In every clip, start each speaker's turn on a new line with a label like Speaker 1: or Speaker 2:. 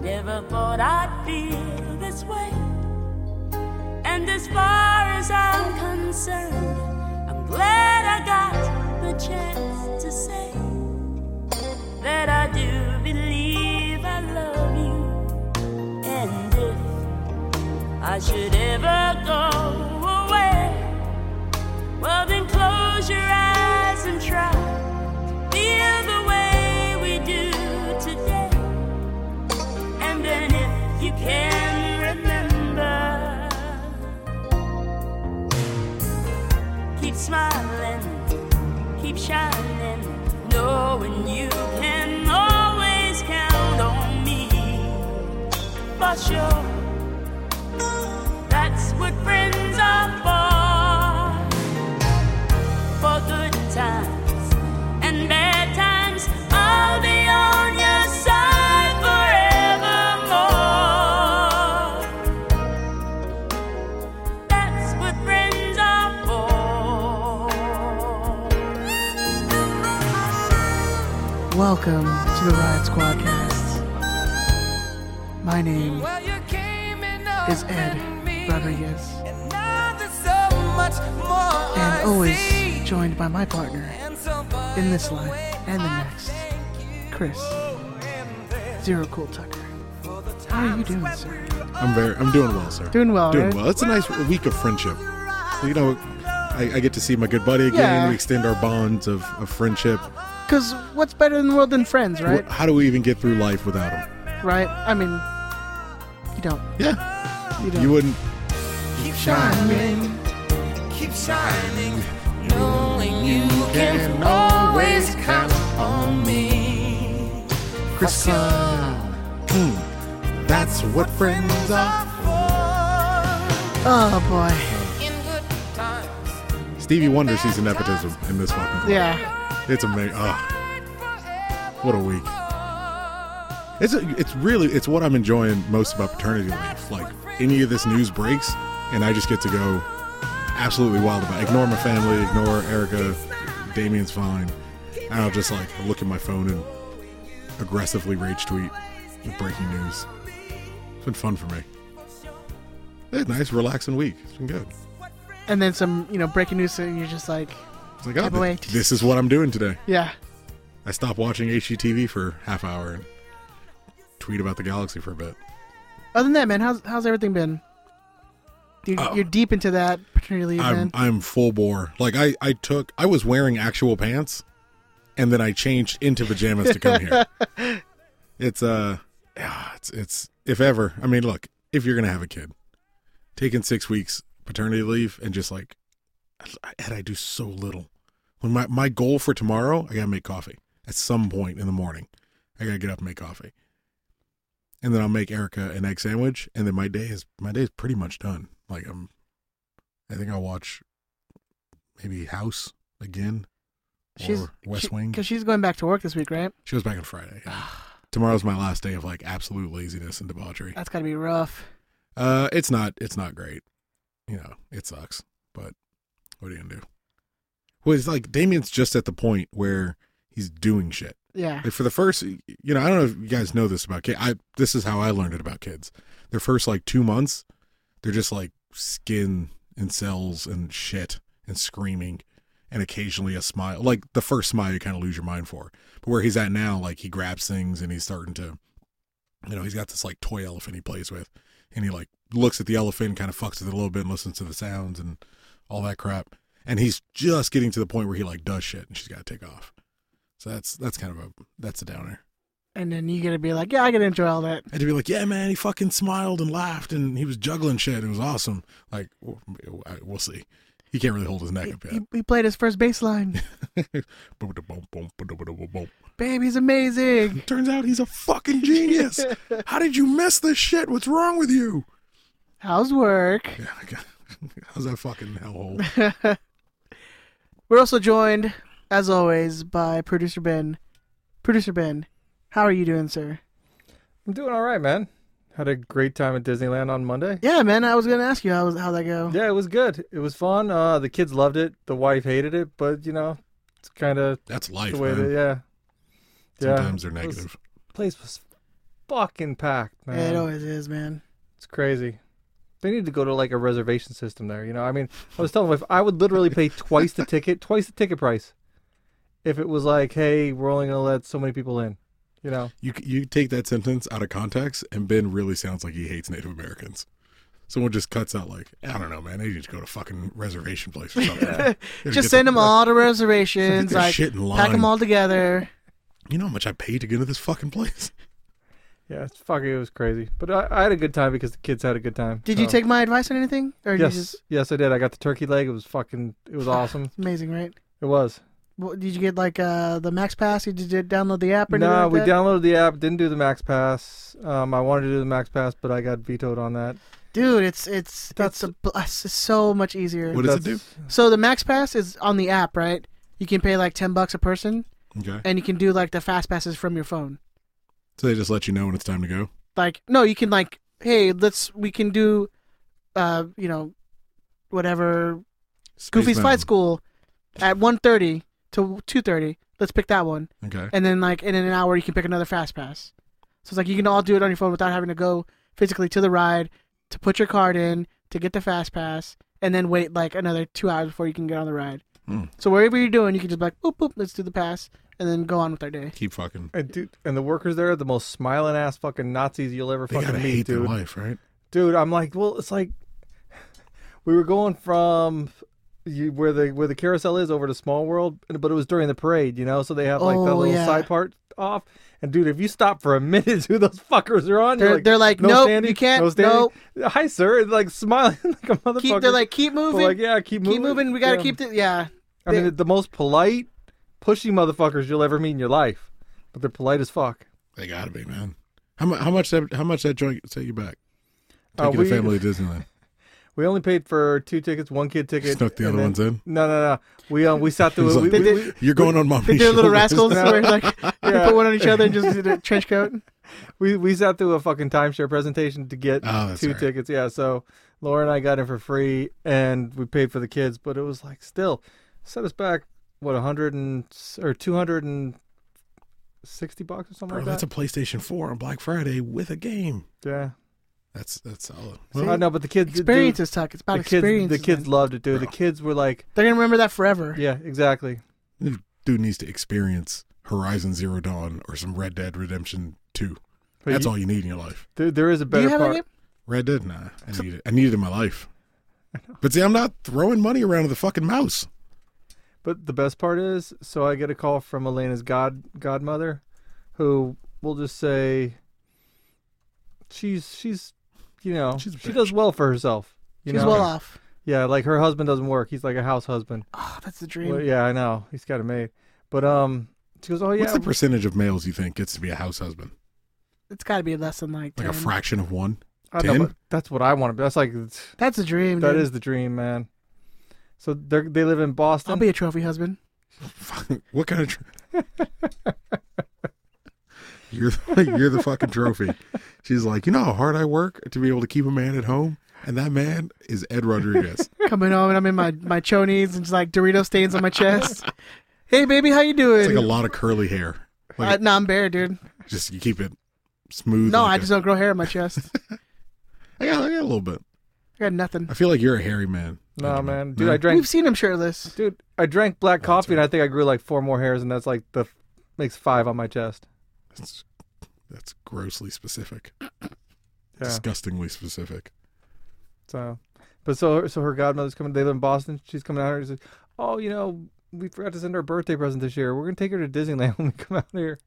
Speaker 1: never thought I'd feel this way. And as far as I'm concerned, I'm glad I got the chance to say that I do believe I love you. And if I should ever go away, well, then close your eyes and try. to Feel the way we do today. And then if you can remember, keep smiling, keep shining, knowing you can always count on me. For sure, that's what friends are for. For good times and bad times, I'll be on your side forevermore. That's what friends are for.
Speaker 2: Welcome to the Riot Squadcast. My name
Speaker 3: Well, you came and
Speaker 2: is Ed
Speaker 3: opened me,
Speaker 2: Rodriguez,
Speaker 3: And now there's so much more I
Speaker 2: and always
Speaker 3: see.
Speaker 2: joined by my partner
Speaker 3: And so far
Speaker 2: in this life
Speaker 3: away,
Speaker 2: and the
Speaker 3: I
Speaker 2: next,
Speaker 3: thank you.
Speaker 2: Chris
Speaker 3: Oh, and there
Speaker 2: Zero Cool Tucker.
Speaker 3: for the
Speaker 2: How are you
Speaker 3: times
Speaker 2: doing,
Speaker 3: when
Speaker 2: sir?
Speaker 3: we were
Speaker 4: I'm very. I'm doing well, sir.
Speaker 2: Doing well,
Speaker 4: Doing
Speaker 2: right?
Speaker 4: well. It's a nice week of friendship. You know, I, I get to see my good buddy again.
Speaker 2: Yeah.
Speaker 4: We extend our bonds of, of friendship.
Speaker 2: Because what's better in the world than friends, right?
Speaker 4: Wh- How do we even get through life without him?
Speaker 2: Right? I mean, you don't.
Speaker 4: Yeah,
Speaker 2: You don't.
Speaker 4: you wouldn't.
Speaker 3: Keep shining, keep shining, knowing you can always count on me.
Speaker 4: Chris Klein. Mm.
Speaker 3: Hmm.
Speaker 4: That's what friends are.
Speaker 3: For
Speaker 2: oh boy.
Speaker 3: in good times.
Speaker 4: Stevie Wonder sees the nepotism in this fucking.
Speaker 2: Yeah.
Speaker 4: It's amazing. Ah, what a week. It's a, it's really it's what I'm enjoying most about paternity leave. Like any of this news breaks, and I just get to go absolutely wild about. It. Ignore my family, ignore Erica, Damien's fine, and I'll just like look at my phone and aggressively rage tweet the breaking news. It's been fun for me. It's a nice, relaxing week. It's been good.
Speaker 2: And then some, you know, breaking news, and you're just like,
Speaker 4: It's like, oh,
Speaker 2: Type away.
Speaker 4: th- this is what I'm doing today.
Speaker 2: yeah.
Speaker 4: I stopped watching HGTV for half hour and tweet about the galaxy for a bit.
Speaker 2: Other than that, man, how's how's everything been? You're,
Speaker 4: Oh.
Speaker 2: you're deep into that paternity leave,
Speaker 4: I'm
Speaker 2: man.
Speaker 4: I'm full bore. Like I I took I was wearing actual pants, and then I changed into pajamas to come here. It's uh, yeah, it's it's if ever. I mean, look, if you're gonna have a kid, taking six weeks paternity leave and just like, and I do so little. When my my goal for tomorrow, I gotta make coffee at some point in the morning. I gotta get up and make coffee, and then I'll make Erica an egg sandwich, and then my day is my day is pretty much done. Like I'm, I think I'll watch maybe House again. or West Wing.
Speaker 2: because she's going back to work this week, right?
Speaker 4: She goes back on Friday. yeah. Tomorrow's my last day of like absolute laziness and debauchery.
Speaker 2: That's got to be rough.
Speaker 4: Uh, it's not. It's not great. You know, it sucks. But what are you gonna do? Well, it's like Damien's just at the point where he's doing shit.
Speaker 2: Yeah,
Speaker 4: Like for the first, you know, I don't know if you guys know this about kids. I this is how I learned it about kids. Their first like two months, they're just like skin and cells and shit and screaming, and occasionally a smile. Like the first smile, you kind of lose your mind for. But where he's at now, like he grabs things and he's starting to, you know, he's got this like toy elephant he plays with, and he like looks at the elephant, kind of fucks with it a little bit, and listens to the sounds and all that crap. And he's just getting to the point where he like does shit, and she's got to take off. So that's that's kind of a that's a downer.
Speaker 2: and then you got to be like, yeah, I got to enjoy all that.
Speaker 4: And to be like, yeah, man, he fucking smiled and laughed and he was juggling shit. It was awesome. Like, w- w- I- we'll see. He can't really hold his neck up
Speaker 2: He,
Speaker 4: yet.
Speaker 2: he played his first baseline. Babe, he's amazing.
Speaker 4: Turns out he's a fucking genius. How did you miss this shit? What's wrong with you?
Speaker 2: How's work?
Speaker 4: Yeah, I got- how's that fucking hellhole?
Speaker 2: We're also joined, as always, by producer Ben. Producer Ben, how are you doing, sir?
Speaker 5: I'm doing all right, man. Had a great time at Disneyland on Monday.
Speaker 2: Yeah, man, I was gonna ask you how was how'd that go.
Speaker 5: Yeah, it was good. It was fun. Uh, the kids loved it. The wife hated it, but you know, it's kind of
Speaker 4: That's
Speaker 5: the
Speaker 4: life,
Speaker 5: way that.
Speaker 4: man.
Speaker 5: Yeah, yeah.
Speaker 4: Sometimes they're
Speaker 5: It was-
Speaker 4: negative.
Speaker 5: place was fucking packed, man.
Speaker 2: It always is, man.
Speaker 5: It's crazy. They need to go to like a reservation system there. You know, I mean, I was telling them if I would literally pay twice the ticket, twice the ticket price, if it was like, hey, we're only gonna let so many people in. You know,
Speaker 4: You you take that sentence out of context, and Ben really sounds like he hates Native Americans. Someone just cuts out like, I don't know, man. They need to go to fucking reservation place or something. They
Speaker 2: Just
Speaker 4: get
Speaker 2: send
Speaker 4: the-
Speaker 2: them all to reservations.
Speaker 4: Get their
Speaker 2: like,
Speaker 4: shit in
Speaker 2: pack them
Speaker 4: line.
Speaker 2: all together.
Speaker 4: You know how much I paid to get into this fucking place?
Speaker 5: yeah, it's fucking, it was crazy. But I, I had a good time because the kids had a good time.
Speaker 2: Did you
Speaker 5: so-
Speaker 2: take my advice on anything? Or
Speaker 5: Yes,
Speaker 2: you just
Speaker 5: yes, I did. I got the turkey leg. It was fucking, it was awesome.
Speaker 2: amazing, right?
Speaker 5: It was.
Speaker 2: Well, did you get like uh, the Max Pass? Did you did download the app or anything?
Speaker 5: No,
Speaker 2: like
Speaker 5: we
Speaker 2: that?
Speaker 5: downloaded the app. Didn't do the Max Pass. Um, I wanted to do the Max Pass, but I got vetoed on that.
Speaker 2: Dude, it's it's that's
Speaker 5: That's-
Speaker 2: a, bl- it's so much easier.
Speaker 4: What does it do?
Speaker 5: That's-
Speaker 2: So the Max Pass is on the app, right? You can pay like ten bucks a person,
Speaker 4: Okay.
Speaker 2: and you can do like the fast passes from your phone.
Speaker 4: So they just let you know when it's time to go.
Speaker 2: Like, no, you can like, hey, let's we can do, uh, you know, whatever
Speaker 4: Space
Speaker 2: Goofy's Flight
Speaker 4: Mountain.
Speaker 2: School at 1.30 to two thirty. Let's pick that one,
Speaker 4: Okay.
Speaker 2: and then like in an hour you can pick another fast pass. So it's like you can all do it on your phone without having to go physically to the ride to put your card in to get the fast pass, and then wait like another two hours before you can get on the ride.
Speaker 4: Hmm.
Speaker 2: So wherever you're doing, you can just be like, boop boop, let's do the pass, and then go on with our day.
Speaker 4: Keep fucking.
Speaker 5: And dude, and the workers there are the most smiling ass fucking Nazis you'll ever
Speaker 4: They gotta
Speaker 5: fucking
Speaker 4: hate
Speaker 5: meet,
Speaker 4: their
Speaker 5: dude.
Speaker 4: life, right?
Speaker 5: Dude, I'm like, well, it's like we were going from you, where the where the carousel is over to Small World, but it was during the parade, you know, so they have like that
Speaker 2: Oh,
Speaker 5: little
Speaker 2: yeah.
Speaker 5: side part off. And dude, if you stop for a minute, who those fuckers are on? you're
Speaker 2: They're- they're like,
Speaker 5: no
Speaker 2: nope,
Speaker 5: standing,
Speaker 2: you can't,
Speaker 5: no standing. Hi, sir. and, like smiling like a motherfucker.
Speaker 2: Keep, they're like, keep
Speaker 5: But,
Speaker 2: moving,
Speaker 5: like, yeah, keep moving.
Speaker 2: keep moving. We gotta
Speaker 5: Yeah.
Speaker 2: keep the yeah.
Speaker 5: I mean, the most polite, pushy motherfuckers you'll ever meet in your life, but they're polite as fuck.
Speaker 4: They gotta be, man. How, mu- how much that how much that joint take you back?
Speaker 5: Uh,
Speaker 4: Taking
Speaker 5: we-
Speaker 4: a family to Disneyland.
Speaker 5: We only paed for two tickets, one kid ticket.
Speaker 4: Snuck the
Speaker 5: and
Speaker 4: other
Speaker 5: then-
Speaker 4: ones in.
Speaker 5: No, no, no. We um, we sat through.
Speaker 4: He's
Speaker 5: it. we,
Speaker 4: like,
Speaker 5: we, we,
Speaker 4: You're going on mommy's
Speaker 2: They do little
Speaker 4: shoulders."
Speaker 2: rascals where like they
Speaker 5: Yeah.
Speaker 2: put one on each other and just did a trench coat.
Speaker 5: we we sat through a fucking timeshare presentation to get
Speaker 4: Oh,
Speaker 5: two
Speaker 4: that's right.
Speaker 5: tickets. Yeah, so Laura and I got in for free, and we paid for the kids, but it was like still set us back what a hundred and or two hundred and sixty bucks or something
Speaker 4: Bro,
Speaker 5: like
Speaker 4: that's a
Speaker 5: that.
Speaker 4: PlayStation 4 on Black Friday with a game.
Speaker 5: yeah,
Speaker 4: That's that's solid.
Speaker 5: I know, but the kids
Speaker 2: Experience is tough. It's about
Speaker 5: The kids,
Speaker 2: experience.
Speaker 5: the kids loved it, dude. The
Speaker 4: Bro.
Speaker 5: kids were like,
Speaker 2: They're gonna remember that forever.
Speaker 5: yeah, exactly.
Speaker 4: This dude needs to experience Horizon Zero Dawn or some Red Dead Redemption 2.
Speaker 5: But
Speaker 4: That's
Speaker 5: you-
Speaker 4: all you need in your life.
Speaker 5: There, there is a
Speaker 2: Do
Speaker 5: better
Speaker 2: you have
Speaker 5: part.
Speaker 2: a game?
Speaker 4: Red Dead? Nah. I need it. I need it in my life. But see, I'm not throwing money around to the fucking mouse.
Speaker 5: But the best part is, so I get a call from Elena's god godmother, who we'll just say she's she's you know
Speaker 4: She's a
Speaker 5: she does well for herself. You
Speaker 2: She's
Speaker 5: know?
Speaker 2: well off.
Speaker 5: Yeah, like her husband doesn't work. He's like a house husband.
Speaker 2: Oh, that's the dream.
Speaker 5: Well, yeah, I know. He's got it made. But um, she goes, oh yeah,
Speaker 4: What's the percentage of males you think gets to be a house husband?
Speaker 2: It's got to be less than like, 10.
Speaker 4: Like a fraction of one?
Speaker 5: I know,
Speaker 4: ten?
Speaker 5: but that's what I want to be. That's like it's-
Speaker 2: That's a dream.
Speaker 5: that
Speaker 2: dude.
Speaker 5: is the dream, man. So they they live in Boston.
Speaker 2: I'll be a trophy husband.
Speaker 4: Fuck, what kind of? tr- you're the, you're the fucking trophy. She's like, you know how hard I work to be able to keep a man at home, and that man is Ed Rodriguez.
Speaker 2: Coming home and I'm in my my chonies and just like Dorito stains on my chest. hey baby, how you doing?
Speaker 4: It's like a lot of curly hair.
Speaker 2: Uh,
Speaker 4: Like
Speaker 2: no, I'm bare, dude.
Speaker 4: just you keep it smooth.
Speaker 2: No,
Speaker 4: like
Speaker 2: I
Speaker 4: a-
Speaker 2: just don't grow hair on my chest.
Speaker 4: I got, I got a little bit.
Speaker 2: I got nothing.
Speaker 4: I feel like you're a hairy man.
Speaker 5: Nah,
Speaker 4: Benjamin.
Speaker 5: man, dude, I drank
Speaker 2: We've seen him shirtless.
Speaker 5: Dude, I drank black coffee and I think I grew like four more hairs, and that's like the makes five on my chest.
Speaker 4: That's, that's grossly specific.
Speaker 5: Yeah.
Speaker 4: Disgustingly specific.
Speaker 5: So, but so so her godmother's coming. They live in Boston. She's coming out here. and She says, "Oh, you know, we forgot to send her a birthday present this year. We're gonna take her to Disneyland when we come out here."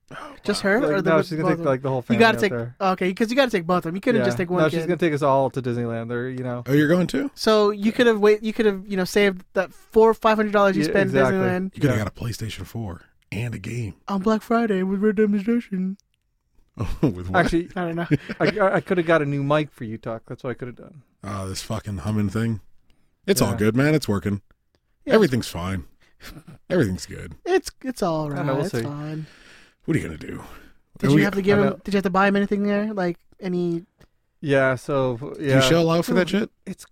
Speaker 2: Just her? or
Speaker 5: Like,
Speaker 2: the,
Speaker 5: no, she's
Speaker 2: both
Speaker 5: gonna
Speaker 2: of
Speaker 5: take
Speaker 2: them?
Speaker 5: like the whole
Speaker 2: you
Speaker 5: family.
Speaker 2: gotta
Speaker 5: out
Speaker 2: take
Speaker 5: there.
Speaker 2: okay, because you gotta take both of them. You couldn't
Speaker 5: Yeah.
Speaker 2: just take one
Speaker 5: No,
Speaker 2: kid.
Speaker 5: she's gonna take us all to Disneyland. There, you know.
Speaker 4: Oh, you're going too?
Speaker 2: So you could have wait. You could have you know saved that four five hundred dollars you
Speaker 5: Yeah,
Speaker 2: spent
Speaker 5: exactly.
Speaker 2: Disneyland
Speaker 4: You could have
Speaker 5: Yeah.
Speaker 4: got a PlayStation 4 and a game.
Speaker 2: on Black Friday with red demonstration.
Speaker 4: Oh, with what?
Speaker 5: Actually,
Speaker 2: I don't know.
Speaker 5: I, I, could have got a new mic for you, Tuck. That's what I could have done.
Speaker 4: Oh, this fucking humming thing. It's all
Speaker 5: Yeah.
Speaker 4: good, man. It's working.
Speaker 2: Yeah.
Speaker 4: Everything's fine. Everything's good.
Speaker 2: It's it's all right.
Speaker 5: don't know, we'll
Speaker 2: it's
Speaker 5: see.
Speaker 2: fine.
Speaker 4: What are you gonna do?
Speaker 2: Did
Speaker 4: And
Speaker 2: you
Speaker 4: we-
Speaker 2: have to give
Speaker 5: I
Speaker 2: him?
Speaker 5: know.
Speaker 2: Did you have to buy him anything there? Like any?
Speaker 5: Yeah. So
Speaker 4: do
Speaker 5: yeah,
Speaker 4: you shell out for that shit?
Speaker 5: it's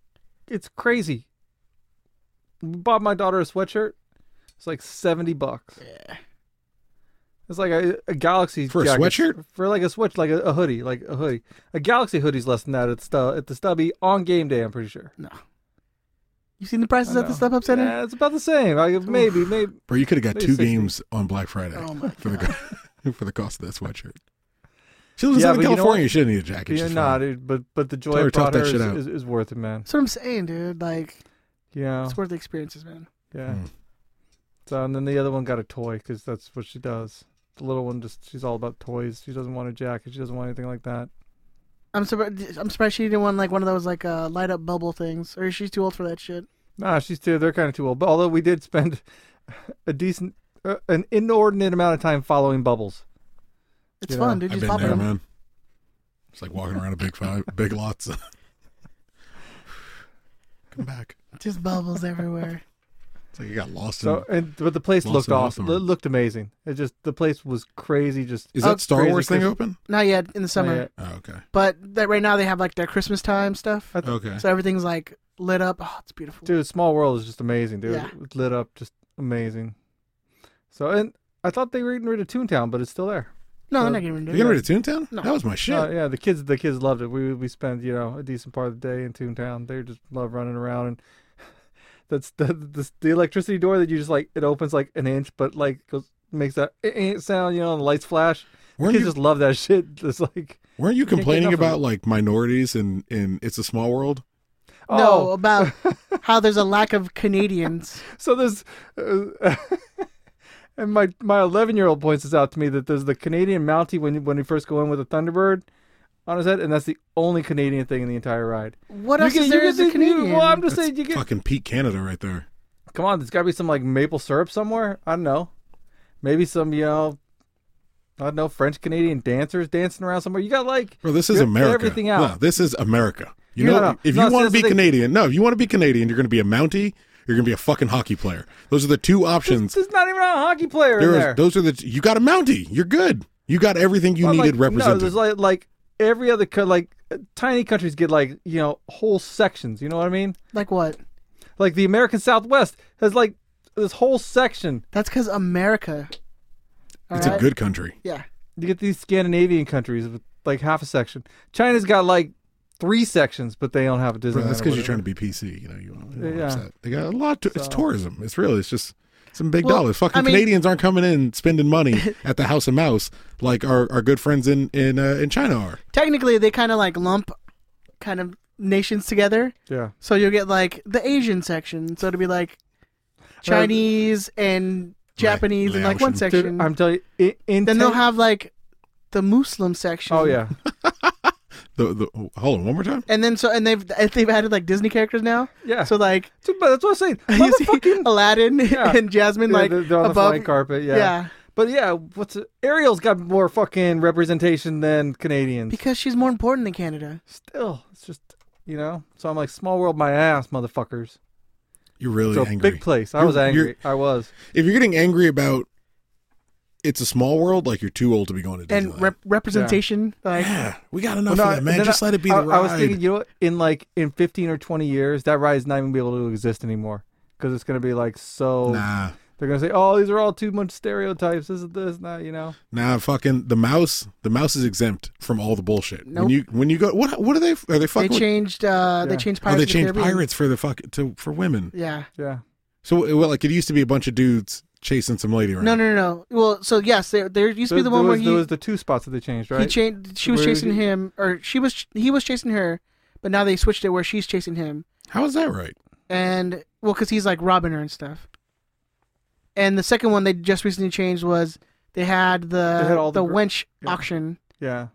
Speaker 5: it's crazy. Bought my daughter a sweatshirt. It's like seventy bucks.
Speaker 2: Yeah.
Speaker 5: It's like a, a Galaxy
Speaker 4: For a
Speaker 5: jacket.
Speaker 4: sweatshirt?
Speaker 5: for like a switch, like a, a hoodie, like a hoodie. A Galaxy hoodie's less than that at stu- at the stubby on game day. I'm pretty sure.
Speaker 2: You seen the prices at the Step Up Center?
Speaker 5: Yeah, it's about the same. Like maybe, maybe.
Speaker 4: Bro, you could have got
Speaker 5: Maybe
Speaker 4: two
Speaker 5: 60.
Speaker 4: games on Black Friday
Speaker 2: Oh my
Speaker 4: for the co- for the cost of that sweatshirt. She lives in
Speaker 5: Yeah,
Speaker 4: Southern
Speaker 5: but you know
Speaker 4: California.
Speaker 5: what?
Speaker 4: she doesn't need a jacket.
Speaker 5: You're
Speaker 4: She's
Speaker 5: not,
Speaker 4: fine.
Speaker 5: dude, but but the joy
Speaker 4: Tell her
Speaker 5: it
Speaker 4: tough
Speaker 5: brought her
Speaker 4: that shit out.
Speaker 5: is, is, is worth it, man.
Speaker 2: That's what I'm saying, dude. Like
Speaker 5: You know,
Speaker 2: it's worth the experiences, man.
Speaker 5: yeah.
Speaker 4: Hmm.
Speaker 5: So and then the other one got a toy because that's what she does. The little one just she's all about toys. She doesn't want a jacket. She doesn't want anything like that.
Speaker 2: I'm surprised. I'm surprised she didn't want like one of those like uh, light up bubble things, or she's too old for that shit.
Speaker 5: Nah, she's too. They're kind of too old. But although we did spend a decent, uh, an inordinate amount of time following bubbles.
Speaker 2: It's
Speaker 5: You
Speaker 2: fun,
Speaker 5: know,
Speaker 2: dude.
Speaker 4: I've
Speaker 2: Just
Speaker 4: been
Speaker 2: popping
Speaker 4: there,
Speaker 2: them.
Speaker 4: man. It's like walking around a big five, big lots. Come back.
Speaker 2: Just bubbles everywhere.
Speaker 4: It's like you got lost.
Speaker 5: So
Speaker 4: in,
Speaker 5: and but the place
Speaker 4: Hmm. Lost
Speaker 5: looked
Speaker 4: and
Speaker 5: awesome.
Speaker 4: Hawthorne.
Speaker 5: It looked amazing. It just the place was crazy. Just
Speaker 4: is
Speaker 2: Oh,
Speaker 4: that Star
Speaker 5: crazy
Speaker 4: Wars thing
Speaker 5: Christmas-
Speaker 4: open?
Speaker 2: Not yet in the summer,
Speaker 5: Yeah,
Speaker 4: Oh, okay.
Speaker 2: but that right now they have like their Christmas time stuff,
Speaker 5: I th-
Speaker 4: Okay.
Speaker 2: so everything's like lit up. Oh, it's beautiful.
Speaker 5: dude, Small World is just amazing, dude.
Speaker 2: Yeah.
Speaker 5: It lit up, just amazing. So and I thought they were getting rid of Toontown, but it's still there.
Speaker 2: no, they're
Speaker 5: so-
Speaker 2: not getting
Speaker 4: You
Speaker 2: rid
Speaker 4: getting
Speaker 2: of
Speaker 4: rid
Speaker 2: it.
Speaker 4: of Toontown?
Speaker 2: No.
Speaker 4: That was my shit.
Speaker 5: Uh, yeah, the kids the kids loved it. We we spent you know a decent part of the day in Toontown. They just love running around and that's the, the the electricity door that you just like it opens like an inch, but like goes makes that eh, eh sound you know and the lights flash. The
Speaker 4: Weren't
Speaker 5: kids
Speaker 4: you-
Speaker 5: just love that shit. It's like
Speaker 4: Weren't you
Speaker 5: get
Speaker 4: complaining
Speaker 5: enough of
Speaker 4: about
Speaker 5: it.
Speaker 4: like minorities and in It's a Small World?
Speaker 5: oh,
Speaker 2: No, about how there's a lack of Canadians.
Speaker 5: so there's uh, and my my 11 year old points this out to me that there's the Canadian Mountie when when you first go in with a Thunderbird on his head, and that's the only Canadian thing in the entire ride.
Speaker 2: What
Speaker 5: You
Speaker 2: else
Speaker 5: get-
Speaker 2: is
Speaker 5: you
Speaker 2: there
Speaker 5: get
Speaker 2: as a
Speaker 5: the- you-
Speaker 2: Canadian?
Speaker 5: Well, I'm just
Speaker 4: That's
Speaker 5: saying you get
Speaker 4: fucking Pete Canada right there.
Speaker 5: come on, there's got to be some like maple syrup somewhere. I don't know. Maybe some, you know, I don't know, French Canadian dancers dancing around somewhere. You got like,
Speaker 4: Bro, this is
Speaker 5: You're
Speaker 4: America.
Speaker 5: everything
Speaker 4: No,
Speaker 5: out.
Speaker 4: this is America. You
Speaker 5: No,
Speaker 4: know,
Speaker 5: no, no.
Speaker 4: if
Speaker 5: No,
Speaker 4: you
Speaker 5: so
Speaker 4: want to
Speaker 5: that's the
Speaker 4: be
Speaker 5: thing.
Speaker 4: Canadian, no, if you want to be Canadian, you're going to be a Mountie. You're going to be a fucking hockey player. Those are the two options.
Speaker 5: there's not even a hockey player in
Speaker 4: There is-
Speaker 5: there.
Speaker 4: those are the you got a Mountie. You're good. You got everything you
Speaker 5: I'm
Speaker 4: needed
Speaker 5: like, No,
Speaker 4: represented.
Speaker 5: there's like, like every other, co- like uh, tiny countries get like, you know, whole sections. You know what I mean?
Speaker 2: Like what?
Speaker 5: Like the American Southwest has like this whole section.
Speaker 2: That's because America. All
Speaker 4: it's a
Speaker 2: right?
Speaker 4: good country.
Speaker 2: Yeah.
Speaker 5: You get these Scandinavian countries with like half a section. China's got like three sections, but they don't have a Disneyland.
Speaker 4: Bro, that's
Speaker 5: or
Speaker 4: because you're trying
Speaker 5: whatever.
Speaker 4: to be PC. You know, you want to
Speaker 5: Yeah.
Speaker 4: upset. They got a lot. To, It's
Speaker 5: So-
Speaker 4: tourism. It's really. It's just some big
Speaker 2: Well,
Speaker 4: dollars. Fucking
Speaker 2: I mean-
Speaker 4: Canadians aren't coming in spending money at the House of Mouse like our, our good friends in in uh, in China are.
Speaker 2: Technically, they kind of like lump kind of nations together.
Speaker 5: Yeah.
Speaker 2: So you'll get like the Asian section. So it'll be like Chinese and Japanese in like one
Speaker 4: Laotian.
Speaker 2: section.
Speaker 5: Uh, Dude, I'm telling you, i- in
Speaker 2: then they'll
Speaker 5: Tay-
Speaker 2: have like the Muslim section.
Speaker 5: Oh yeah,
Speaker 4: The, the hold on one more time.
Speaker 2: And then so and they've they've added like Disney characters now.
Speaker 5: yeah.
Speaker 2: So like
Speaker 5: Dude, but that's what I'm saying.
Speaker 2: you see
Speaker 5: Motherfucking
Speaker 2: Aladdin
Speaker 5: Yeah.
Speaker 2: and Jasmine
Speaker 5: Yeah,
Speaker 2: like
Speaker 5: they're, they're on the
Speaker 2: above.
Speaker 5: flying carpet. Yeah.
Speaker 2: yeah.
Speaker 5: But yeah, what's Ariel's got more fucking representation than Canadians.
Speaker 2: Because she's more important than Canada.
Speaker 5: Still, it's just you know. So I'm like, small world, my ass, motherfuckers.
Speaker 4: You're really
Speaker 5: So
Speaker 4: angry.
Speaker 5: big place. I
Speaker 4: You're-
Speaker 5: was
Speaker 4: you're-
Speaker 5: angry. I was.
Speaker 4: if you're getting angry about it's a small world, like you're too old to be going to Disneyland.
Speaker 2: And rep- representation like
Speaker 4: yeah, we got enough
Speaker 5: No,
Speaker 4: of that, man.
Speaker 5: and then
Speaker 4: Just
Speaker 5: I-
Speaker 4: let it be
Speaker 5: I,
Speaker 4: the ride.
Speaker 5: I was thinking, you know, what? in like in 15 or 20 years, that ride's not even be able to exist anymore because it's gonna be like so.
Speaker 4: nah,
Speaker 5: They're gonna say, oh, these are all too much stereotypes. This is this, and that. You know.
Speaker 4: nah, fucking the mouse. The mouse is exempt from all the bullshit. When
Speaker 2: Nope.
Speaker 4: you when you go, what what are they? Are they
Speaker 2: they
Speaker 4: fucking? with-
Speaker 2: changed uh
Speaker 5: Yeah.
Speaker 2: they changed
Speaker 4: oh,
Speaker 2: Pirates
Speaker 4: they
Speaker 2: of the
Speaker 4: changed
Speaker 2: Caribbean.
Speaker 4: pirates for the fuck to for women.
Speaker 2: Yeah.
Speaker 5: Yeah.
Speaker 4: So it- well, like it used to be a bunch of dudes chasing some lady around.
Speaker 2: No, no, no, no. Well, so yes, there, there used to be the one
Speaker 5: was,
Speaker 2: where
Speaker 5: there
Speaker 2: he,
Speaker 5: was the two spots that they changed, right?
Speaker 2: he changed. She was
Speaker 5: Where
Speaker 2: chasing
Speaker 5: he-
Speaker 2: him, or she was he was chasing her, but now they switched it where she's chasing him,
Speaker 4: How is that right?
Speaker 2: and well, because he's like robbing her and stuff. And the second one they just recently changed was they had the
Speaker 5: They had all
Speaker 2: the,
Speaker 5: the gr-
Speaker 2: wench
Speaker 5: yeah.
Speaker 2: auction,
Speaker 5: yeah.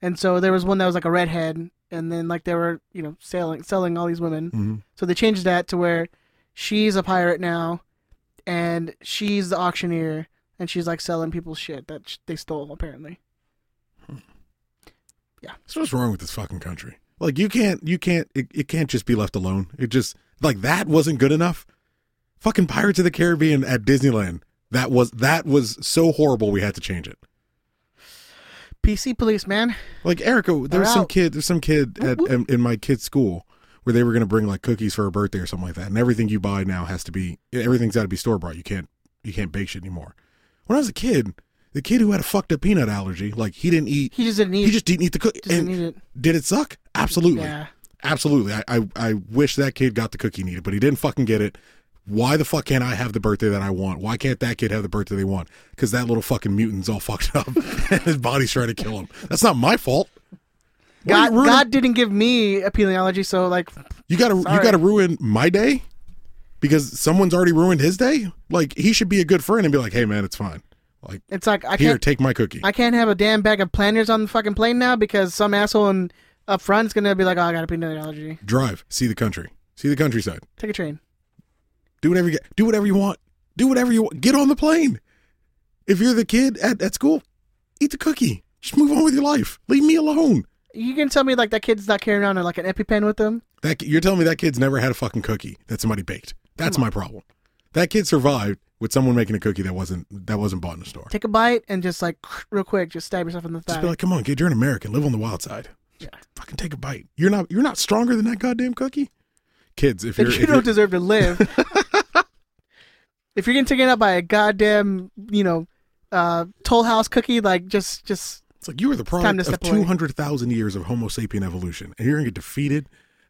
Speaker 2: and so there was one that was like a redhead, and then like they were you know selling selling all these women,
Speaker 4: hmm
Speaker 2: so they changed that to where she's a pirate now, and she's the auctioneer, and she's like selling people shit that sh- they stole apparently.
Speaker 4: So what's wrong with this fucking country? Like you can't you can't it, it can't just be left alone. It just like that wasn't good enough. Fucking Pirates of the Caribbean at Disneyland. That was that was so horrible we had to change it.
Speaker 2: PC police, man.
Speaker 4: Like Erica, there was some
Speaker 2: out.
Speaker 4: kid there's some kid at
Speaker 2: Whoop, whoop.
Speaker 4: in, in my kid's school where they were gonna bring like cookies for her birthday or something like that. And everything you buy now has to be everything's gotta be store bought. You can't you can't bake shit anymore. When I was a kid, the kid who had a fucked up peanut allergy, like he didn't eat,
Speaker 2: He just didn't need.
Speaker 4: he just didn't eat the cookie.
Speaker 2: just
Speaker 4: And
Speaker 2: didn't need it.
Speaker 4: did it suck? Absolutely,
Speaker 2: Yeah.
Speaker 4: absolutely. I, I I wish that kid got the cookie he needed, but he didn't fucking get it. Why the fuck can't I have the birthday that I want? Why can't that kid have the birthday they want? Because that little fucking mutant's all fucked up, and his body's trying to kill him. That's not my fault. Why
Speaker 2: God,
Speaker 4: you ruining-
Speaker 2: God didn't give me a peeling allergy, so like,
Speaker 4: You gotta you
Speaker 2: Sorry.
Speaker 4: gotta ruin my day because someone's already ruined his day. Like he should be a good friend and be like, hey man, it's fine. Like
Speaker 2: it's like I
Speaker 4: here,
Speaker 2: can't.
Speaker 4: take my cookie.
Speaker 2: I can't have a damn bag of planners on the fucking plane now because some asshole in, up front is gonna be like, "Oh, I got a peanut allergy.
Speaker 4: Drive, see the country, see the countryside.
Speaker 2: Take a train."
Speaker 4: Do whatever you do whatever you want. Do whatever you want. Get on the plane. If you're the kid at, at school, eat the cookie. Just move on with your life. Leave me alone.
Speaker 2: You can tell me like that kid's not carrying on like an EpiPen with them.
Speaker 4: That ki- you're telling me that kid's never had a fucking cookie that somebody baked. That's my problem. That kid survived with someone making a cookie that wasn't that wasn't bought in a store.
Speaker 2: Take a bite and just like real quick, just stab yourself in the
Speaker 4: Just
Speaker 2: thigh.
Speaker 4: be like, come on, kid, you're an American. Live on the wild side. Just Fucking take a bite. You're not you're not stronger than that goddamn cookie. Kids, if
Speaker 2: Then
Speaker 4: you're,
Speaker 2: you
Speaker 4: if
Speaker 2: don't
Speaker 4: you're-
Speaker 2: deserve to live. if you're getting taken out by a goddamn, you know, uh, toll house cookie, like just, just
Speaker 4: it's like you are the
Speaker 2: time to
Speaker 4: product of
Speaker 2: step away.
Speaker 4: two hundred thousand years of Homo sapien evolution, and you're gonna get defeated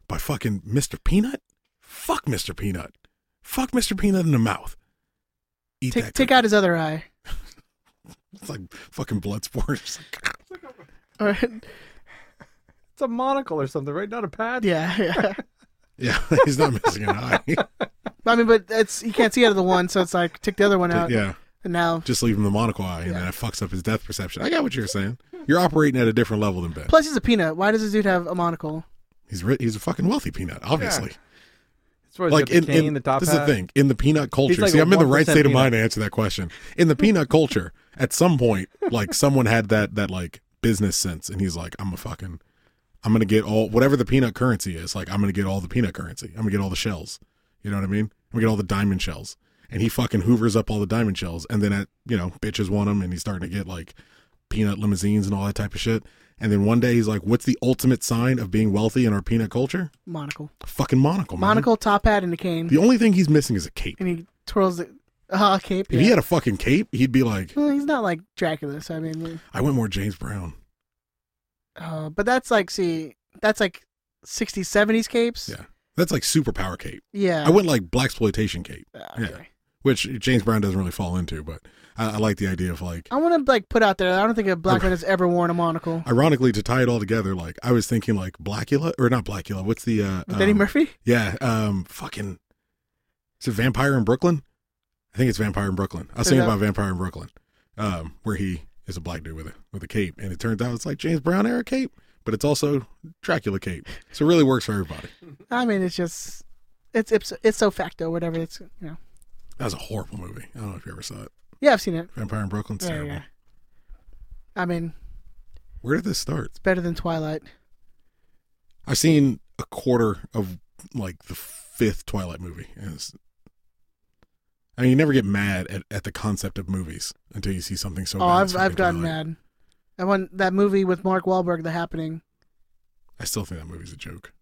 Speaker 4: by fucking Mr. Peanut. Fuck Mr. Peanut. Fuck Mr. Peanut in the mouth. Eat
Speaker 2: take
Speaker 4: that.
Speaker 2: take
Speaker 4: cookie.
Speaker 2: out his other eye.
Speaker 4: It's like fucking blood sport. It's like,
Speaker 2: All right.
Speaker 5: It's a monocle or something, right? Not a pad.
Speaker 2: yeah, yeah.
Speaker 4: yeah, he's not missing an eye.
Speaker 2: I mean, but it's you can't see out of the one, so it's like take the other one out.
Speaker 4: yeah,
Speaker 2: And now,
Speaker 4: just leave him the monocle eye, and then it fucks up his death perception. I got what you're saying. You're operating at a different level than Ben.
Speaker 2: plus he's a peanut. Why does this dude have a monocle?
Speaker 4: He's ri- he's a fucking wealthy peanut, obviously.
Speaker 5: That's why he's
Speaker 4: Like
Speaker 5: got the
Speaker 4: in,
Speaker 5: cane,
Speaker 4: in
Speaker 5: the top
Speaker 4: this
Speaker 5: hat.
Speaker 4: is the thing in the peanut culture.
Speaker 5: like
Speaker 4: See,
Speaker 5: a
Speaker 4: I'm in the right
Speaker 5: 1%
Speaker 4: state of
Speaker 5: peanut.
Speaker 4: mind to answer that question. In the peanut culture, at some point, like someone had that that like business sense, and he's like, I'm a fucking, I'm gonna get all whatever the peanut currency is. Like I'm gonna get all the peanut currency. I'm gonna get all the shells. You know what I mean? I'm gonna get all the diamond shells. And he fucking hoovers up all the diamond shells, and then at you know bitches want him, and he's starting to get like peanut limousines and all that type of shit. And then one day he's like, "What's the ultimate sign of being wealthy in our peanut culture?
Speaker 2: Monocle,
Speaker 4: A fucking monocle, man.
Speaker 2: monocle, top hat, and a cane.
Speaker 4: The only thing he's missing is a cape.
Speaker 2: and he twirls the uh, cape.
Speaker 4: If
Speaker 2: yeah.
Speaker 4: he had a fucking cape, he'd be like,
Speaker 2: Well, he's not like Dracula, so I mean,
Speaker 4: I went more James Brown.
Speaker 2: uh, but that's like, see, that's like 60s, 70s capes.
Speaker 4: Yeah. That's like superpower cape.
Speaker 2: Yeah.
Speaker 4: I went like black exploitation cape,
Speaker 2: Uh, okay.
Speaker 4: Yeah. which James Brown doesn't really fall into, but I, I like the idea of like,
Speaker 2: I want to like put out there. I don't think a black man has ever worn a monocle.
Speaker 4: ironically, to tie it all together, like I was thinking like Blackula or not Blackula. What's the uh,
Speaker 2: Eddie
Speaker 4: um,
Speaker 2: Murphy.
Speaker 4: Yeah, um, fucking. Is it Vampire in Brooklyn? I think it's Vampire in Brooklyn. I was thinking
Speaker 2: Yeah.
Speaker 4: about Vampire in Brooklyn, um, where he is a black dude with a with a cape, and it turns out it's like James Brown era cape, but it's also Dracula cape, so it really works for everybody.
Speaker 2: I mean, it's just it's it's it's so facto. Whatever. It's you know.
Speaker 4: That was a horrible movie. I don't know if you ever saw it.
Speaker 2: Yeah, I've seen it.
Speaker 4: Vampire in Brooklyn's
Speaker 2: Yeah,
Speaker 4: terrible.
Speaker 2: yeah. I mean,
Speaker 4: Where did this start?
Speaker 2: it's better than Twilight.
Speaker 4: I've seen a quarter of like the fifth Twilight movie. and it's- I mean, you never get mad at, at the concept of movies until you see something so.
Speaker 2: Oh,
Speaker 4: bad as
Speaker 2: I've
Speaker 4: fucking
Speaker 2: I've gotten
Speaker 4: Twilight.
Speaker 2: mad. I want that movie with Mark Wahlberg, The Happening.
Speaker 4: I still think that movie's a joke.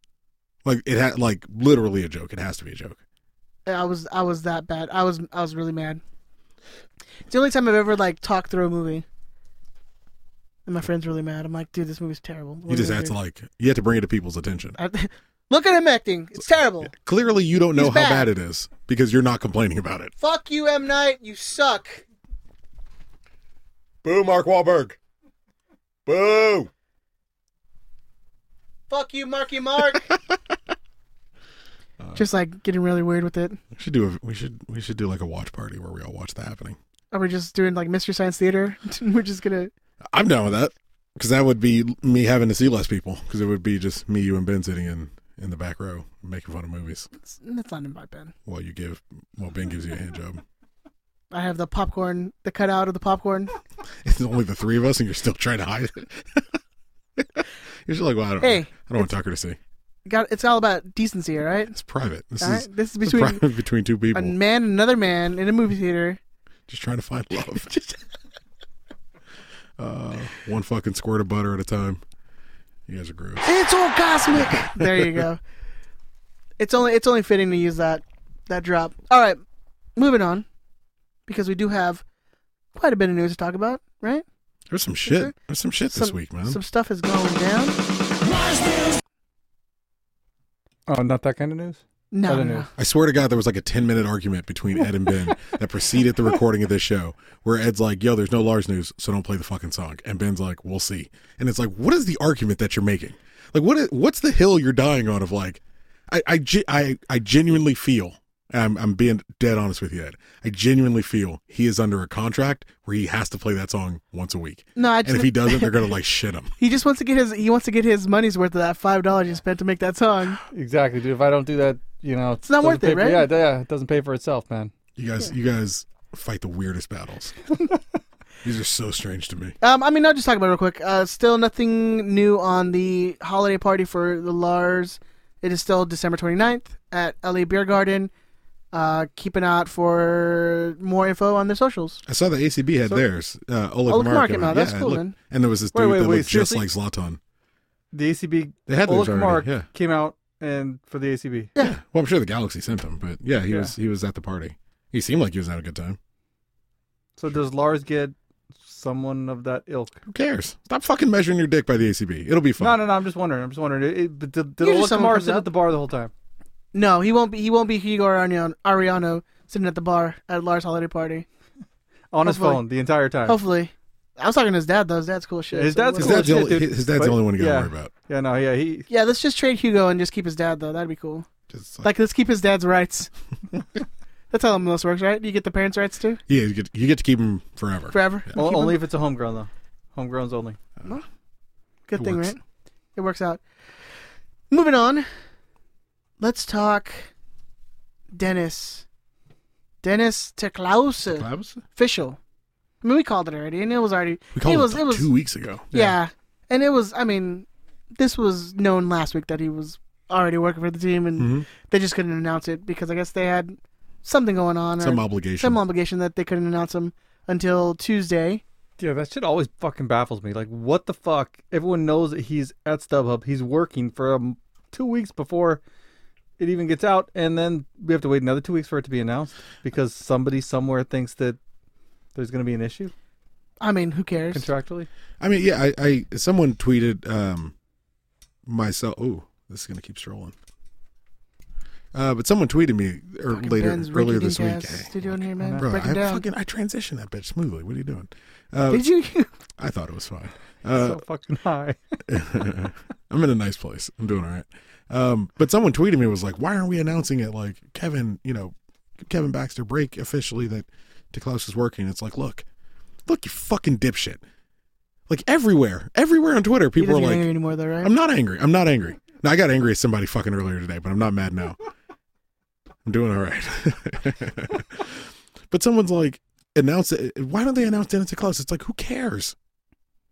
Speaker 4: Like it had like literally a joke. It has to be a joke.
Speaker 2: I was I was that bad. I was I was really mad. It's the only time I've ever like talked through a movie. And my friend's really mad. I'm like, dude, this movie's terrible. What Oh,
Speaker 4: You
Speaker 2: are
Speaker 4: just
Speaker 2: we
Speaker 4: have to
Speaker 2: gonna
Speaker 4: like you have to bring it to people's attention.
Speaker 2: do?" I- Look at him acting. It's terrible.
Speaker 4: Clearly, you don't know
Speaker 2: He's
Speaker 4: how
Speaker 2: bad.
Speaker 4: bad it is because you're not complaining about it.
Speaker 2: Fuck you, M Night. You suck.
Speaker 4: Boo, Mark Wahlberg. Boo.
Speaker 2: Fuck you, Marky Mark. Just like getting really weird with it.
Speaker 4: We should do a we should we should do like a watch party where we all watch the happening.
Speaker 2: Are we just doing like Mystery Science Theater? We're just gonna.
Speaker 4: I'm down with that because that would be me having to see less people because it would be just me, you, and Ben sitting in in the back row making fun of movies
Speaker 2: That's not in my pen.
Speaker 4: while you give while Ben gives you a hand job.
Speaker 2: I have the popcorn, the cutout of the popcorn.
Speaker 4: It's only the three of us, and you're still trying to hide it. you're just like, well, I don't,
Speaker 2: Hey,
Speaker 4: I don't want Tucker to see.
Speaker 2: Got it's all about decency, all right?
Speaker 4: It's private. This
Speaker 2: All
Speaker 4: is
Speaker 2: right, this is
Speaker 4: it's
Speaker 2: between-
Speaker 4: private between two
Speaker 2: A
Speaker 4: people
Speaker 2: man and another man in a movie theater.
Speaker 4: just trying to find love. uh, one fucking squirt of butter at a time. You guys are gross.
Speaker 2: It's all cosmic. there you go. It's only it's only fitting to use that that drop. All right, moving on, because we do have quite a bit of news to talk about, right?
Speaker 4: There's some shit. There's some shit this
Speaker 2: Some-
Speaker 4: week, man.
Speaker 2: Some stuff is going down.
Speaker 5: Oh, not that kind of news.
Speaker 2: No,
Speaker 5: Other
Speaker 2: no, no.
Speaker 5: news.
Speaker 4: I swear to God, there was like a 10 minute argument between Ed and Ben that preceded the recording of this show where Ed's like, yo, there's no Lars news, so don't play the fucking song. And Ben's like, we'll see. And it's like, what is the argument that you're making? Like, what is, what's the hill you're dying on of like, I, I, ge- I, I genuinely feel, and I'm, I'm being dead honest with you, Ed. I genuinely feel he is under a contract where he has to play that song once a week.
Speaker 2: No, I
Speaker 4: And
Speaker 2: just
Speaker 4: if he doesn't, they're going to like shit him.
Speaker 2: he just wants to get his he wants to get his money's worth of that five dollars he spent to make that song.
Speaker 5: Exactly, dude. If I don't do that, you know, it's
Speaker 2: not worth it, right?
Speaker 5: Yeah, yeah, it doesn't pay for itself, man.
Speaker 4: You guys, you guys fight the weirdest battles. These are so strange to me.
Speaker 2: Um, I mean, I'll just talk about it real quick. Uh, still nothing new on the holiday party for the Lars. It is still December 29th at LA Beer Garden. Uh, keep an eye out for more info on their socials.
Speaker 4: I saw the ACB had theirs. Uh, Oleg,
Speaker 2: Oleg
Speaker 4: Markman.
Speaker 2: Markman, that's
Speaker 4: Yeah,
Speaker 2: cool,
Speaker 4: look-
Speaker 2: man.
Speaker 4: And there was this dude
Speaker 5: Wait, wait,
Speaker 4: that
Speaker 5: wait,
Speaker 4: looked just
Speaker 5: seriously?
Speaker 4: like Zlatan.
Speaker 5: The ACB.
Speaker 4: They had those
Speaker 5: Oleg
Speaker 4: already.
Speaker 5: Mark
Speaker 4: Yeah.
Speaker 5: came out and for the ACB.
Speaker 4: Well, I'm sure the Galaxy sent him, but yeah, he
Speaker 5: Yeah.
Speaker 4: was he was at the party. He seemed like he was having a good time.
Speaker 5: So does Lars get someone of that ilk?
Speaker 4: Who cares? Stop fucking measuring your dick by the ACB. It'll be fun.
Speaker 5: No, no, no. I'm just wondering. I'm just wondering. It, it, but did did
Speaker 2: Usually
Speaker 5: Oleg
Speaker 2: someone
Speaker 5: Kamar
Speaker 2: comes
Speaker 5: sit
Speaker 2: out.
Speaker 5: at the bar the whole time?
Speaker 2: No, he won't be. He won't be Igor Ariano, Ariano sitting at the bar at Lars' holiday party.
Speaker 5: On his
Speaker 2: Hopefully.
Speaker 5: phone the entire time.
Speaker 2: Hopefully, I was talking to his dad though. His dad's cool shit.
Speaker 5: His dad's
Speaker 2: we'll-
Speaker 4: His
Speaker 5: cool
Speaker 4: dad's, the
Speaker 5: shit,
Speaker 4: only,
Speaker 5: dude.
Speaker 4: his dad's
Speaker 5: But-
Speaker 4: the only one you got to
Speaker 5: yeah.
Speaker 4: worry about.
Speaker 5: Yeah, no, yeah. He
Speaker 2: Yeah, let's just trade Hugo and just keep his dad though. That'd be cool.
Speaker 4: Just like,
Speaker 2: Like, let's keep his dad's rights. That's how most works, right? You get the parents' rights too
Speaker 4: yeah, you get, you get to keep him forever.
Speaker 2: forever. You keep
Speaker 5: o- only
Speaker 2: him-
Speaker 5: if it's a homegrown though. Homegrowns only.
Speaker 2: good
Speaker 4: It
Speaker 2: thing,
Speaker 4: works.
Speaker 2: right? It works out. Moving on. Let's talk Dennis. Dennis Teklause
Speaker 4: Claps?
Speaker 2: official. I mean, we called it already, and it was already.
Speaker 4: We called
Speaker 2: it
Speaker 4: him
Speaker 2: was.
Speaker 4: like
Speaker 2: it was.
Speaker 4: two weeks ago.
Speaker 2: yeah. and it was. I mean, this was known last week that he was already working for the team, and
Speaker 4: Mhm.
Speaker 2: they just couldn't announce it because I guess they had something going on or
Speaker 4: Some obligation.
Speaker 2: some obligation that they couldn't announce him until Tuesday.
Speaker 5: Yeah, that shit always fucking baffles me. Like, what the fuck? Everyone knows that he's at StubHub. He's working for um, two weeks before it even gets out, and then we have to wait another two weeks for it to be announced because somebody somewhere thinks that there's going to be an issue
Speaker 2: I mean, who cares?
Speaker 5: contractually.
Speaker 4: I mean, yeah, I, I someone tweeted um myself. Ooh, this is gonna keep strolling. Uh, but someone tweeted me or
Speaker 2: Fucking
Speaker 4: later
Speaker 2: Ben's
Speaker 4: earlier
Speaker 2: rinky-dink
Speaker 4: this week.
Speaker 2: ass.
Speaker 4: Hey,
Speaker 2: What you doing here, man?
Speaker 5: Bro,
Speaker 4: bro,
Speaker 2: Breaking
Speaker 4: I
Speaker 2: down.
Speaker 4: fucking I transitioned that bitch smoothly. What are you doing? Uh,
Speaker 2: Did you?
Speaker 4: I thought it was fine. Uh,
Speaker 5: so fucking high.
Speaker 4: I'm in a nice place. I'm doing all right. Um, but someone tweeted me was like, "Why aren't we announcing it?" Like Kevin, you know, Kevin Baxter break officially that DeClaus is working. It's like, look, look, you fucking dipshit. Like everywhere, everywhere on Twitter,
Speaker 2: he
Speaker 4: people are
Speaker 2: doesn't get
Speaker 4: like,
Speaker 2: angry anymore, though, right?
Speaker 4: I'm not angry. I'm not angry. Now I got angry at somebody fucking earlier today, but I'm not mad now. I'm doing all right. but someone's like, announce it. Why don't they announce Dennis Klaus? It's like, who cares?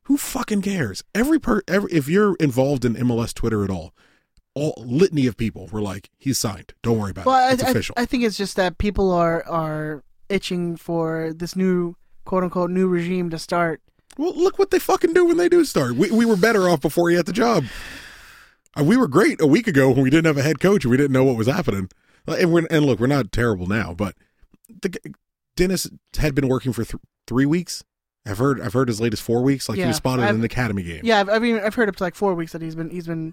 Speaker 4: Who fucking cares? Every per, every if you're involved in MLS Twitter at all, all litany of people were like, he's signed. Don't worry about
Speaker 2: well,
Speaker 4: it.
Speaker 2: I,
Speaker 4: It's
Speaker 2: I-
Speaker 4: official.
Speaker 2: I think it's just that people are are itching for this new quote unquote new regime to start.
Speaker 4: well, look what they fucking do when they do start. We we were better off before he had the job. Uh, We were great a week ago when we didn't have a head coach and we didn't know what was happening. Uh, And, we're, and look, we're not terrible now, but the, g- Dennis had been working for th- three weeks. I've heard I've heard his latest four weeks. Like he
Speaker 2: Yeah,
Speaker 4: was spotted in
Speaker 2: I've-
Speaker 4: an academy game.
Speaker 2: Yeah, I've I've, even, I've heard up to like four weeks that he's been he's been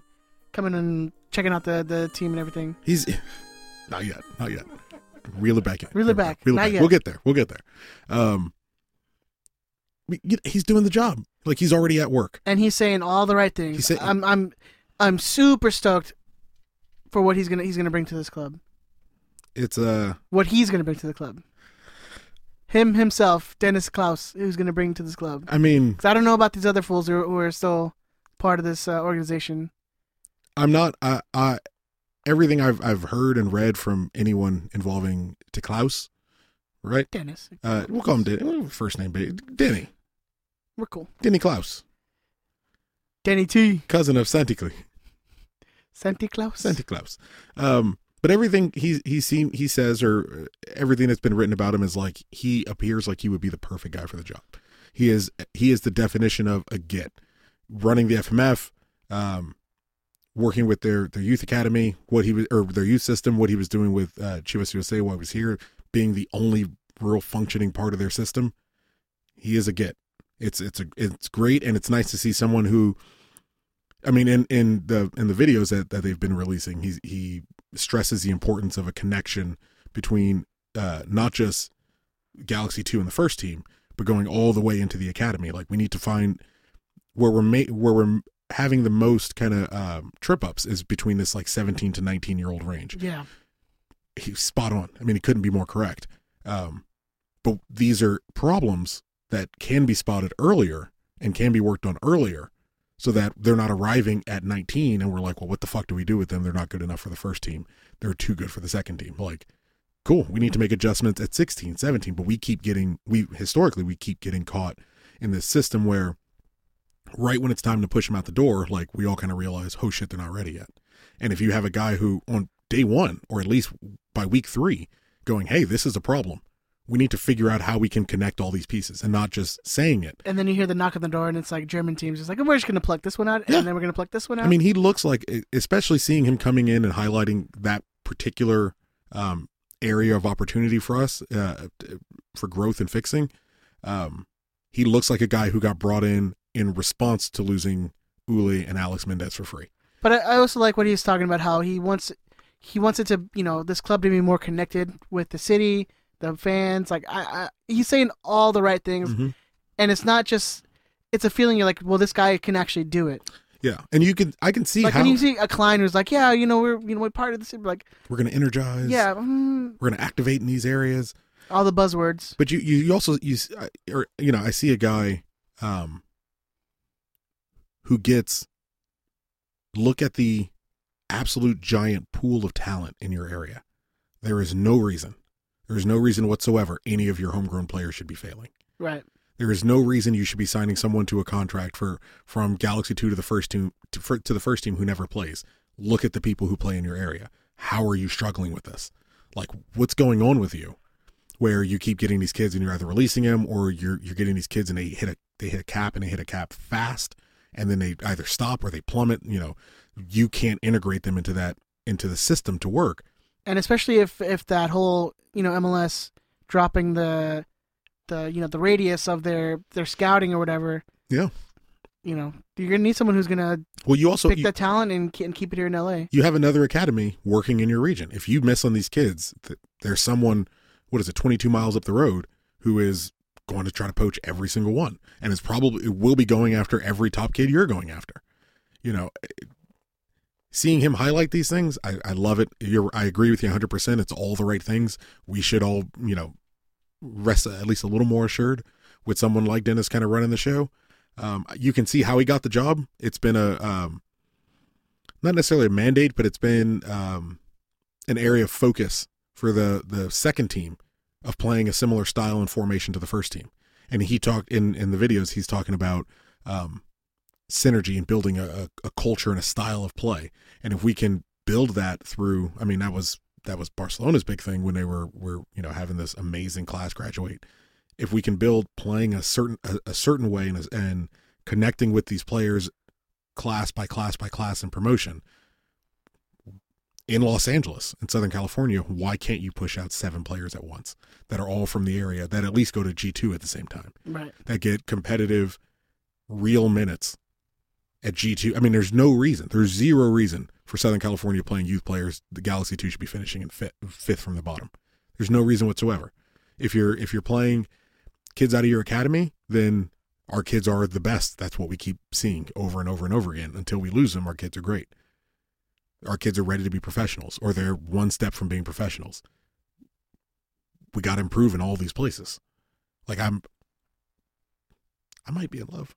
Speaker 2: coming and checking out the the team and everything.
Speaker 4: He's not yet, not yet. Reel it back in.
Speaker 2: Reel it
Speaker 4: There we go.
Speaker 2: back.
Speaker 4: Reel it
Speaker 2: Not
Speaker 4: back.
Speaker 2: yet.
Speaker 4: We'll get there. We'll get there. Um, we- you know, he's doing the job. Like he's already at work.
Speaker 2: and he's saying all the right things.
Speaker 4: He said-
Speaker 2: I'm I'm I'm super stoked for what he's gonna he's gonna bring to this club.
Speaker 4: It's uh
Speaker 2: What he's gonna bring to the club. Him himself, Dennis Klaus, who's gonna bring to this club.
Speaker 4: I mean,
Speaker 2: Because I don't know about these other fools who are, who are still part of this uh, organization.
Speaker 4: I'm not. I, I everything I've I've heard and read from anyone involving to Klaus, right?
Speaker 2: Dennis,
Speaker 4: Uh, we'll call him Denny. well, First name, ba- Denny.
Speaker 2: we're cool.
Speaker 4: Denny Klaus,
Speaker 2: Denny T,
Speaker 4: cousin of Santa Claus.
Speaker 2: Santi Klaus.
Speaker 4: Santa Claus. Um, but everything he he seem he says or uh, everything that's been written about him is like he appears like he would be the perfect guy for the job. He is he is the definition of a get, running the FMF, um, working with their their youth academy, what he was or their youth system, what he was doing with uh, Chivas USA while he was here, being the only real functioning part of their system. He is a get. It's it's a it's great, and it's nice to see someone who, I mean, in in the in the videos that that they've been releasing, he he stresses the importance of a connection between uh not just Galaxy Two and the first team, but going all the way into the academy. Like we need to find where we're ma- where we're having the most kind of um, trip ups is between this like 17 to 19 year old range
Speaker 2: Yeah.
Speaker 4: he's spot on. I mean, he couldn't be more correct. Um, but these are problems that can be spotted earlier and can be worked on earlier so that they're not arriving at 19 and we're like, well, what the fuck do we do with them? They're not good enough for the first team. They're too good for the second team. Like, cool. We need to make adjustments at 16, 17, but we keep getting, we historically, we keep getting caught in this system where right when it's time to push them out the door, like we all kind of realize, oh shit, they're not ready yet. And if you have a guy who on day one, or at least by week three, going, hey, this is a problem. We need to figure out how we can connect all these pieces and not just saying it.
Speaker 2: And then you hear the knock on the door, and it's like German teams just like, we're just gonna pluck this one out,
Speaker 4: Yeah.
Speaker 2: and then we're gonna pluck this one out.
Speaker 4: I mean, he looks like, e, especially seeing him coming in and highlighting that particular um, area of opportunity for us uh, for growth and fixing. Um, he looks like a guy who got brought in in response to losing Uli and Alex Mendez for free.
Speaker 2: But I, I also like what he's talking about how he wants he wants it to you know this club to be more connected with the city, the fans. Like I, I he's saying all the right things,
Speaker 4: Mhm.
Speaker 2: and it's not just it's a feeling you're like, well, this guy can actually do it.
Speaker 4: Yeah, and you can I can see
Speaker 2: Like
Speaker 4: how
Speaker 2: when you see a client who's like, yeah, you know, we're you know we're part of the city, like
Speaker 4: we're going to energize.
Speaker 2: yeah, mm,
Speaker 4: we're going to activate in these areas.
Speaker 2: all the buzzwords.
Speaker 4: But you, you, you also you, s- I- or you know, I see a guy, um, who gets look at the absolute giant pool of talent in your area. There is no reason, there is no reason whatsoever any of your homegrown players should be failing.
Speaker 2: Right.
Speaker 4: There is no reason you should be signing someone to a contract for from Galaxy Two to the first team to, for, to the first team who never plays. Look at the people who play in your area. How are you struggling with this? Like, what's going on with you? Where you keep getting these kids and you're either releasing them or you're you're getting these kids and they hit a they hit a cap and they hit a cap fast and then they either stop or they plummet. You know, you can't integrate them into that into the system to work.
Speaker 2: and especially if if that whole you know MLS dropping the the you know the radius of their their scouting or whatever.
Speaker 4: Yeah.
Speaker 2: You know, you're gonna need someone who's gonna
Speaker 4: Well, you also
Speaker 2: pick
Speaker 4: you-
Speaker 2: that talent and, ke- and keep it here in LA.
Speaker 4: you have another academy working in your region. If you miss on these kids, th- there's someone, what is it, 22 miles up the road who is going to try to poach every single one. And it's probably, it will be going after every top kid you're going after. You know, it- seeing him highlight these things, I, I love it. You're, I agree with you 100%. It's all the right things. We should all, you know, rest at least a little more assured with someone like Dennis kind of running the show. Um, you can see how he got the job. It's been a, um, not necessarily a mandate, but it's been um, an area of focus for the the second team of playing a similar style and formation to the first team. And he talked in in the videos. He's talking about um, synergy and building a, a, a culture and a style of play. And if we can build that through, I mean, that was that was Barcelona's big thing when they were were you know having this amazing class graduate. If we can build playing a certain a, a certain way and and connecting with these players class by class by class in promotion in Los Angeles in Southern California, why can't you push out seven players at once that are all from the area that at least go to G2 at the same time?
Speaker 2: Right.
Speaker 4: that get competitive real minutes at G2. I mean, there's no reason, there's zero reason for Southern California playing youth players. The Galaxy 2 should be finishing in fifth, fifth from the bottom. There's no reason whatsoever. If you're if you're playing kids out of your academy, then our kids are the best. That's what we keep seeing over and over and over again until we lose them. Our kids are great. Our kids are ready to be professionals or they're one step from being professionals. We got to improve in all these places. Like I'm I might be in love.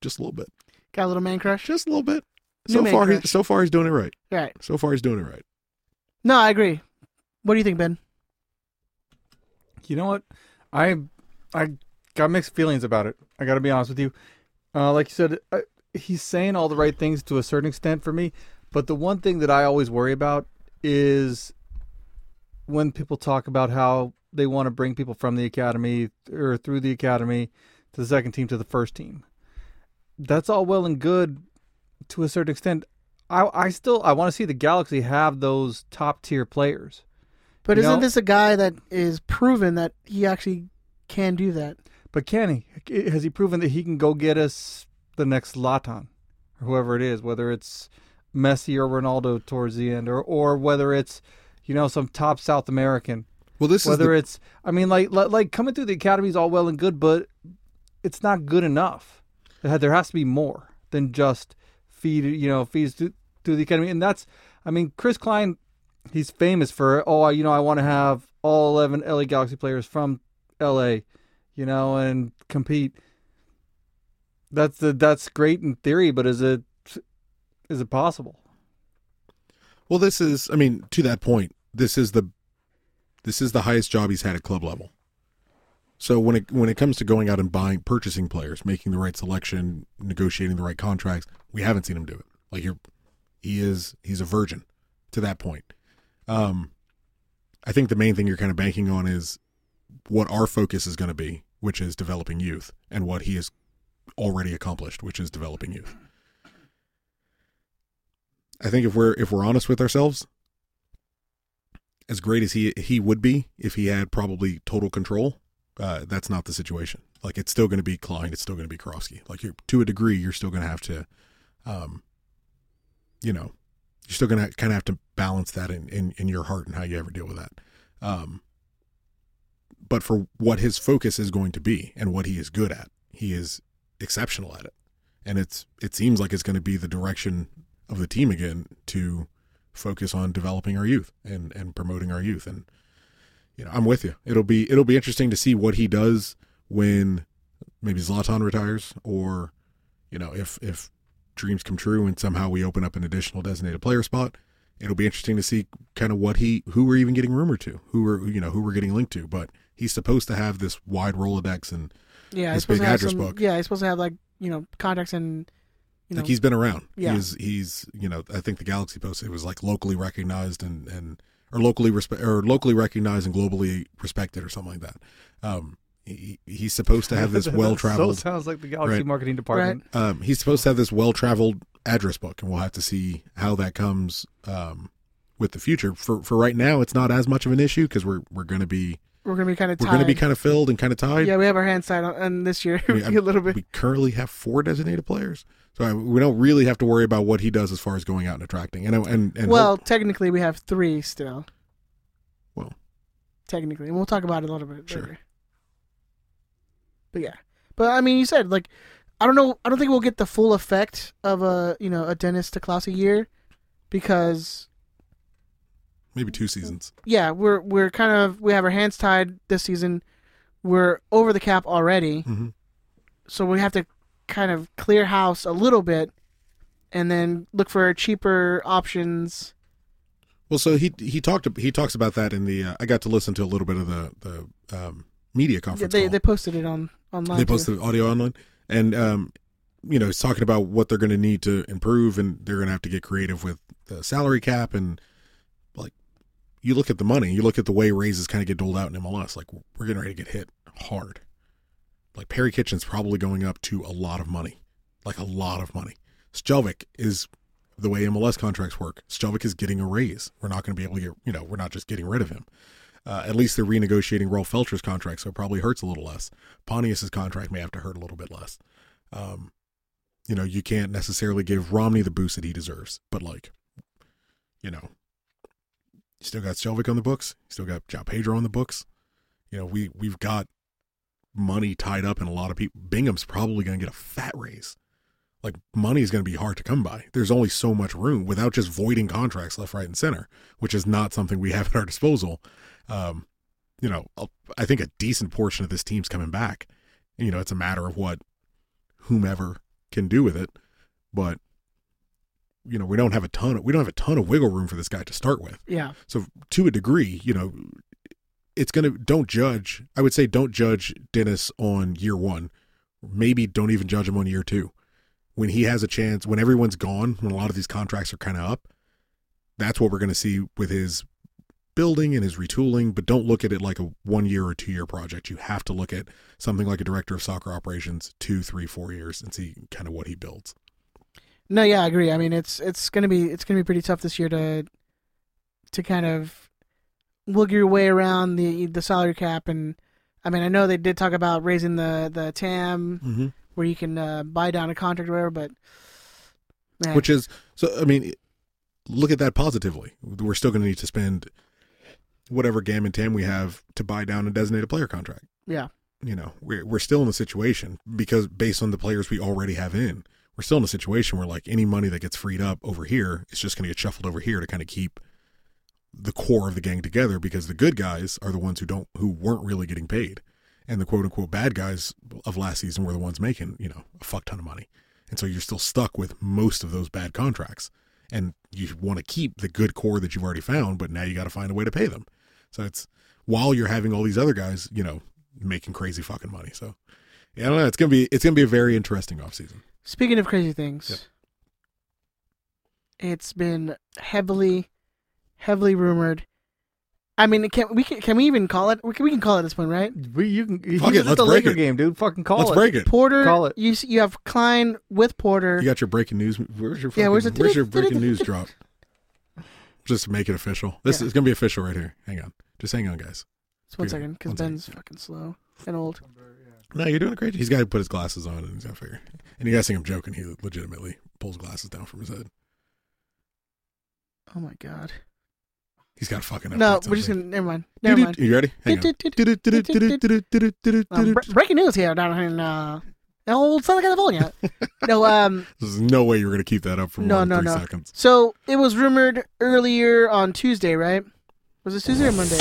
Speaker 4: Just a little bit.
Speaker 2: Got a little man crush.
Speaker 4: Just a little bit.
Speaker 2: New
Speaker 4: so
Speaker 2: man
Speaker 4: far, he,
Speaker 2: crush.
Speaker 4: so far he's doing it right.
Speaker 2: Right.
Speaker 4: So far he's doing it right.
Speaker 2: No, I agree. What do you think, Ben?
Speaker 5: You know what? I I got mixed feelings about it. I got to be honest with you. Uh, like you said, uh, he's saying all the right things to a certain extent for me, but the one thing that I always worry about is when people talk about how they want to bring people from the academy or through the academy to the second team to the first team. That's all well and good to a certain extent. I, I still I want to see the Galaxy have those top tier players.
Speaker 2: But
Speaker 5: You
Speaker 2: isn't
Speaker 5: know-
Speaker 2: this a guy that is proven that he actually can do that?
Speaker 5: But can he? Has he proven that he can go get us the next Laton or whoever it is, whether it's Messi or Ronaldo towards the end, or or whether it's you know some top South American,
Speaker 4: Well, this is
Speaker 5: whether
Speaker 4: the,
Speaker 5: it's I mean like li- like coming through the academy is all well and good, but it's not good enough. It had- There has to be more than just feed you know feeds through, through the academy, and that's I mean Chris Klein, he's famous for oh I- you know I want to have all eleven LA Galaxy players from LA, you know, and compete. That's the, that's great in theory, but is it is it possible?
Speaker 4: well, this is. I mean, to that point, this is the this is the highest job he's had at club level. So when it when it comes to going out and buying, purchasing players, making the right selection, negotiating the right contracts, we haven't seen him do it. Like you're, he is he's a virgin to that point. Um, I think the main thing you're kind of banking on is what our focus is going to be, which is developing youth, and what he has already accomplished, which is developing youth. I think if we're if we're honest with ourselves, as great as he he would be if he had probably total control, uh, that's not the situation. Like it's still going to be Klein, it's still going to be Krofsky. Like you're, to a degree, you're still going to have to, um, you know, you're still going to kind of have to balance that in, in in your heart and how you ever deal with that. Um, but for what his focus is going to be and what he is good at, he is exceptional at it, and it's it seems like it's going to be the direction of the team again to focus on developing our youth and and promoting our youth and you know I'm with you it'll be it'll be interesting to see what he does when maybe Zlatan retires or you know if if dreams come true and somehow we open up an additional designated player spot it'll be interesting to see kind of what he who we're even getting rumored to who we're you know who we're getting linked to but he's supposed to have this wide rolodex and
Speaker 2: Yeah,
Speaker 4: This
Speaker 2: he's supposed
Speaker 4: big
Speaker 2: to have
Speaker 4: address
Speaker 2: some,
Speaker 4: book.
Speaker 2: Yeah, he's supposed to have like you know contacts and you know.
Speaker 4: like he's been around.
Speaker 2: Yeah.
Speaker 4: He's he's you know I think the Galaxy Post it was like locally recognized and and or locally respect or locally recognized and globally respected or something like that. Um, he, he's supposed to have this
Speaker 5: That
Speaker 4: well traveled.
Speaker 5: So sounds like the Galaxy
Speaker 4: Right.
Speaker 5: marketing department.
Speaker 4: Um, he's supposed to have this well traveled address book, and we'll have to see how that comes um, with the future. For for right now, it's not as much of an issue because we're we're gonna be
Speaker 2: we're gonna be kind of
Speaker 4: we're
Speaker 2: tied.
Speaker 4: gonna be kind of filled and kind of tied.
Speaker 2: yeah, we have our hands tied on, on this year
Speaker 4: I mean,
Speaker 2: a little bit.
Speaker 4: We currently have four designated players, so I, we don't really have to worry about what he does as far as going out and attracting. And I- and and
Speaker 2: well, technically we have three still.
Speaker 4: Well.
Speaker 2: technically, and we'll talk about it a little bit
Speaker 4: Sure.
Speaker 2: later. But yeah, but I mean, you said like, I don't know, I don't think we'll get the full effect of a you know a Dennis Taklasi year, because
Speaker 4: maybe two seasons.
Speaker 2: yeah, we're we're kind of we have our hands tied this season. We're over the cap already,
Speaker 4: Mhm.
Speaker 2: so we have to kind of clear house a little bit, and then look for cheaper options.
Speaker 4: Well, so he he talked he talks about that in the. Uh, I got to listen to a little bit of the the um, media
Speaker 2: Yeah,
Speaker 4: conference.
Speaker 2: they
Speaker 4: call.
Speaker 2: they posted it on online.
Speaker 4: they
Speaker 2: too.
Speaker 4: posted audio online and um you know he's talking about what they're going to need to improve and they're going to have to get creative with the salary cap and like you look at the money you look at the way raises kind of get doled out in mls like we're getting ready to get hit hard like perry kitchen's probably going up to a lot of money like a lot of money Stelvik is the way mls contracts work Stelvik is getting a raise we're not going to be able to get you know we're not just getting rid of him uh, at least they're renegotiating Rolf Felcher's contract, so it probably hurts a little less. Pontius's contract may have to hurt a little bit less. Um, you know, you can't necessarily give Romney the boost that he deserves, but like, you know, you still got Selvik on the books, you still got Jao Pedro on the books. You know, we we've got money tied up in a lot of people. Bingham's probably going to get a fat raise. Like money is going to be hard to come by. There's only so much room without just voiding contracts left, right, and center, which is not something we have at our disposal um, you know, a- I think a decent portion of this team's coming back. You know, it's a matter of what whomever can do with it, but you know, we don't have a ton of we don't have a ton of wiggle room for this guy to start with.
Speaker 2: Yeah,
Speaker 4: So to a degree, you know, it's gonna don't judge. I would say don't judge Dennis on year one. Maybe don't even judge him on year two. When he has a chance, when everyone's gone, when a lot of these contracts are kind of up, that's what we're gonna see with his building and his retooling. But don't look at it like a one year or two year project. You have to look at something like a director of soccer operations, two, three, four years, and see kind of what he builds.
Speaker 2: no, yeah, I agree. I mean, it's it's gonna be it's gonna be pretty tough this year to to kind of look your way around the the salary cap and I mean, I know they did talk about raising the the TAM
Speaker 4: Mhm.
Speaker 2: where you can uh, buy down a contract or whatever, but man,
Speaker 4: which is so i mean look at that positively we're still going to need to spend whatever gam and tam we have to buy down a designated player contract
Speaker 2: yeah,
Speaker 4: you know we're, we're still in a situation because based on the players we already have in we're still in a situation where like any money that gets freed up over here is just going to get shuffled over here to kind of keep the core of the gang together because the good guys are the ones who don't who weren't really getting paid and the quote unquote bad guys of last season were the ones making you know a fuck ton of money and so you're still stuck with most of those bad contracts and you want to keep the good core that you've already found but now you got to find a way to pay them so it's while you're having all these other guys you know making crazy fucking money so yeah, I don't know. It's gonna be it's gonna be a very interesting offseason.
Speaker 2: Speaking of crazy things, it's been heavily, heavily rumored. I mean, can we can, can we even call it? We can, we can call it at this point, right?
Speaker 5: We, you can. he
Speaker 4: Fuck
Speaker 5: was
Speaker 4: it,
Speaker 5: at
Speaker 4: let's
Speaker 5: the
Speaker 4: break
Speaker 5: Laker
Speaker 4: it.
Speaker 5: game, dude. Fucking call
Speaker 4: Let's
Speaker 5: it.
Speaker 4: break it.
Speaker 2: Porter,
Speaker 5: Call it.
Speaker 2: You s- you have Klein with Porter.
Speaker 4: You got your breaking news. Where's your fucking,
Speaker 2: Yeah, where's
Speaker 4: where's,
Speaker 2: the-
Speaker 4: your breaking news drop? Just make it official. This is gonna be official right here. Hang on. Just hang on, guys.
Speaker 2: Just one
Speaker 4: Peter,
Speaker 2: second, because
Speaker 4: one second.
Speaker 2: Ben's fucking slow and old.
Speaker 4: No, you're doing a great. He's got to put his glasses on, and he's got to figure. And you guys think I'm joking? He legitimately pulls glasses down from his head.
Speaker 2: Oh my god.
Speaker 4: He's got fucking.
Speaker 2: No,
Speaker 4: updates, I
Speaker 2: we're just
Speaker 4: think.
Speaker 2: gonna. Never mind. Never mind.
Speaker 4: You ready? Hang on.
Speaker 2: Um, bre- breaking news here down in uh, old Southern California. no, um,
Speaker 4: There's no way you're gonna keep that up for
Speaker 2: no,
Speaker 4: more than
Speaker 2: no,
Speaker 4: three
Speaker 2: no.
Speaker 4: seconds.
Speaker 2: So it was rumored earlier on Tuesday, right? Was it Tuesday or Monday?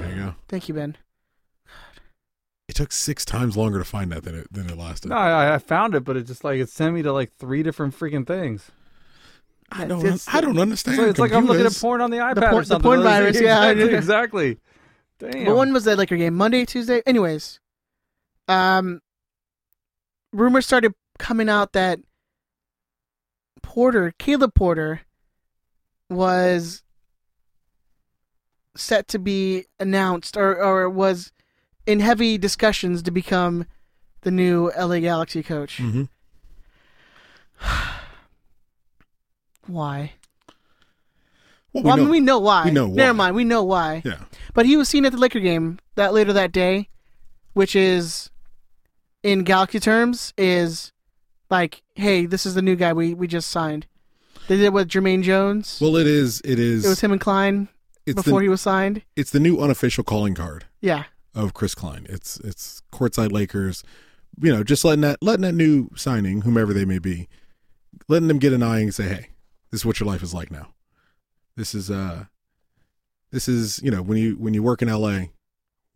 Speaker 4: There you go.
Speaker 2: Thank you, Ben.
Speaker 4: It took six times longer to find that than it than it lasted.
Speaker 5: No, I, I found it, but it just like it sent me to like three different freaking things.
Speaker 4: I don't.
Speaker 2: It's-
Speaker 4: I don't
Speaker 5: It's
Speaker 4: understand.
Speaker 5: like, it's like I'm looking at
Speaker 4: computers.
Speaker 5: porn on the iPad
Speaker 2: porn-
Speaker 5: or
Speaker 2: the
Speaker 5: something.
Speaker 2: porn
Speaker 5: Those are-
Speaker 2: virus, yeah, I did.
Speaker 5: exactly. Damn.
Speaker 2: But when was that Laker game? Monday, Tuesday? Anyways, um, rumors started coming out that Porter, Caleb Porter, was set to be announced or, or was in heavy discussions to become the new LA Galaxy coach.
Speaker 4: Mhm.
Speaker 2: Why?
Speaker 4: Well, we
Speaker 2: well, I
Speaker 4: know-
Speaker 2: mean, we know why.
Speaker 4: we know
Speaker 2: Never
Speaker 4: why.
Speaker 2: mind. We know why.
Speaker 4: Yeah.
Speaker 2: But he was seen at the Laker game that later that day, which is, in Galaxy terms, is like, hey, this is the new guy we, we just signed. They did it with Jermaine Jones.
Speaker 4: Well, it is. It is.
Speaker 2: it was him and Klein
Speaker 4: it's
Speaker 2: before
Speaker 4: the,
Speaker 2: he was signed.
Speaker 4: It's the new unofficial calling card
Speaker 2: Yeah,
Speaker 4: of Chris Klein. It's it's courtside Lakers. You know, just letting that letting that new signing, whomever they may be, letting them get an eye and say, "Hey, this is what your life is like now. This is uh, this is you know when you when you work in L.A."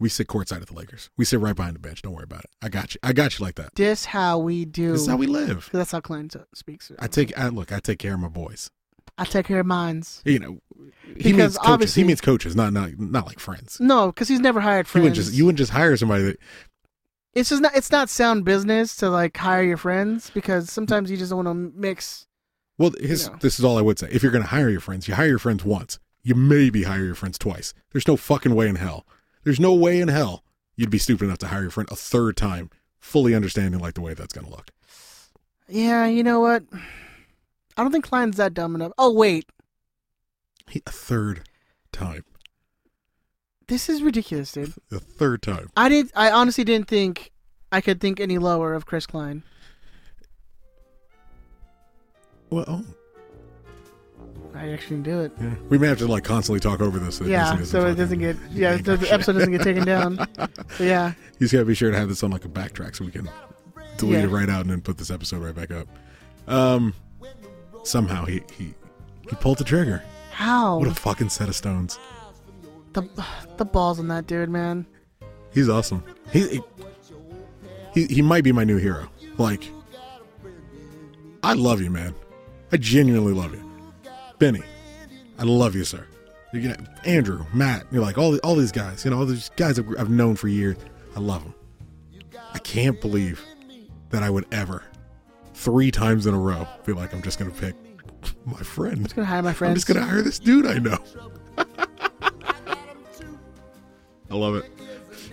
Speaker 4: We sit courtside at the Lakers. We sit right behind the bench. Don't worry about it. I got you. I got you like that.
Speaker 2: this how we do.
Speaker 4: This is how we live.
Speaker 2: 'Cause that's how Klein t- speaks.
Speaker 4: I take. I look. I take care of my boys.
Speaker 2: I take care of mines.
Speaker 4: You know, he
Speaker 2: Because
Speaker 4: means coaches.
Speaker 2: obviously-
Speaker 4: He means coaches, not not not like friends.
Speaker 2: No, because he's never hired
Speaker 4: You
Speaker 2: friends.
Speaker 4: wouldn't just you wouldn't just hire somebody that
Speaker 2: it's just not. It's not sound business to like hire your friends because sometimes you just don't want to mix.
Speaker 4: well his
Speaker 2: No.
Speaker 4: this is all I would say. If you're gonna hire your friends, you hire your friends once. You maybe hire your friends twice. There's no fucking way in hell. There's no way in hell you'd be stupid enough to hire your friend a third time, fully understanding like the way that's gonna look.
Speaker 2: Yeah, you know what? I don't think Klein's that dumb enough. Oh wait,
Speaker 4: He, a third time.
Speaker 2: This is ridiculous, dude.
Speaker 4: The third time.
Speaker 2: I did. I honestly didn't think I could think any lower of Chris Klein.
Speaker 4: Well oh,
Speaker 2: I actually didn't do it.
Speaker 4: yeah. We may have to like constantly talk over this. so it
Speaker 2: yeah,
Speaker 4: doesn't-
Speaker 2: so it doesn't get. Yeah, the the episode doesn't get taken down. But yeah,
Speaker 4: He's gotta be sure to have this on like a backtrack so we can delete
Speaker 2: Yeah.
Speaker 4: it right out and then put this episode right back up. Um somehow he he, he pulled the trigger.
Speaker 2: how
Speaker 4: What a fucking set of stones.
Speaker 2: the the balls on that dude, man.
Speaker 4: He's awesome. He he, he might be my new hero. Like I love you, man. I genuinely love you. Benny, I love you, sir. You know, Andrew, Matt, you're like all the- all these guys, you know, all these guys I've, I've known for years. I love them. I can't believe that I would ever, three times in a row, be like I'm just gonna pick my friend.
Speaker 2: I'm gonna hire my friends.
Speaker 4: I'm just gonna hire this dude I know. I love it.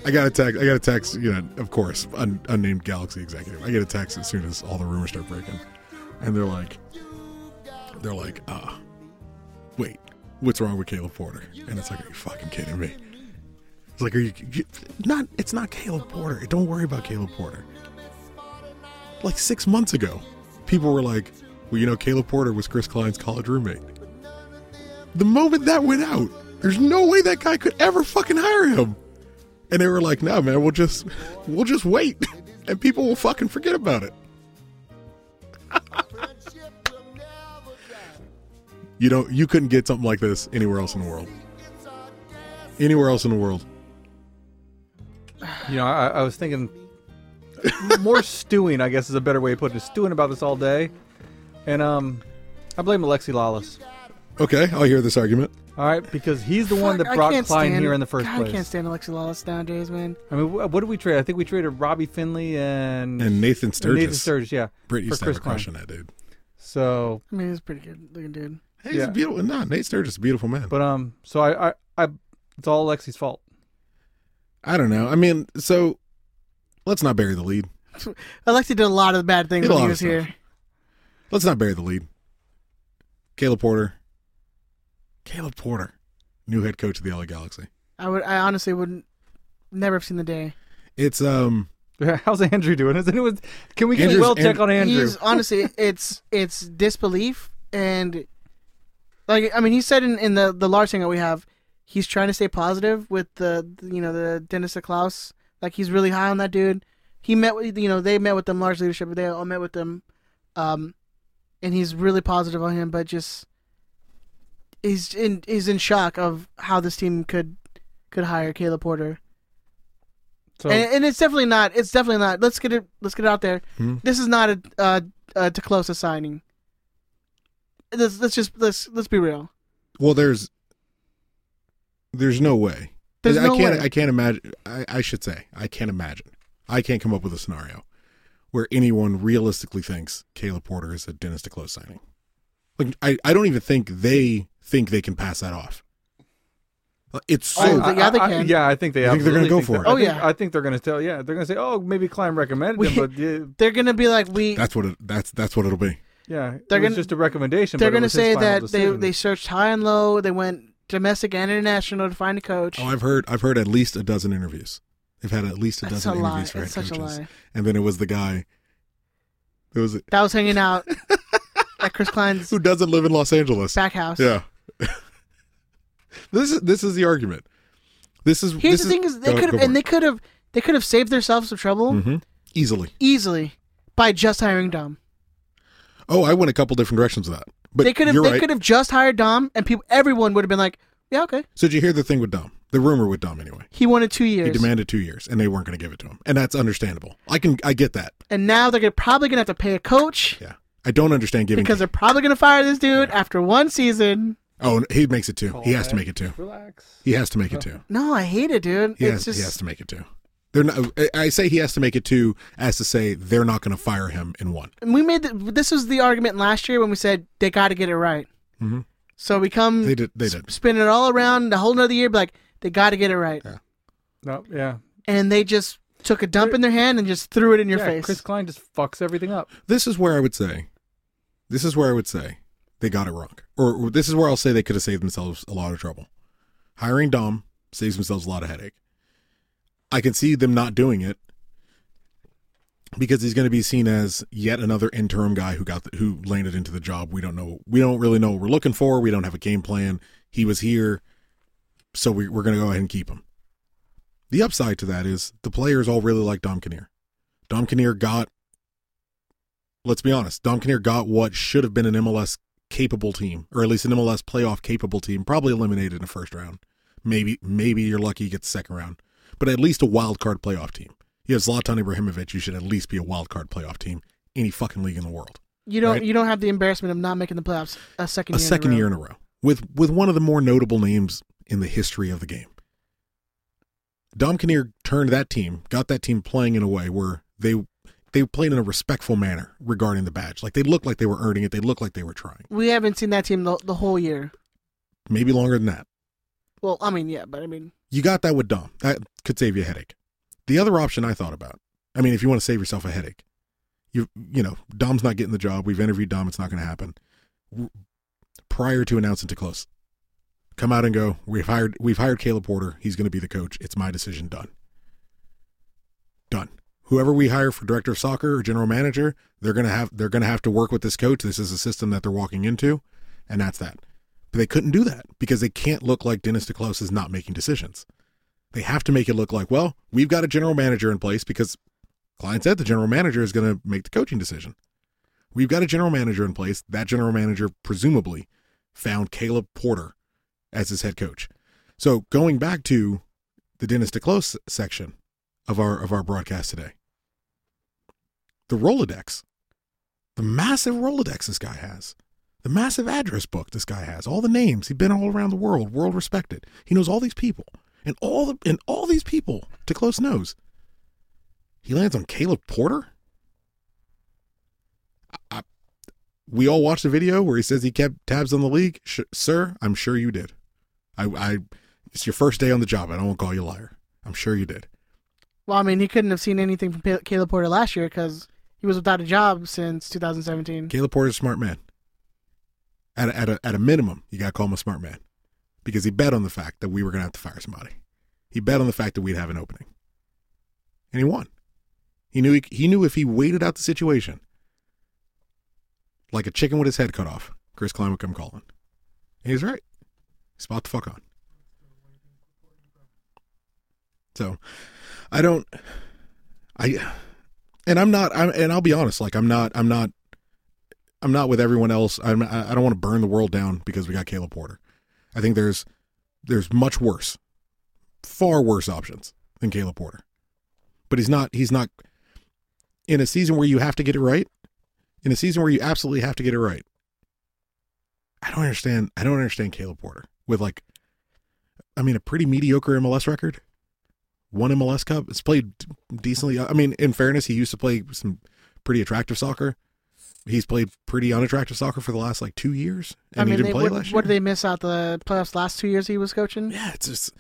Speaker 4: I got a text. I got a text. You know, of course, un, unnamed Galaxy executive. I get a text as soon as all the rumors start breaking, and they're like, they're like, uh, wait, what's wrong with Caleb Porter? And it's like, are you fucking kidding me? It's It's like, are you, you not? It's not Caleb Porter. Don't worry about Caleb Porter. Like six months ago, people were like, "Well, you know, Caleb Porter was Chris Klein's college roommate." The moment that went out, there's no way that guy could ever fucking hire him. And they were like, "Nah, man, we'll just, we'll just wait, and people will fucking forget about it." you know, you couldn't get something like this anywhere else in the world. Anywhere else in the world.
Speaker 5: You know, I, I was thinking more stewing. I guess is a better way of putting it. Stewing about this all day, and um, I blame Alexi Lawless.
Speaker 4: Okay, I'll hear this argument.
Speaker 5: All right, because he's the one that
Speaker 2: I
Speaker 5: brought
Speaker 2: can't
Speaker 5: Klein
Speaker 2: stand-
Speaker 5: here in the first
Speaker 2: God,
Speaker 5: place.
Speaker 2: I can't stand Alexi Lawless nowadays, man.
Speaker 5: I mean, wh- what did we trade? I think we traded Robbie Finley and
Speaker 4: And Nathan
Speaker 5: and
Speaker 4: Sturgis.
Speaker 5: Nathan Sturgis. Yeah,
Speaker 4: Britt used to
Speaker 5: for
Speaker 4: have
Speaker 5: Chris
Speaker 4: a crush
Speaker 5: Klein.
Speaker 4: on that dude.
Speaker 5: So,
Speaker 2: I mean, he's a pretty good looking dude.
Speaker 4: Hey, he's
Speaker 5: Yeah.
Speaker 4: a beautiful. Nah, Nate Sturgis is a beautiful man.
Speaker 5: but um, so I, I, I it's all Alexi's fault.
Speaker 4: I don't know. I mean, so let's not bury the lead.
Speaker 2: Alexi did a lot of bad things
Speaker 4: Did a
Speaker 2: when he
Speaker 4: lot
Speaker 2: was
Speaker 4: of stuff.
Speaker 2: here.
Speaker 4: Let's not bury the lead. Caleb Porter. Caleb Porter, new head coach of the LA Galaxy.
Speaker 2: I would, I honestly wouldn't, never have seen the day.
Speaker 4: It's um
Speaker 5: How's Andrew doing? Is anyone? Can we get
Speaker 4: Andrew's-
Speaker 5: a well check
Speaker 4: Andrew-
Speaker 5: on Andrew?
Speaker 2: He's honestly, it's it's disbelief and like I mean, he said in, in the the large thing that we have, he's trying to stay positive with the you know the Dennis the Klaus. Like he's really high on that dude. He met with you know they met with them large leadership. They all met with them, um, and he's really positive on him. But just he's in he's in shock of how this team could could hire Caleb Porter.
Speaker 5: So,
Speaker 2: And, and it's definitely not. It's definitely not. Let's get it. Let's get it out there.
Speaker 4: Mhm.
Speaker 2: This is not a uh, uh, to close a signing. Let's, let's just let's let's be real.
Speaker 4: well there's there's no way.
Speaker 2: There's
Speaker 4: I
Speaker 2: no
Speaker 4: can't
Speaker 2: way.
Speaker 4: I can't imagine I, I should say I can't imagine. I can't come up with a scenario where anyone realistically thinks Caleb Porter is a Dennis DeClose signing. Like I, I don't even think they think they can pass that off. It's so
Speaker 2: Oh, yeah, they
Speaker 5: I,
Speaker 2: can.
Speaker 5: yeah, I think they.
Speaker 4: You think they're gonna
Speaker 5: absolutely
Speaker 4: go
Speaker 5: think
Speaker 4: for
Speaker 5: that-
Speaker 4: it?
Speaker 5: I
Speaker 2: Oh,
Speaker 5: think-
Speaker 2: yeah.
Speaker 5: I think they're gonna tell. Yeah, they're gonna say, "Oh, maybe Klein recommended
Speaker 2: We-
Speaker 5: him, but yeah,
Speaker 2: They're gonna be like we.
Speaker 4: that's what it, that's that's what it'll be.
Speaker 5: yeah
Speaker 2: They're
Speaker 5: it was
Speaker 2: gonna-
Speaker 5: just a recommendation."
Speaker 2: they're
Speaker 5: but it
Speaker 2: gonna
Speaker 5: was his
Speaker 2: say
Speaker 5: final
Speaker 2: that they
Speaker 5: decision.
Speaker 2: they searched high and low. They went domestic and international to find a coach.
Speaker 4: Oh, I've heard I've heard at least a dozen interviews. They've had at least a
Speaker 2: That's
Speaker 4: dozen
Speaker 2: a lie.
Speaker 4: interviews for
Speaker 2: That's
Speaker 4: head
Speaker 2: such a
Speaker 4: coaches.
Speaker 2: lie.
Speaker 4: And then it was the guy it was
Speaker 2: that was hanging out at Chris Klein's
Speaker 4: who doesn't live in Los Angeles.
Speaker 2: back house.
Speaker 4: Yeah. this is this is the argument. This is
Speaker 2: Here's
Speaker 4: this
Speaker 2: the thing: is they could
Speaker 4: go- go
Speaker 2: have
Speaker 4: for
Speaker 2: and they
Speaker 4: it.
Speaker 2: could have they could have saved themselves some trouble
Speaker 4: Mhm. easily.
Speaker 2: easily by just hiring Dom.
Speaker 4: Oh, I went a couple different directions with that. But
Speaker 2: they could have
Speaker 4: you're
Speaker 2: they
Speaker 4: right.
Speaker 2: could have just hired Dom and people everyone would have been like, Yeah, okay.
Speaker 4: So did you hear the thing with Dom? The rumor with Dom anyway.
Speaker 2: He wanted two years.
Speaker 4: He demanded two years and they weren't gonna give it to him. And that's understandable. I can I get that.
Speaker 2: and now they're gonna, probably gonna have to pay a coach
Speaker 4: Yeah. I don't understand giving
Speaker 2: because they're probably gonna fire this dude after one season.
Speaker 4: Oh he makes it two. He has to
Speaker 5: Callback.
Speaker 4: make it two.
Speaker 5: Relax.
Speaker 4: He has to make it two.
Speaker 2: No, I hate it, dude.
Speaker 4: He
Speaker 2: it's
Speaker 4: has,
Speaker 2: just
Speaker 4: he has to make it two. They're not. I- I say he has to make it two, as to say they're not going to fire him in one.
Speaker 2: and we made the, this was the argument last year when we said they got to get it right.
Speaker 4: Mhm.
Speaker 2: So we come
Speaker 4: They did. They
Speaker 2: s-
Speaker 4: did.
Speaker 2: spin it all around the whole another year, be like they got to get it right,
Speaker 4: Yeah.
Speaker 5: No, yeah,
Speaker 2: and they just took a dump in their hand and just threw it in your
Speaker 5: yeah,
Speaker 2: face.
Speaker 5: Chris Klein just fucks everything up.
Speaker 4: This is where I would say. This is where I would say they got it wrong, or, or this is where I'll say they could have saved themselves a lot of trouble. Hiring Dom saves themselves a lot of headache. I can see them not doing it because he's going to be seen as yet another interim guy who got the, who landed into the job. We don't know. We don't really know what we're looking for. We don't have a game plan. He was here, so we, we're going to go ahead and keep him. The upside to that is the players all really like Dom Kinnear. Dom Kinnear got. Let's be honest. Dom Kinnear got what should have been an MLS capable team, or at least an MLS playoff capable team, probably eliminated in the first round. Maybe maybe you're lucky you get the second round, but at least a wild card playoff team. You have Zlatan Ibrahimovic. You should at least be a wild card playoff team. Any fucking league in the world.
Speaker 2: you don't
Speaker 4: right.
Speaker 2: you don't have the embarrassment of not making the playoffs a second
Speaker 4: a
Speaker 2: year in
Speaker 4: second
Speaker 2: row.
Speaker 4: year in a row with with one of the more notable names in the history of the game. Dom Kinnear turned that team, got that team playing in a way where they they played in a respectful manner regarding the badge. Like they looked like they were earning it. They looked like they were trying.
Speaker 2: We haven't seen that team the, the whole year.
Speaker 4: Maybe longer than that.
Speaker 2: Well, I mean, yeah, but I mean,
Speaker 4: You got that with Dom. That could save you a headache. The other option I thought about. I mean, if you want to save yourself a headache, you you know Dom's not getting the job. We've interviewed Dom. It's not going to happen. W- Prior to announcing to close, come out and go. We've hired we've hired Caleb Porter. He's going to be the coach. It's my decision. Done. Done. Whoever we hire for director of soccer or general manager, they're gonna have they're gonna have to work with this coach. This is a system that they're walking into, and that's that. But they couldn't do that because they can't look like Dennis DeClose is not making decisions. They have to make it look like, well, we've got a general manager in place because client said the general manager is going to make the coaching decision. We've got a general manager in place. That general manager presumably found Caleb Porter as his head coach. So going back to the Dennis DeClose section of our of our broadcast today, the Rolodex, the massive Rolodex this guy has, the massive address book this guy has, all the names he's been all around the world, world respected. He knows all these people, and all the and all these people DeClose knows. He lands on Caleb Porter. I, I, we all watched the video where he says he kept tabs on the league. Sh- sir, I'm sure you did. I, I, it's your first day on the job. I don't want to call you a liar. I'm sure you did.
Speaker 2: Well, I mean, he couldn't have seen anything from Pa- Caleb Porter last year because he was without a job since 2017.
Speaker 4: Caleb Porter's a smart man. At a, at a, at a minimum, you got to call him a smart man because he bet on the fact that we were going to have to fire somebody. He bet on the fact that we'd have an opening. And he won. He knew he, he knew if he waited out the situation, like a chicken with his head cut off, Chris Klein would come calling. And he's right. He's about to fuck on. So, I don't. I, and I'm not. I'm and I'll be honest. Like I'm not. I'm not. I'm not with everyone else. I'm. I I don't want to burn the world down because we got Caleb Porter. I think there's there's much worse, far worse options than Caleb Porter. But he's not. He's not. In a season where you have to get it right, in a season where you absolutely have to get it right. I don't understand. I don't understand Caleb Porter with like, I mean, a pretty mediocre MLS record, one MLS Cup. It's played decently. I mean, in fairness, he used to play some pretty attractive soccer. He's played pretty unattractive soccer for the last like two years, and
Speaker 2: I mean,
Speaker 4: he didn't
Speaker 2: they,
Speaker 4: play
Speaker 2: what,
Speaker 4: last year.
Speaker 2: what did they miss out the playoffs last two years he was coaching?
Speaker 4: yeah, it's just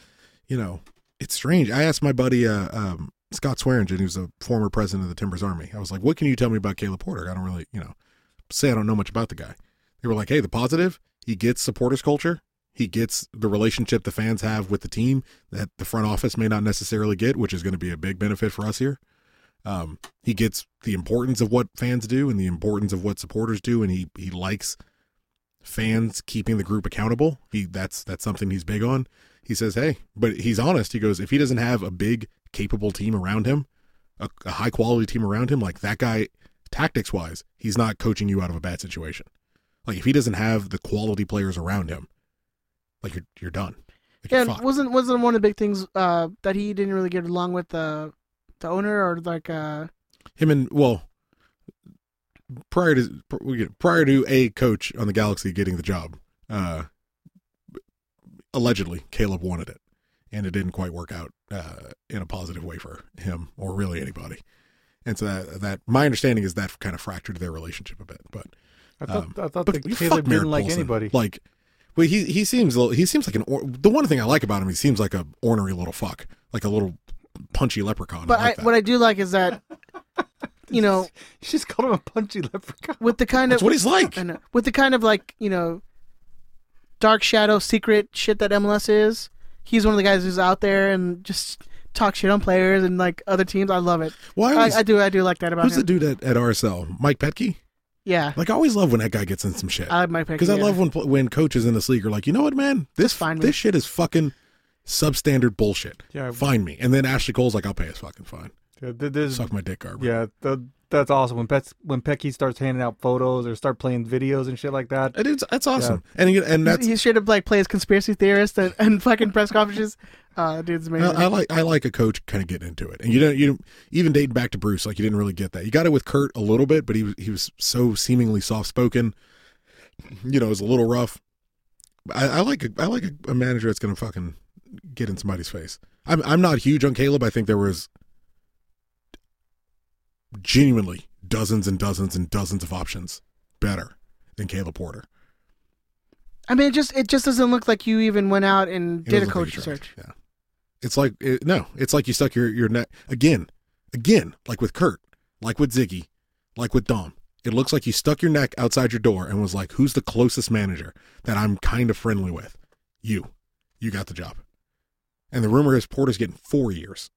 Speaker 4: you know, it's strange. I asked my buddy uh, um, Scott Swearingen, who's a former president of the Timbers Army. I was like, "What can you tell me about Caleb Porter?" I don't really, you know, say I don't know much about the guy. They were like, "Hey, the positive, he gets supporters culture. He gets the relationship the fans have with the team that the front office may not necessarily get, which is going to be a big benefit for us here." Um, he gets the importance of what fans do and the importance of what supporters do, and he he likes fans keeping the group accountable. He that's that's something he's big on. He says, "Hey," but he's honest. He goes, "If he doesn't have a big, capable team around him, a, a high quality team around him, like that guy, tactics wise, he's not coaching you out of a bad situation. Like if he doesn't have the quality players around him, like you're you're done. Like,
Speaker 2: Yeah,
Speaker 4: you're
Speaker 2: and
Speaker 4: fucked.
Speaker 2: wasn't wasn't one of the big things uh, that he didn't really get along with the the owner or like uh,
Speaker 4: him and well." Prior to prior to a coach on the Galaxy getting the job, uh, allegedly Caleb wanted it, and it didn't quite work out uh, in a positive way for him or really anybody. And so that, that my understanding is that kind of fractured their relationship a bit. But
Speaker 5: I thought
Speaker 4: Um,
Speaker 5: I thought
Speaker 4: but
Speaker 5: that
Speaker 4: you fuck
Speaker 5: Caleb
Speaker 4: Merrick
Speaker 5: didn't like
Speaker 4: Wilson.
Speaker 5: anybody.
Speaker 4: Like, well, he he seems a little- he seems like an or, the one thing I like about him. He seems like a ornery little fuck, like a little punchy leprechaun.
Speaker 2: But
Speaker 4: I like
Speaker 2: I,
Speaker 4: that.
Speaker 2: what I do like is that, you know,
Speaker 5: you just called him a punchy leprechaun.
Speaker 2: with the kind
Speaker 4: That's
Speaker 2: of
Speaker 4: what he's like.
Speaker 2: I know. uh, with the kind of like you know, dark shadow secret shit that MLS is, he's one of the guys who's out there and just talk shit on players and like other teams. I love it.
Speaker 4: Well, I
Speaker 2: I,
Speaker 4: always-
Speaker 2: I do. I do like that about
Speaker 4: Who's
Speaker 2: him.
Speaker 4: the dude at, at RSL? Mike Petke.
Speaker 2: yeah,
Speaker 4: Like I always love when that guy gets in some shit.
Speaker 2: I like Mike Petke,
Speaker 4: because I
Speaker 2: yeah.
Speaker 4: love when pl- when coaches in this league are like, you know what, man, this
Speaker 2: Just find me."
Speaker 4: this shit is fucking substandard bullshit.
Speaker 5: Yeah.
Speaker 4: find me, and then Ashley Cole's like, I'll pay his fucking fine.
Speaker 5: Yeah, th- there's-
Speaker 4: Suck my dick, Garber.
Speaker 5: yeah, th- that's awesome. When Pets, when Pecky starts handing out photos or start playing videos and shit like that,
Speaker 4: It is, that's awesome. And he- and that's
Speaker 2: he should have like plays conspiracy theorist and, and fucking press conferences. Uh, that dude's amazing.
Speaker 4: I, I like I like a coach kind of getting into it, and you don't you don't, even dating back to Bruce, like you didn't really get that. You got it with Kurt a little bit, but he was he was so seemingly soft spoken. You know, it was a little rough. I, I like a, I like a, a manager that's gonna fucking get in somebody's face. I'm I'm not huge on Caleb. I think there was genuinely dozens and dozens and dozens of options better than Caleb Porter.
Speaker 2: I mean, it just it just doesn't look like you even went out and
Speaker 4: It
Speaker 2: did a
Speaker 4: doesn't look
Speaker 2: coach
Speaker 4: like you tried.
Speaker 2: search.
Speaker 4: Yeah, it's like it, no, it's like you stuck your your neck again, again, like with Kurt, like with Ziggy, like with Dom. It looks like you stuck your neck outside your door and was like, "Who's the closest manager that I'm kind of friendly with?" you. You got the job. And the rumor is Porter's getting four years.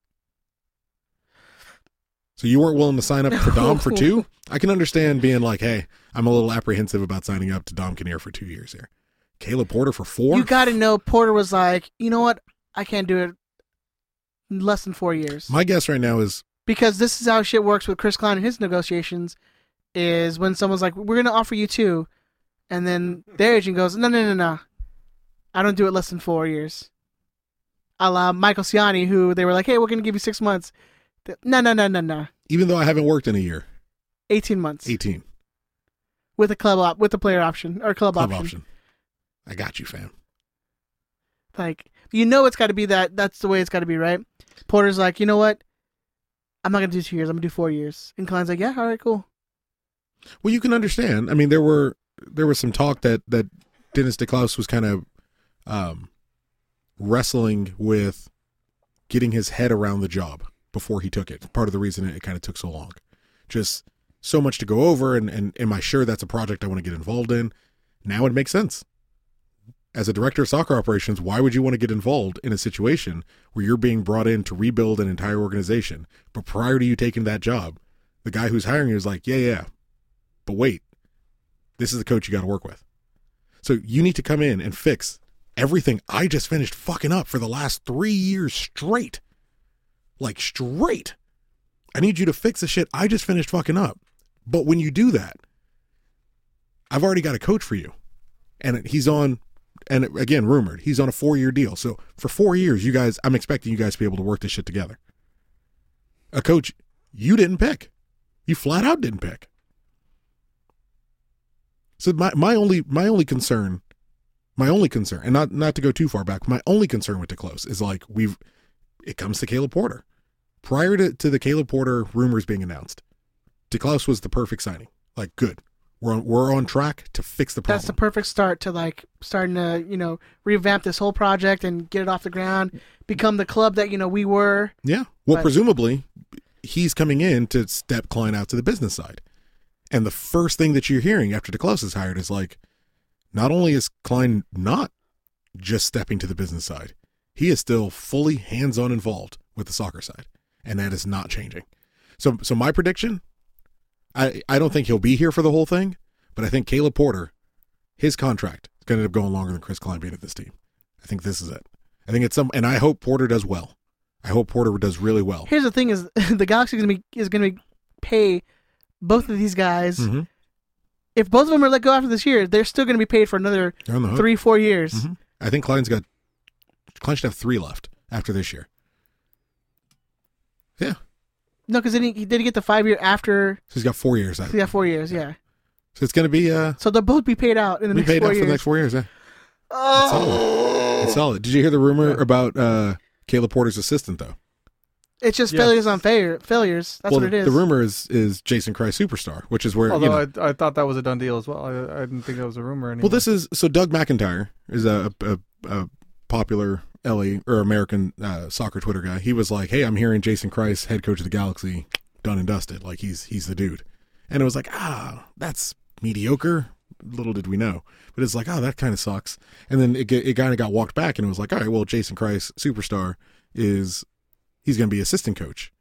Speaker 4: So you weren't willing to sign up for Dom for two? I can understand being like, hey, I'm a little apprehensive about signing up to Dom Kinnear for two years here. Caleb Porter for four?
Speaker 2: You got to know Porter was like, you know what? I can't do it in less than four years.
Speaker 4: My guess right now is
Speaker 2: because this is how shit works with Chris Klein and his negotiations is when someone's like, we're going to offer you two. And then their agent goes, no, no, no, no. I don't do it less than four years. A la Michael Ciani, who they were like, hey, we're going to give you six months. Th- No, no, no, no, no.
Speaker 4: even though I haven't worked in a year,
Speaker 2: 18 months
Speaker 4: 18
Speaker 2: with a club op, with a player option or club,
Speaker 4: club
Speaker 2: option.
Speaker 4: option. I got you, fam.
Speaker 2: Like you know, it's got to be that. That's the way it's got to be, right? Porter's like, you know what? I'm not gonna do two years. I'm gonna do four years. And Klein's like, yeah, all right, cool.
Speaker 4: Well, you can understand. I mean, there were there was some talk that that Dennis DeClaus was kind of um, wrestling with getting his head around the job before he took it. Part of the reason it kind of took so long, just so much to go over, and and am I sure that's a project I want to get involved in? Now it makes sense. As a director of soccer operations, why would you want to get involved in a situation where you're being brought in to rebuild an entire organization? But prior to you taking that job, the guy who's hiring you is like, yeah, yeah, but wait, this is the coach you got to work with. So you need to come in and fix everything I just finished fucking up for the last three years straight. Like, straight. I need you to fix the shit I just finished fucking up. But when you do that, I've already got a coach for you. And he's on, and again, rumored, he's on a four year deal. So for four years, you guys, I'm expecting you guys to be able to work this shit together. A coach you didn't pick, you flat out didn't pick. So my, my only my only concern, my only concern, and not not to go too far back, my only concern with DeClose is like we've it comes to Caleb Porter. Prior to, to the Caleb Porter rumors being announced, DeClose was the perfect signing. Like good. We're on we're on track to fix the problem.
Speaker 2: That's the perfect start to like starting to you know revamp this whole project and get it off the ground, become the club that you know we were.
Speaker 4: Yeah. Well,
Speaker 2: But-
Speaker 4: presumably, he's coming in to step Klein out to the business side. And the first thing that you're hearing after DeClose is hired is like, not only is Klein not just stepping to the business side, he is still fully hands on involved with the soccer side. And that is not changing. So, so my prediction, I, I don't think he'll be here for the whole thing, but I think Caleb Porter, his contract is going to end up going longer than Chris Klein being at this team. I think this is it. I think it's some, and I hope Porter does well. I hope Porter does really well.
Speaker 2: Here's the thing: is the Galaxy gonna be is gonna be pay both of these guys.
Speaker 4: Mhm.
Speaker 2: If both of them are let go after this year, they're still gonna be paid for another
Speaker 4: They're on the hook.
Speaker 2: three, four years.
Speaker 4: Mhm. I think Klein's got Klein should have three left after this year. Yeah, so
Speaker 2: No, because he, he did get the five year after.
Speaker 4: he's got four years. Left.
Speaker 2: So yeah, four years. Yeah.
Speaker 4: So it's gonna be uh,
Speaker 2: So they'll both be paid out in the
Speaker 4: be
Speaker 2: next
Speaker 4: paid
Speaker 2: four
Speaker 4: out for
Speaker 2: years. Oh.
Speaker 4: the next four years. Yeah, it's solid. It's solid. Did you hear the rumor about uh, Caleb Porter's assistant though?
Speaker 2: It's just
Speaker 5: Yes.
Speaker 2: failures on failure, failures. That's
Speaker 4: well,
Speaker 2: what it is.
Speaker 4: the rumor is is Jason Christ superstar, which is where you know,
Speaker 5: Although I, I thought that was a done deal as well. I, I didn't think that was a rumor anymore.
Speaker 4: Well, this is so Doug McIntyre is a, a, a popular LA or American uh, soccer Twitter guy. He was like, "Hey, I'm hearing Jason Christ, head coach of the Galaxy, done and dusted. Like he's he's the dude." And it was like, "Ah, that's mediocre." Little did we know, but it's like, "Oh, that kind of sucks." And then it ge- it kind of got walked back, and it was like, "All right, well, Jason Christ, superstar, is he's going to be assistant coach."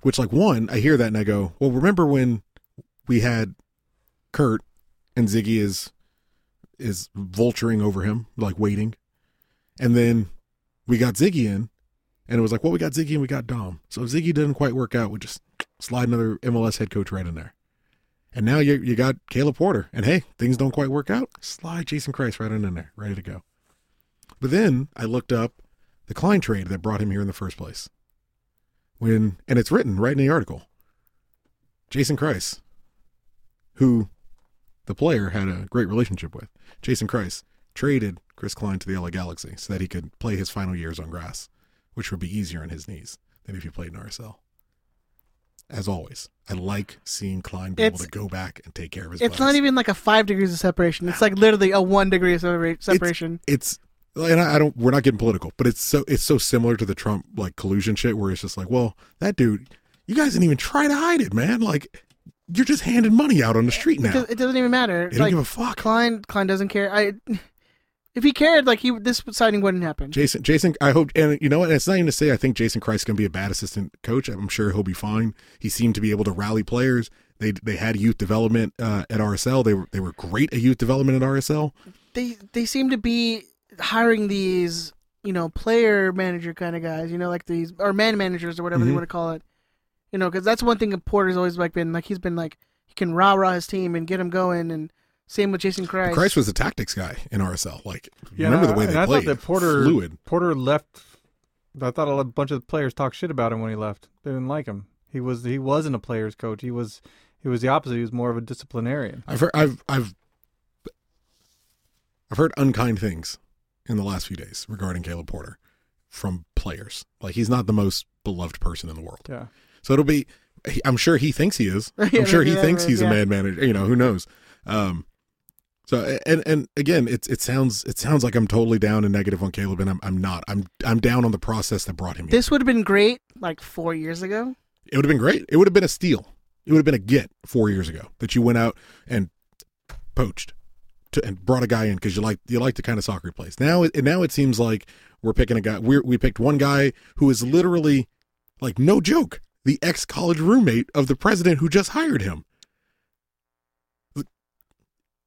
Speaker 4: Which, like, one, I hear that and I go, "Well, remember when we had Kurt and Ziggy is is vulturing over him, like waiting. And then we got Ziggy in, and it was like, well, we got Ziggy and we got Dom. So if Ziggy didn't quite work out, we just slide another MLS head coach right in there. And now you you got Caleb Porter, and hey, things don't quite work out. Slide Jason Christ right on in there, ready to go. But then I looked up the Klein trade that brought him here in the first place. When and it's written right in the article. Jason Christ, who the player had a great relationship with. Jason Christ traded Chris Klein to the LA Galaxy so that he could play his final years on grass, which would be easier on his knees than if he played in RSL. As always, I like seeing Klein be able
Speaker 2: It's-
Speaker 4: to go back and take care of his.
Speaker 2: It's
Speaker 4: bodies.
Speaker 2: not even like a five degrees of separation. It's like literally a one degree of separa- separation.
Speaker 4: It's, it's and I, I don't. We're not getting political, but it's so it's so similar to the Trump like collusion shit, where it's just like, well, that dude, you guys didn't even try to hide it, man. Like, you're just handing money out on the street now.
Speaker 2: It does- It doesn't even matter.
Speaker 4: They don't
Speaker 2: like
Speaker 4: give a fuck.
Speaker 2: Klein, Klein doesn't care. I. If he cared, like he this signing wouldn't happen.
Speaker 4: Jason, Jason, I hope, and you know what? It's not even to say I think Jason Christ's going to be a bad assistant coach. I'm sure he'll be fine. He seemed to be able to rally players. They they had youth development uh, at RSL. They were they were great at youth development at RSL.
Speaker 2: they they seem to be hiring these you know player manager kind of guys you know like these or man managers or whatever
Speaker 4: Mm-hmm.
Speaker 2: they want to call it you know because that's one thing that porter's always like been like he's been like he can rah rah his team and get him going and same with jason christ,
Speaker 4: Christ was a tactics guy in RSL. Like remember the way
Speaker 5: and
Speaker 4: they
Speaker 5: I
Speaker 4: played.
Speaker 5: thought that Porter
Speaker 4: fluid.
Speaker 5: Porter left. I thought a bunch of players talked shit about him when he left. They didn't like him. He was he wasn't a player's coach. He was he was the opposite. He was more of a disciplinarian.
Speaker 4: I've heard I've I've I've heard unkind things in the last few days regarding Caleb Porter from players. Like he's not the most beloved person in the world.
Speaker 5: Yeah,
Speaker 4: So it'll be. he- I'm sure he thinks he is.
Speaker 2: Yeah,
Speaker 4: I'm sure he
Speaker 2: yeah,
Speaker 4: thinks he's
Speaker 2: yeah.
Speaker 4: a man manager. You know, who knows? Um, so and and again, it's it sounds it sounds like I'm totally down and negative on Caleb, and I'm I'm not. I'm I'm down on the process that brought him here.
Speaker 2: this would have been great like four years ago
Speaker 4: It would have been great. It would have been a steal. It would have been a get four years ago that you went out and poached to, and brought a guy in because you like you like the kind of soccer he plays. Now it now it seems like we're picking a guy. We we picked one guy who is literally like no joke the ex college roommate of the president who just hired him.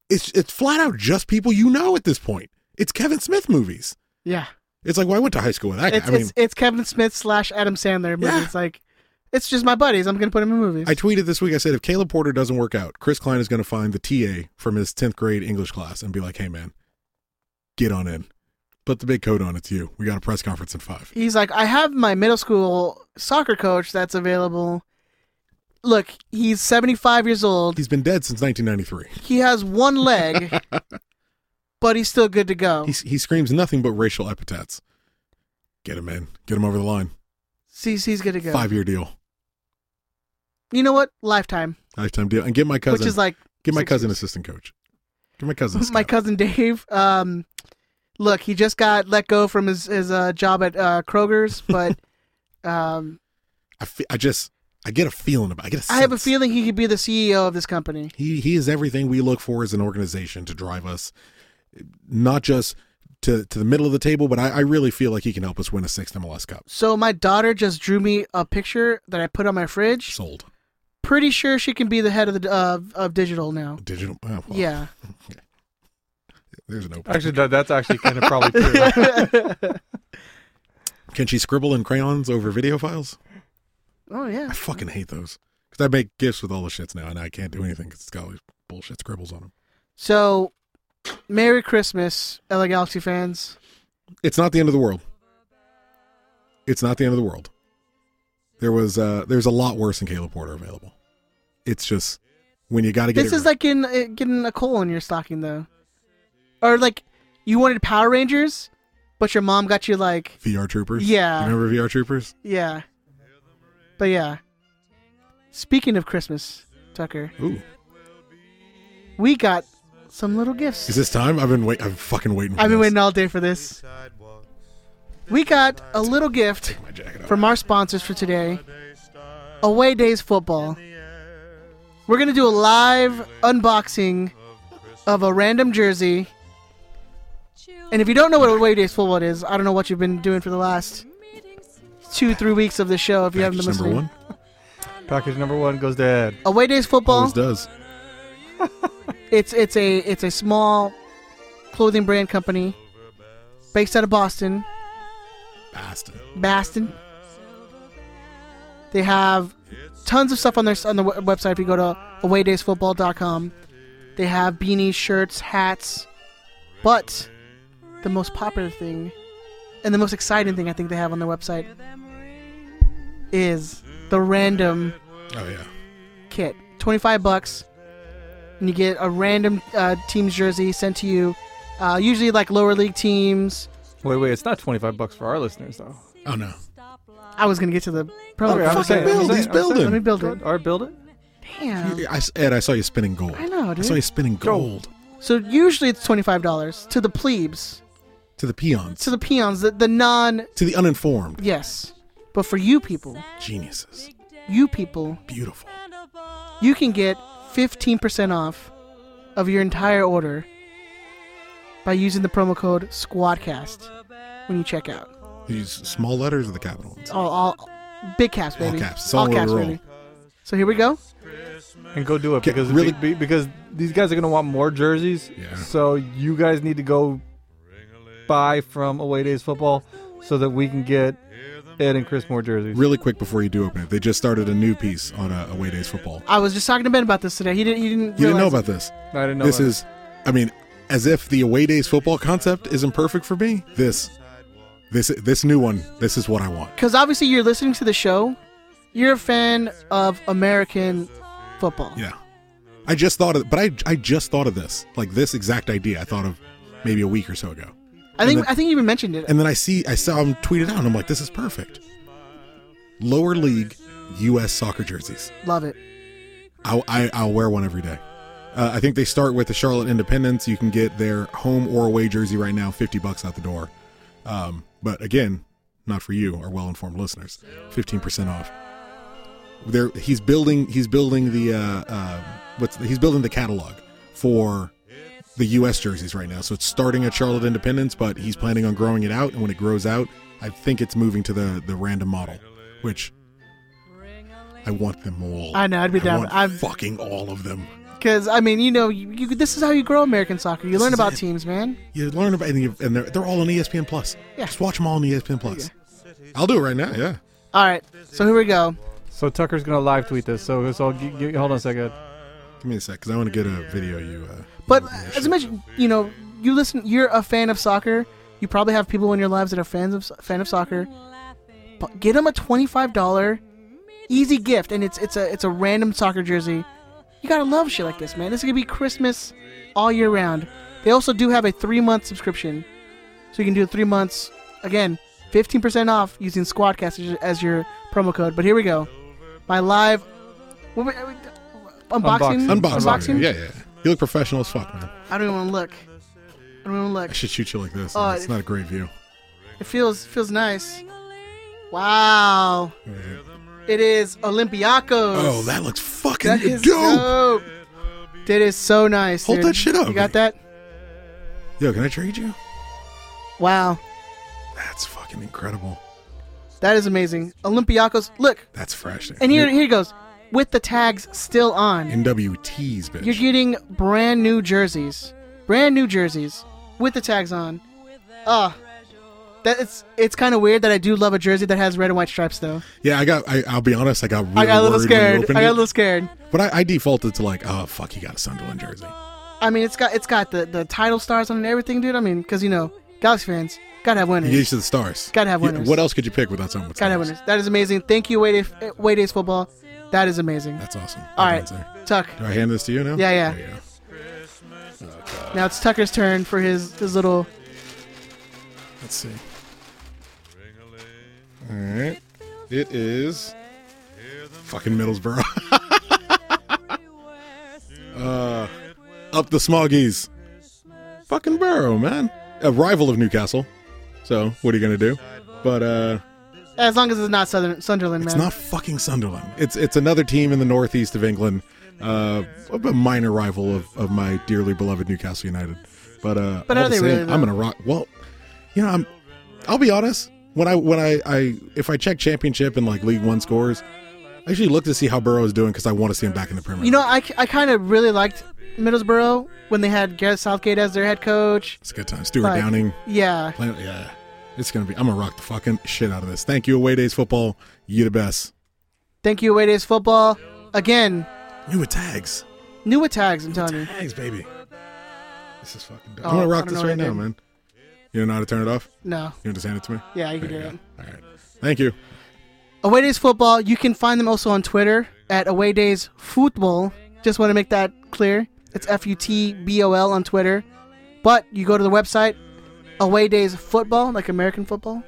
Speaker 4: It's it's flat out just people you know at this point. It's Kevin Smith movies.
Speaker 2: yeah
Speaker 4: It's like well, I went to high school with that guy.
Speaker 2: it's,
Speaker 4: I mean,
Speaker 2: it's it's kevin smith slash adam sandler movie.
Speaker 4: Yeah.
Speaker 2: it's like it's just my buddies i'm gonna put him in movies
Speaker 4: I tweeted this week. I said, if Caleb Porter doesn't work out, Chris Klein is going to find the TA from his 10th grade English class and be like, hey, man, get on in. Put the big coat on. It's you. We got a press conference in five.
Speaker 2: he's like, I have my middle school soccer coach that's available. Look, he's 75 years old.
Speaker 4: He's been dead since 1993.
Speaker 2: He has one leg, but he's still good to go.
Speaker 4: He, he screams nothing but racial epithets. Get him in. Get him over the line.
Speaker 2: He's, he's good to go.
Speaker 4: Five year deal.
Speaker 2: You know what? Lifetime,
Speaker 4: Lifetime deal. And get my cousin.
Speaker 2: which is like
Speaker 4: get my
Speaker 2: six
Speaker 4: cousin
Speaker 2: years.
Speaker 4: assistant coach. Get my cousin.
Speaker 2: my
Speaker 4: Scott.
Speaker 2: cousin Dave. Um, look, he just got let go from his, his uh, job at uh, Kroger's, but um,
Speaker 4: I, fe- I just, I get a feeling about I get a
Speaker 2: I have a
Speaker 4: sense.
Speaker 2: feeling he could be the CEO of this company.
Speaker 4: He he is everything we look for as an organization to drive us, not just to to the middle of the table, but I, I really feel like he can help us win a sixth MLS Cup.
Speaker 2: So my daughter just drew me a picture that I put on my fridge.
Speaker 4: Sold
Speaker 2: pretty sure she can be the head of the of, of digital now.
Speaker 4: digital. oh, well,
Speaker 2: Yeah,
Speaker 4: there's an open.
Speaker 5: actually, that, that's actually kind of probably true.
Speaker 4: Can she scribble in crayons over video files?
Speaker 2: Oh
Speaker 4: I
Speaker 2: yeah.
Speaker 4: fucking hate those because I make gifts with all the shits now, and I can't do anything because it's got all these bullshit scribbles on them.
Speaker 2: So, Merry Christmas, LA Galaxy fans.
Speaker 4: It's not the end of the world. It's not the end of the world. There was uh there's a lot worse than Caleb Porter available. It's just when you got to get
Speaker 2: This
Speaker 4: it
Speaker 2: is
Speaker 4: right.
Speaker 2: like getting uh, getting a coal in your stocking though, or like you wanted Power Rangers, but your mom got you like
Speaker 4: VR Troopers.
Speaker 2: Yeah.
Speaker 4: You remember VR Troopers?
Speaker 2: yeah, but yeah. Speaking of Christmas, Tucker,
Speaker 4: Ooh.
Speaker 2: we got some little
Speaker 4: Is
Speaker 2: gifts.
Speaker 4: this time? I've been wait. I'm fucking waiting. For
Speaker 2: I've been
Speaker 4: this.
Speaker 2: waiting all day for this. We got a little gift
Speaker 4: My jacket off.
Speaker 2: from our sponsors for today Away Days Football. We're going to do a live unboxing of a random jersey. And if you don't know what Away Days Football is, I don't know what you've been doing for the last two, three weeks of the show if you haven't
Speaker 4: Package
Speaker 2: been
Speaker 4: number
Speaker 2: listening.
Speaker 4: one
Speaker 5: Package number one goes to Ed.
Speaker 2: Away Days Football.
Speaker 4: always does.
Speaker 2: It's it's a it's a small clothing brand company based out of Boston,
Speaker 4: Bastard.
Speaker 2: Boston. They have tons of stuff on their on the w- website. If you go to awaydaysfootball.com, they have beanies, shirts, hats. But the most popular thing and the most exciting thing I think they have on their website is the random
Speaker 4: Oh yeah.
Speaker 2: kit. 25 bucks. And you get a random uh, team's jersey sent to you. Uh, usually like lower league teams.
Speaker 5: Wait, wait, it's not twenty five bucks for our listeners though.
Speaker 4: Oh no.
Speaker 2: I was going to get to the promo.
Speaker 5: Okay, I'm
Speaker 2: Fuck
Speaker 5: saying-
Speaker 2: it.
Speaker 4: build.
Speaker 5: I'm saying-
Speaker 4: He's
Speaker 5: I'm saying-
Speaker 4: building.
Speaker 2: Let me build it.
Speaker 5: Or build it.
Speaker 2: Damn.
Speaker 4: I, s- Ed, I saw you spinning gold.
Speaker 2: I know,
Speaker 4: I saw you
Speaker 2: dude.
Speaker 4: spinning gold
Speaker 2: So usually it's $25 to the plebes,
Speaker 4: to the peons,
Speaker 2: to the peons, the, the non,
Speaker 4: to the uninformed.
Speaker 2: yes. But for you people,
Speaker 4: Geniuses.
Speaker 2: you people,
Speaker 4: Beautiful.
Speaker 2: you can get 15% off of your entire order by using the promo code SQUADCAST when you check out.
Speaker 4: These small letters are the capital ones.
Speaker 2: All, all big caps, baby.
Speaker 4: caps. It's all over the roll.
Speaker 2: baby. So here we go.
Speaker 5: and go do it
Speaker 4: Get
Speaker 5: because
Speaker 4: really-
Speaker 5: really be, because these guys are gonna want more jerseys.
Speaker 4: Yeah.
Speaker 5: So you guys need to go buy from Away Days Football so that we can get Ed and Chris more jerseys.
Speaker 4: Really quick before you do open it, they just started a new piece on uh, Away Days Football.
Speaker 2: I was just talking to Ben about this today. He didn't. He didn't.
Speaker 4: You didn't know
Speaker 2: realize-
Speaker 4: about this.
Speaker 5: I didn't know
Speaker 4: This
Speaker 5: that.
Speaker 4: is, I mean, as if the Away Days Football concept isn't perfect for me. This, this, this new one. This is what I want.
Speaker 2: because obviously you're listening to the show. You're a fan of American football.
Speaker 4: Yeah. I just thought of, but I, I just thought of this, like this exact idea. I thought of maybe a week or so ago,
Speaker 2: I think.
Speaker 4: And the-
Speaker 2: I think you even mentioned it.
Speaker 4: and then I see, I saw him tweeted out, and I'm like, this is perfect. Lower league U.S. soccer jerseys.
Speaker 2: Love it.
Speaker 4: I'll, I, I'll wear one every day. Uh, I think they start with the Charlotte Independence. You can get their home or away jersey right now, fifty bucks out the door. Um, but again, not for you, our well-informed listeners. Fifteen percent off. There, he's building. He's building the. Uh, uh, what's he's building the catalog for the U.S. jerseys right now. So it's starting at Charlotte Independence, but he's planning on growing it out. And when it grows out, I think it's moving to the the random model, which. I want them all.
Speaker 2: I know, I'd be down-
Speaker 4: want
Speaker 2: I'm-
Speaker 4: fucking all of them.
Speaker 2: Because I mean, you know, you, you, this is how you grow American soccer. You learn
Speaker 4: is
Speaker 2: about
Speaker 4: it.
Speaker 2: teams, man.
Speaker 4: You learn about and, you, and they're they're all on E ESPN Plus.
Speaker 2: Yeah.
Speaker 4: Just watch them all on E ESPN Plus. I'll do it right now. Yeah.
Speaker 2: All right, so here we go.
Speaker 5: so Tucker's gonna live tweet this. So so g- g- hold on a second.
Speaker 4: Give me a sec, cause I want to get a video. You. Uh,
Speaker 2: But
Speaker 4: you
Speaker 2: as I mentioned, you know, you listen. You're a fan of soccer. You probably have people in your lives that are fans of fan of soccer. But Get them a twenty-five dollar easy gift, and it's it's a it's a random soccer jersey. You gotta love shit like this, man. This is gonna be Christmas all year round. They also do have a three-month subscription, so you can do three months. Again, fifteen percent off using Squadcast as your, as your promo code. But here we go, my live what we- unboxing.
Speaker 5: Unboxing.
Speaker 4: unbox
Speaker 2: unboxing?
Speaker 4: Yeah, yeah. You look professional as fuck, man.
Speaker 2: I don't even want to look. I don't even want
Speaker 4: I
Speaker 2: to
Speaker 4: should shoot you like this.
Speaker 2: Oh,
Speaker 4: it's
Speaker 2: it-
Speaker 4: not a great view.
Speaker 2: look. It feels feels nice. Wow. It is Olympiacos.
Speaker 4: Oh, that looks fucking
Speaker 2: that is
Speaker 4: dope.
Speaker 2: dope. That is so nice.
Speaker 4: Hold
Speaker 2: dude.
Speaker 4: that shit up.
Speaker 2: You got that?
Speaker 4: Yo, can I trade you?
Speaker 2: Wow.
Speaker 4: That's fucking incredible.
Speaker 2: That is amazing. Olympiacos. Look,
Speaker 4: That's fresh.
Speaker 2: and here here it goes. With the tags still on,
Speaker 4: NWTs, bitch.
Speaker 2: you're getting brand new jerseys. Brand new jerseys with the tags on. Ah. that it's it's kind of weird that I do love a jersey that has red and white stripes though.
Speaker 4: yeah, I got. I, I'll be honest. I got really
Speaker 2: I got a little
Speaker 4: worried when you
Speaker 2: scared. I
Speaker 4: opened
Speaker 2: got a
Speaker 4: it.
Speaker 2: little scared.
Speaker 4: But I, I defaulted to like, oh fuck, you got a Sunderland jersey.
Speaker 2: I mean, it's got it's got the, the title stars on it and everything, dude. I mean, because you know, Galaxy fans gotta have
Speaker 4: You
Speaker 2: winners.
Speaker 4: get used to the stars.
Speaker 2: Gotta have
Speaker 4: You-
Speaker 2: winners.
Speaker 4: What else could you pick without someone? With
Speaker 2: Gotta have
Speaker 4: stars?
Speaker 2: winners. That is amazing. Thank you, Way Days, Way Days Football. That is amazing.
Speaker 4: That's awesome.
Speaker 2: All
Speaker 4: Good
Speaker 2: right,
Speaker 4: answer.
Speaker 2: Tuck.
Speaker 4: Do I hand this to you now?
Speaker 2: Yeah, yeah.
Speaker 4: There you go.
Speaker 2: Now it's Tucker's turn for his his little.
Speaker 4: Let's see. All right. It is fucking Middlesbrough. uh, up the Smoggies. Fucking Borough, man. A rival of Newcastle. So what are you gonna do? But uh,
Speaker 2: As long as it's not Southern Sunderland,
Speaker 4: it's
Speaker 2: man.
Speaker 4: not fucking Sunderland. It's it's another team in the northeast of England. Uh, a minor rival of, of my dearly beloved Newcastle United. But uh,
Speaker 2: But
Speaker 4: all
Speaker 2: are
Speaker 4: the
Speaker 2: they
Speaker 4: same,
Speaker 2: really, though?
Speaker 4: I'm gonna rock. Well, you know, I'm. I'll be honest. When I when I, I if I check Championship and like League One scores, I actually look to see how Burrow is doing because I want to see him back in the Premier.
Speaker 2: you know,
Speaker 4: League.
Speaker 2: I, I kind of really liked Middlesbrough when they had Gareth Southgate as their head coach.
Speaker 4: it's a good time. Stuart
Speaker 2: Like,
Speaker 4: Downing.
Speaker 2: Yeah,
Speaker 4: Plan- yeah, it's gonna be. I'm gonna rock the fucking shit out of this. Thank you, Away Days Football. You the best.
Speaker 2: thank you, Way Days Football. Again,
Speaker 4: New with tags.
Speaker 2: new with tags. I'm telling you.
Speaker 4: Thanks, baby. This is fucking dope.
Speaker 2: Oh,
Speaker 4: I'm gonna
Speaker 2: I
Speaker 4: rock
Speaker 2: don't
Speaker 4: this
Speaker 2: know
Speaker 4: right
Speaker 2: what I
Speaker 4: now,
Speaker 2: did.
Speaker 4: man. You don't know how to turn it off?
Speaker 2: No,
Speaker 4: You want to just hand it to me?
Speaker 2: yeah, you can
Speaker 4: There
Speaker 2: do
Speaker 4: you
Speaker 2: it.
Speaker 4: go. All right. Thank you.
Speaker 2: Away Days Football, you can find them also on Twitter at Away Days Football. Just want to make that clear. It's F U T B O L on Twitter. But you go to the website, Away Days Football, like American football.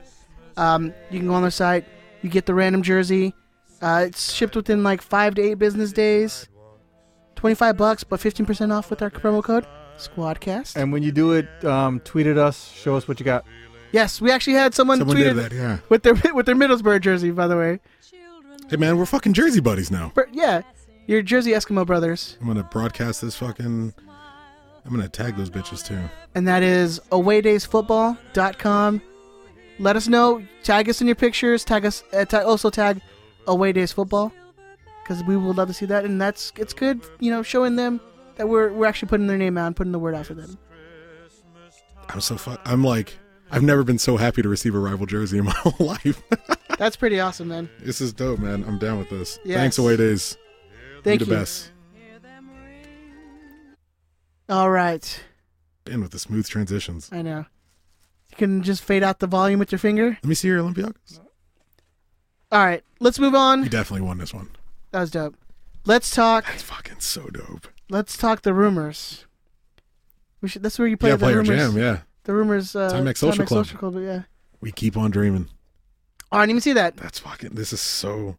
Speaker 2: Um, you can go on their site. You get the random jersey. Uh, it's shipped within like five to eight business days. 25 bucks, but 15% off with our promo code Squadcast.
Speaker 5: And when you do it, um, tweet at us. Show us what you got.
Speaker 2: yes, we actually had someone,
Speaker 4: Someone
Speaker 2: tweeted
Speaker 4: did that, yeah.
Speaker 2: with their with their Middlesbrough jersey, by the way.
Speaker 4: Hey, man, we're fucking Jersey buddies now.
Speaker 2: But yeah, your Jersey Eskimo brothers.
Speaker 4: I'm gonna broadcast this fucking I'm gonna tag those bitches too.
Speaker 2: and that is awaydaysfootball.com. Let us know. Tag us in your pictures. Tag us. Uh, tag, also tag Away Days Football because we would love to see that. And that's it's good, you know, showing them that we're we're actually putting their name out and putting the word out for them.
Speaker 4: I'm so fu- I'm like, I've never been so happy to receive a rival jersey in my whole life.
Speaker 2: That's pretty awesome, man.
Speaker 4: this is dope, man. I'm down with this.
Speaker 2: Yes.
Speaker 4: Thanks, away days.
Speaker 2: Thank
Speaker 4: you
Speaker 2: you.
Speaker 4: the best.
Speaker 2: All right,
Speaker 4: And with the smooth transitions.
Speaker 2: I know. You can just fade out the volume with your finger.
Speaker 4: Let me see your Olympiacos.
Speaker 2: All right, let's move
Speaker 4: You
Speaker 2: on.
Speaker 4: definitely won this one.
Speaker 2: That was dope. Let's talk.
Speaker 4: That's fucking so dope.
Speaker 2: Let's talk the rumors. We should. That's where you play
Speaker 4: yeah,
Speaker 2: the
Speaker 4: player
Speaker 2: rumors.
Speaker 4: jam. Yeah,
Speaker 2: The rumors. Uh,
Speaker 4: Time X Social Club.
Speaker 2: yeah.
Speaker 4: we keep on dreaming.
Speaker 2: Oh, I didn't even see that.
Speaker 4: That's fucking. This is so,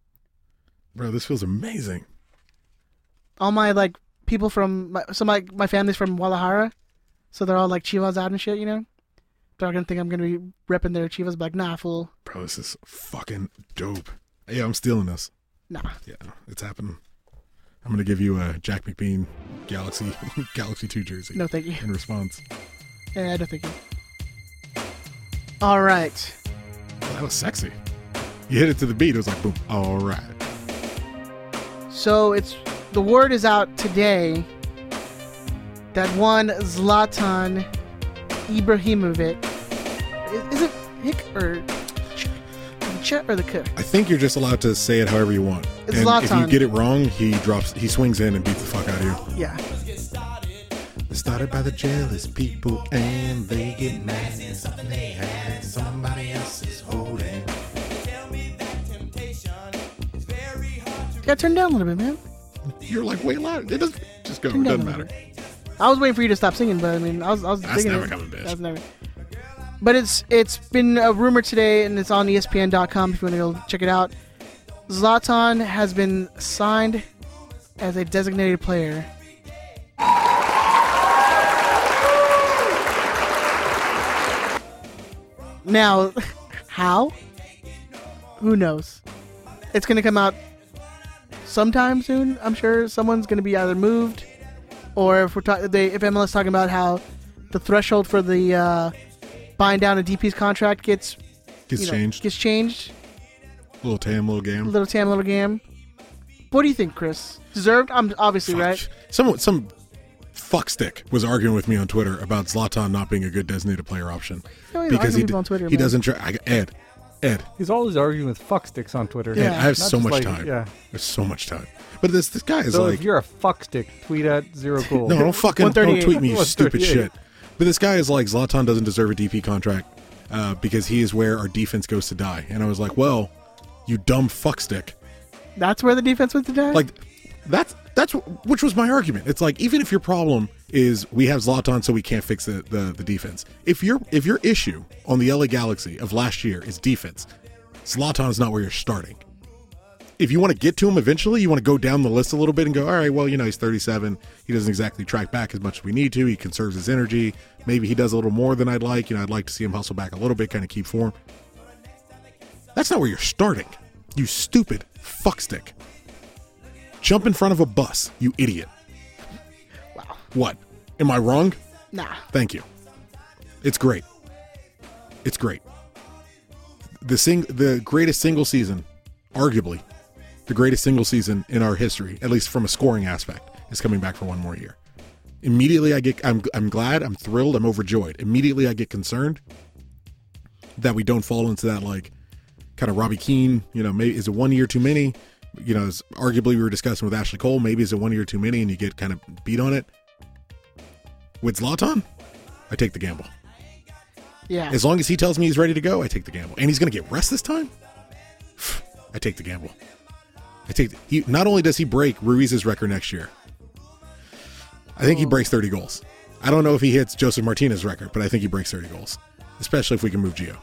Speaker 4: bro. This feels amazing.
Speaker 2: All my like people from my, so my my family's from Guadalajara, so they're all like Chivas out and shit. You know, they're all gonna think I'm gonna be repping their Chivas. But like, nah, fool,
Speaker 4: Bro, this is fucking dope. Yeah, I'm stealing this.
Speaker 2: nah.
Speaker 4: Yeah, it's happening. I'm gonna give you a Jack McBean Galaxy Galaxy Two jersey.
Speaker 2: No, thank you.
Speaker 4: In response,
Speaker 2: Yeah, I don't think. You. All right.
Speaker 4: Oh, that was sexy. You hit it to the beat. It was like boom. All right.
Speaker 2: So it's the word is out today that one Zlatan Ibrahimovic is, is it Hick or Ch- Ch- or the K?
Speaker 4: I think you're just allowed to say it however you want.
Speaker 2: It's
Speaker 4: and if you
Speaker 2: Zlatan.
Speaker 4: get it wrong, he drops. He swings in and beats the fuck out of you.
Speaker 2: Yeah.
Speaker 4: It's started by the jealous people and they get mad at something they had somebody else is holding.
Speaker 2: Yeah, turn it down a little bit, man.
Speaker 4: You're like way loud. It doesn't just go. It doesn't matter.
Speaker 2: I was waiting for you to stop singing, but I mean, I was, I was
Speaker 4: That's
Speaker 2: thinking
Speaker 4: never
Speaker 2: it.
Speaker 4: coming, bitch.
Speaker 2: That's never. But it's it's been a rumor today, and it's on E ESPN.com if you want to go check it out. Zlatan has been signed as a designated player. Now, how? Who knows? It's going to come out sometime soon. I'm sure someone's going to be either moved or if we're talking, they if MLS talking about how the threshold for the uh, buying down a DP's contract gets
Speaker 4: Gets
Speaker 2: you know,
Speaker 4: changed.
Speaker 2: gets changed.
Speaker 4: little tam, little gam.
Speaker 2: Little Tam, little Gam. What do you think, Chris? Deserved? I'm obviously right.
Speaker 4: Some some fuckstick was arguing with me on Twitter about Zlatan not being a good designated player option
Speaker 2: No, he's arguing
Speaker 4: because he
Speaker 2: people
Speaker 4: d-
Speaker 2: on Twitter,
Speaker 4: he
Speaker 2: man.
Speaker 4: doesn't. Tra- I, Ed, Ed,
Speaker 5: He's always arguing with fucksticks on Twitter.
Speaker 4: Ed.
Speaker 2: Yeah.
Speaker 4: I have
Speaker 5: Not
Speaker 4: so
Speaker 5: just
Speaker 4: much
Speaker 5: like-
Speaker 4: time.
Speaker 5: yeah.
Speaker 4: There's so much time. But this this guy is
Speaker 5: So
Speaker 4: like
Speaker 5: if you're a fuckstick, tweet at zero cool.
Speaker 4: No, don't fucking don't
Speaker 2: 138.
Speaker 4: tweet me, you stupid
Speaker 5: 138.
Speaker 4: shit. But this guy is like Zlatan doesn't deserve a DP contract uh, because he is where our defense goes to die. And I was like, well, you dumb fuckstick.
Speaker 2: That's where the defense went to die.
Speaker 4: Like that's that's wh- which was my argument. It's like even if your problem is we have Zlatan, so we can't fix the, the the defense. If your if your issue on the LA Galaxy of last year is defense, Zlatan is not where you're starting. If you want to get to him eventually, you want to go down the list a little bit and go, all right, well, you know, he's 37. He doesn't exactly track back as much as we need to. He conserves his energy. Maybe he does a little more than I'd like. You know, I'd like to see him hustle back a little bit, kind of keep form. That's not where you're starting. You stupid fuckstick. Jump in front of a bus, you idiot.
Speaker 2: wow.
Speaker 4: What? Am I wrong?
Speaker 2: Nah.
Speaker 4: Thank you. It's great. It's great. The sing the greatest single season, arguably, the greatest single season in our history, at least from a scoring aspect, is coming back for one more year. Immediately I get I'm I'm glad, I'm thrilled, I'm overjoyed. Immediately I get concerned that we don't fall into that like kind of Robbie Keane, you know, maybe is it one year too many? You know, as arguably we were discussing with Ashley Cole, maybe is it one year too many and you get kind of beat on it. With Zlatan, I take the gamble.
Speaker 2: Yeah.
Speaker 4: As long as he tells me he's ready to go, I take the gamble. And he's going to get rest this time? I take the gamble. I take the, he not only does he break Ruiz's record next year. I think he breaks 30 goals. I don't know if he hits Joseph Martinez's record, but I think he breaks 30 goals, especially if we can move Gio.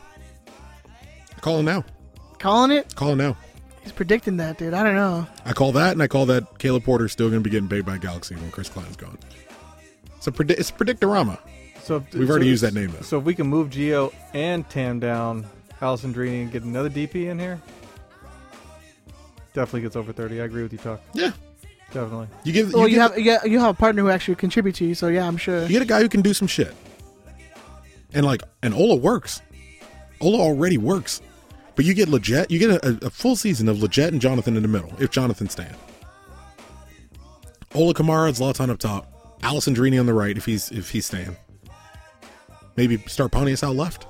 Speaker 4: Call him now.
Speaker 2: Calling it?
Speaker 4: Call him now.
Speaker 2: He's predicting that, dude. I don't know.
Speaker 4: I call that, and I call that Caleb Porter's still going to be getting paid by Galaxy when Chris Klein's gone. It's a, predi- it's a predictorama.
Speaker 5: So if-
Speaker 4: We've already
Speaker 5: so-
Speaker 4: used that name, though.
Speaker 5: So if we can move Geo and Tam down, Alessandrini, and get another DP in here, definitely gets over thirty. I agree with you, Tuck.
Speaker 4: Yeah.
Speaker 5: definitely.
Speaker 4: You give
Speaker 2: well, you,
Speaker 4: you, give-
Speaker 2: have you, have, you have a partner who actually contributes to you, so yeah, I'm sure.
Speaker 4: you get a guy who can do some shit, and like and Ola works. Ola already works, but you get Leggett. You get a, a full season of Leggett and Jonathan in the middle if Jonathan's staying. Ola Kamara, Zlatan up top, Allison Drini on the right if he's if he's staying. Maybe start Pontius out left.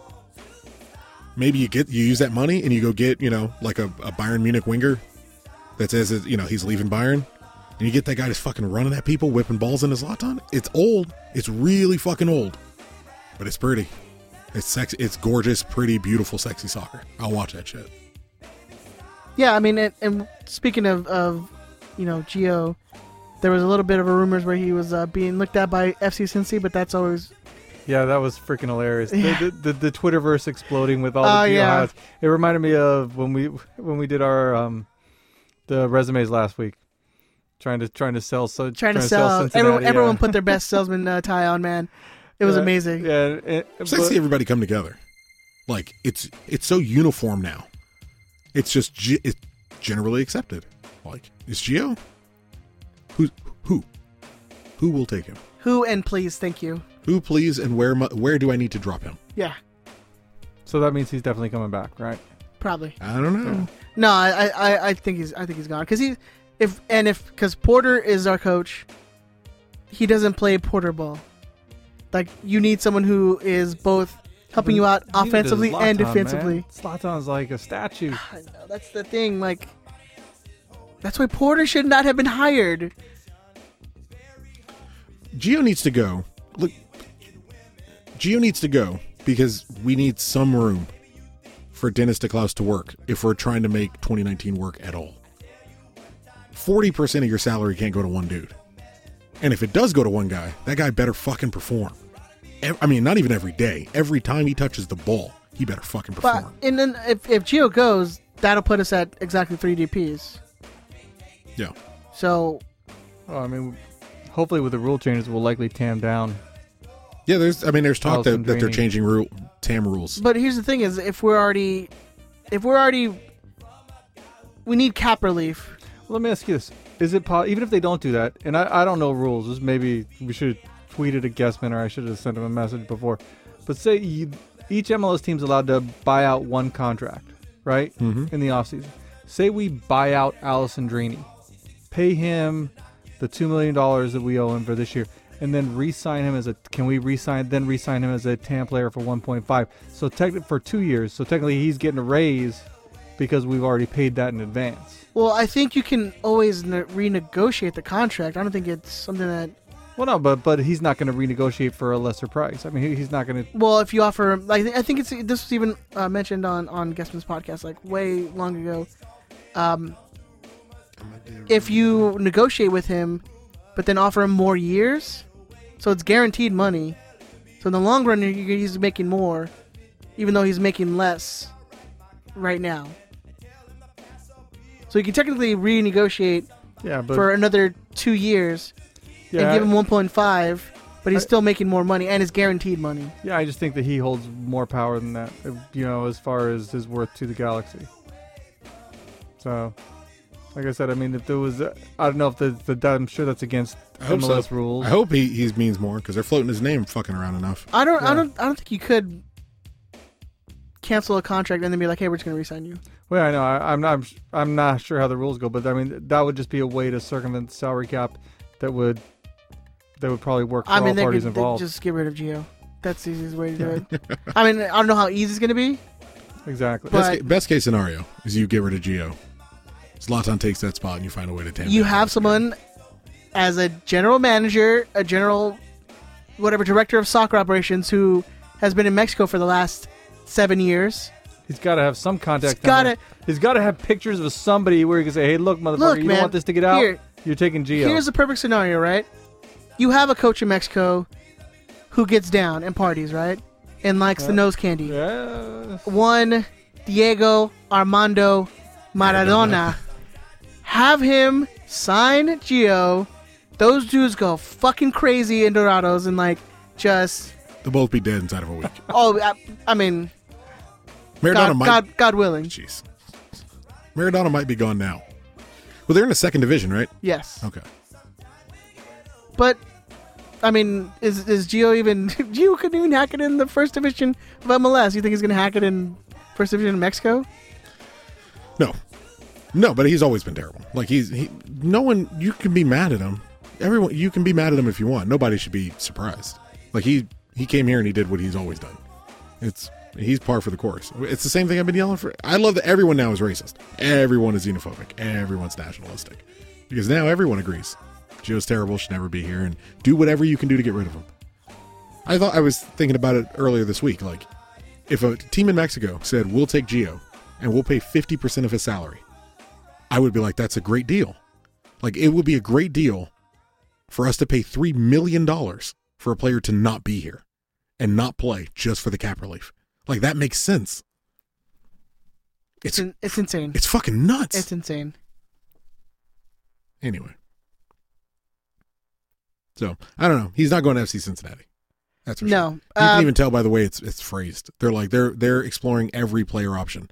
Speaker 4: Maybe you get you use that money and you go get you know like a, a Bayern Munich winger that says that, you know he's leaving Bayern, and you get that guy just fucking running at people, whipping balls in his Zlatan. It's old. It's really fucking old, but it's pretty. It's sexy. It's gorgeous, pretty, beautiful, sexy soccer. I'll watch that shit.
Speaker 2: Yeah, I mean, and, and speaking of, of, you know, Geo, there was a little bit of a rumors where he was uh, being looked at by FC Cincy, but that's always
Speaker 5: Yeah, that was freaking hilarious. The, the, the, the Twitterverse exploding with all
Speaker 2: Oh,
Speaker 5: the
Speaker 2: yeah.
Speaker 5: yeah. It reminded me of when we when we did our um the resumes last week, trying to trying to sell so
Speaker 2: trying to
Speaker 5: sell.
Speaker 2: sell.
Speaker 5: Cincinnati,
Speaker 2: everyone,
Speaker 5: yeah.
Speaker 2: everyone put their best salesman uh, tie on, man. It was
Speaker 5: Yeah,
Speaker 2: amazing.
Speaker 5: Yeah, it-
Speaker 4: It's nice to
Speaker 5: but-
Speaker 4: see everybody come together. Like it's it's so uniform now. It's just ge- it's generally accepted. Like it's Geo. Who who who will take him?
Speaker 2: Who and please, thank you.
Speaker 4: Who please and where mu- where do I need to drop him?
Speaker 2: Yeah,
Speaker 5: so that means he's definitely coming back, right?
Speaker 2: probably.
Speaker 4: I don't know.
Speaker 2: No, I, I- I, I think he's I think he's gone because he, if and if because Porter is our coach, he doesn't play Porter ball. Like you need someone who is both helping you out
Speaker 5: Neither does
Speaker 2: offensively and
Speaker 5: Zlatan, man.
Speaker 2: defensively.
Speaker 5: Zlatan's like a statue.
Speaker 2: I know, that's the thing. Like, that's why Porter should not have been hired.
Speaker 4: Geo needs to go. Look, Geo needs to go because we need some room for Dennis DeClaus to work if we're trying to make 2019 work at all. 40% of your salary can't go to one dude. And if it does go to one guy, that guy better fucking perform. Ev- I mean, not even every day. Every time he touches the ball, he better fucking
Speaker 2: But
Speaker 4: perform.
Speaker 2: and then if if Geo goes, that'll put us at exactly three DPS.
Speaker 4: yeah.
Speaker 2: So
Speaker 5: Well, I mean, hopefully with the rule changes, we'll likely tam down.
Speaker 4: Yeah, there's I mean there's talk that,
Speaker 5: Allison
Speaker 4: that they're
Speaker 5: Drini.
Speaker 4: changing rule TAM rules.
Speaker 2: But here's the thing: is if we're already, if we're already, we need cap relief.
Speaker 5: Well, let me ask you this: Is it po- even if they don't do that? And I, I don't know rules. This maybe we should have tweeted a guessman, or I should have sent him a message before. But say you, each MLS team's allowed to buy out one contract, right? Mm-hmm. In the offseason. Say we buy out Allison Drini, pay him the two million dollars that we owe him for this year, and then re-sign him as a. Can we re-sign? Then re-sign him as a TAM player for 1.5. So technically for two years. So technically he's getting a raise because we've already paid that in advance.
Speaker 2: Well, I think you can always ne- renegotiate the contract. I don't think it's something that.
Speaker 5: Well, no, but but he's not going to renegotiate for a lesser price. I mean, he, he's not going to.
Speaker 2: Well, if you offer, like, I think it's this was even uh, mentioned on on Guestman's podcast like way long ago. Um, if you negotiate with him, but then offer him more years, so it's guaranteed money. So in the long run, you- he's making more, even though he's making less right now. So you can technically renegotiate
Speaker 5: Yeah, but
Speaker 2: for another two years
Speaker 5: yeah,
Speaker 2: and give him 1.5, but he's still making more money and it's guaranteed money.
Speaker 5: yeah, I just think that he holds more power than that. uh, You know, as far as his worth to the galaxy. So, like I said, I mean, if there was, uh, I don't know if the, the I'm sure that's against
Speaker 4: I hope,
Speaker 5: MLS
Speaker 4: so.
Speaker 5: rules.
Speaker 4: I hope he, he means more because they're floating his name fucking around enough.
Speaker 2: I don't, I
Speaker 5: Yeah.
Speaker 2: don't, I don't think you could cancel a contract and then be like, "Hey, we're just gonna resign you."
Speaker 5: Well, I know I, I'm not I'm, sh- I'm not sure how the rules go, but I mean, that would just be a way to circumvent the salary cap that would that would probably work for
Speaker 2: I mean,
Speaker 5: all
Speaker 2: they
Speaker 5: parties
Speaker 2: could they
Speaker 5: involved.
Speaker 2: just get rid of Geo. That's the easiest way to do it. I mean, I don't know how easy it's gonna be.
Speaker 5: exactly.
Speaker 2: But-
Speaker 4: Best, ca- best case scenario is you get rid of Geo. Zlatan takes that spot and you find a way to tame
Speaker 2: You
Speaker 4: it.
Speaker 2: have someone as a general manager, a general, whatever director of soccer operations who has been in Mexico for the last seven years.
Speaker 5: He's got to have some contact.
Speaker 2: He's gotta-
Speaker 5: number. He's got to have pictures of somebody where he can say, "Hey, look, motherfucker,
Speaker 2: Look,
Speaker 5: you
Speaker 2: man,
Speaker 5: don't want this to get out.
Speaker 2: here-
Speaker 5: You're taking Geo."
Speaker 2: Here's the perfect scenario, right? You have a coach in Mexico who gets down and parties, right? And likes the nose candy.
Speaker 5: yeah.
Speaker 2: One, Diego Armando Maradona. have him sign Gio. Those dudes go fucking crazy in Dorados and like just
Speaker 4: They'll both be dead inside of a week.
Speaker 2: oh, I, I mean,
Speaker 4: Maradona
Speaker 2: God,
Speaker 4: might.
Speaker 2: God, God willing.
Speaker 4: Jeez. Maradona might be gone now. Well, they're in the second division, right?
Speaker 2: Yes,
Speaker 4: Okay.
Speaker 2: but I mean, is is Gio even? Gio couldn't even hack it in the first division of MLS. You think he's gonna hack it in first division in Mexico?
Speaker 4: No, no, but he's always been terrible. Like he's he, no one. You can be mad at him. Everyone, you can be mad at him if you want. Nobody should be surprised. Like he he came here and he did what he's always done. It's he's par for the course. It's the same thing I've been yelling for. I love that everyone now is racist. Everyone is xenophobic. Everyone's nationalistic because now everyone agrees. Gio's terrible. Should never be here. And do whatever you can do to get rid of him. I thought I was thinking about it earlier this week. Like if a team in Mexico said, "We'll take Gio and we'll pay 50% of his salary," I would be like, "That's a great deal." Like it would be a great deal for us to pay 3 million dollars for a player to not be here and not play just for the cap relief. Like that makes sense.
Speaker 2: It's
Speaker 4: It's
Speaker 2: in, it's insane.
Speaker 4: it's fucking nuts.
Speaker 2: It's insane.
Speaker 4: anyway. So, I don't know. He's not going to FC Cincinnati. That's for sure.
Speaker 2: No,
Speaker 4: You
Speaker 2: um,
Speaker 4: can even tell by the way it's it's phrased. They're like they're they're exploring every player option,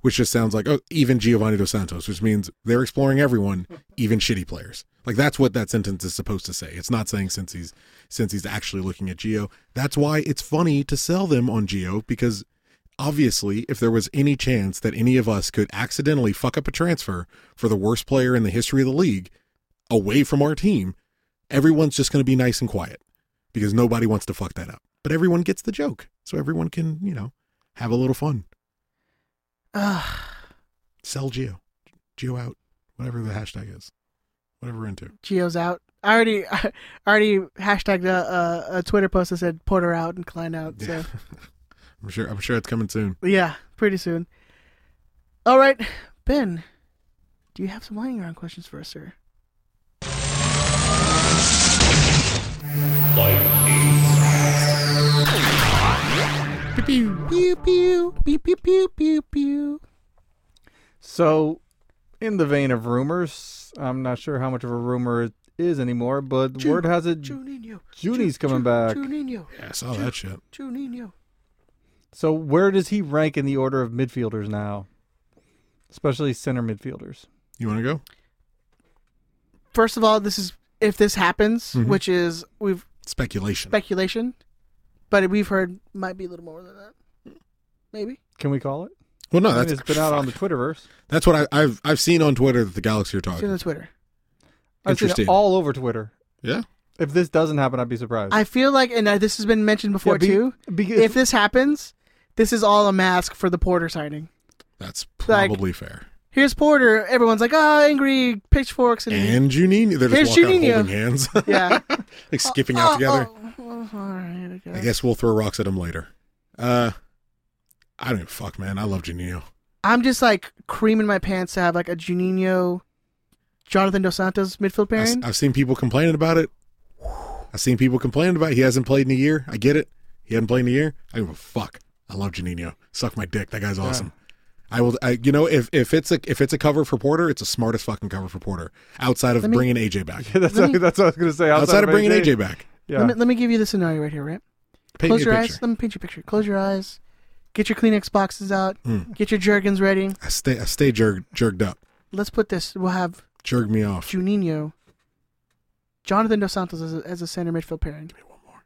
Speaker 4: which just sounds like oh even Giovanni dos Santos, which means they're exploring everyone, even shitty players. Like that's what that sentence is supposed to say. It's not saying since he's since he's actually looking at Geo. That's why it's funny to sell them on Geo because obviously if there was any chance that any of us could accidentally fuck up a transfer for the worst player in the history of the league away from our team, everyone's just going to be nice and quiet because nobody wants to fuck that up. But everyone gets the joke, so everyone can you know have a little fun.
Speaker 2: Ugh.
Speaker 4: Sell Geo, Geo out, whatever the hashtag is, whatever we're into.
Speaker 2: Geo's out. I already, I already hashtagged a, a, a Twitter post that said Porter out and Klein out. So
Speaker 4: I'm sure I'm sure it's coming soon.
Speaker 2: yeah, pretty soon. All right, Ben, do you have some lying around questions for us, sir? Pew pew pew pew pew pew pew pew.
Speaker 5: So, in the vein of rumors, I'm not sure how much of a rumor it is anymore, but
Speaker 2: Ju-
Speaker 5: word has it
Speaker 2: Juninho. Ju-
Speaker 5: Juninho's coming
Speaker 2: Ju-
Speaker 5: back.
Speaker 2: Juninho.
Speaker 4: Yeah, I saw that shit.
Speaker 2: Juninho.
Speaker 5: So where does he rank in the order of midfielders now? Especially center midfielders.
Speaker 4: You want to go?
Speaker 2: First of all, this is if this happens,
Speaker 5: Mm-hmm.
Speaker 2: which is we've
Speaker 4: Speculation.
Speaker 2: speculation, but we've heard might be a little more than that. Maybe.
Speaker 5: Can we call it?
Speaker 4: well, no,
Speaker 5: I mean,
Speaker 4: that's
Speaker 5: it's been out on the Twitterverse.
Speaker 4: that's what I, I've I've seen on Twitter that the Galaxy are
Speaker 2: It's in
Speaker 4: talking.
Speaker 2: the Twitter.
Speaker 5: I've seen it
Speaker 4: Interesting.
Speaker 5: all over Twitter.
Speaker 4: Yeah,
Speaker 5: If this doesn't happen, I'd be surprised.
Speaker 2: I feel like, and uh, this has been mentioned before
Speaker 5: be-
Speaker 2: too.
Speaker 5: be-
Speaker 2: if this happens, this is all a mask for the Porter signing.
Speaker 4: that's
Speaker 2: Like-
Speaker 4: probably fair.
Speaker 2: Here's Porter. Everyone's like, oh, angry pitchforks and,
Speaker 4: And Juninho, they're just
Speaker 2: Here's
Speaker 4: walking
Speaker 2: Juninho.
Speaker 4: out holding hands,
Speaker 2: yeah.
Speaker 4: like skipping out
Speaker 2: Oh,
Speaker 4: together.
Speaker 2: oh, oh, all right, I guess.
Speaker 4: I guess we'll throw rocks at him later. Uh, I don't fuck, man. I love Juninho.
Speaker 2: I'm just like creaming my pants to have like a Juninho, Jonathan Dos Santos midfield
Speaker 4: I s-
Speaker 2: pairing.
Speaker 4: I've seen people complaining about it. I've seen people complaining about it. he hasn't played in a year. I get it. He hadn't played in a year. I give a fuck. I love Janino. Suck my dick. That guy's awesome. I will. I, you know, if if it's a if it's a cover for Porter, it's the smartest fucking cover for Porter. Outside of
Speaker 2: Let me-
Speaker 4: bringing AJ back.
Speaker 5: that's,
Speaker 2: Let
Speaker 5: what,
Speaker 2: me-
Speaker 5: that's what I was going to say. Outside,
Speaker 4: Outside, of bringing AJ, back.
Speaker 5: Yeah.
Speaker 2: let, me, let me give you the scenario right here, right?
Speaker 4: Paint
Speaker 2: Close
Speaker 4: me a
Speaker 2: your
Speaker 4: picture.
Speaker 2: eyes. Let me paint you a picture. Close your eyes. Get your Kleenex boxes out.
Speaker 4: Hmm.
Speaker 2: Get your jerkins ready.
Speaker 4: I stay I stay jerk, jerked up.
Speaker 2: Let's put this. We'll have
Speaker 4: Jerk me off.
Speaker 2: Juninho, Jonathan Dos Santos as a, as a center midfield pairing.
Speaker 4: Give me one more.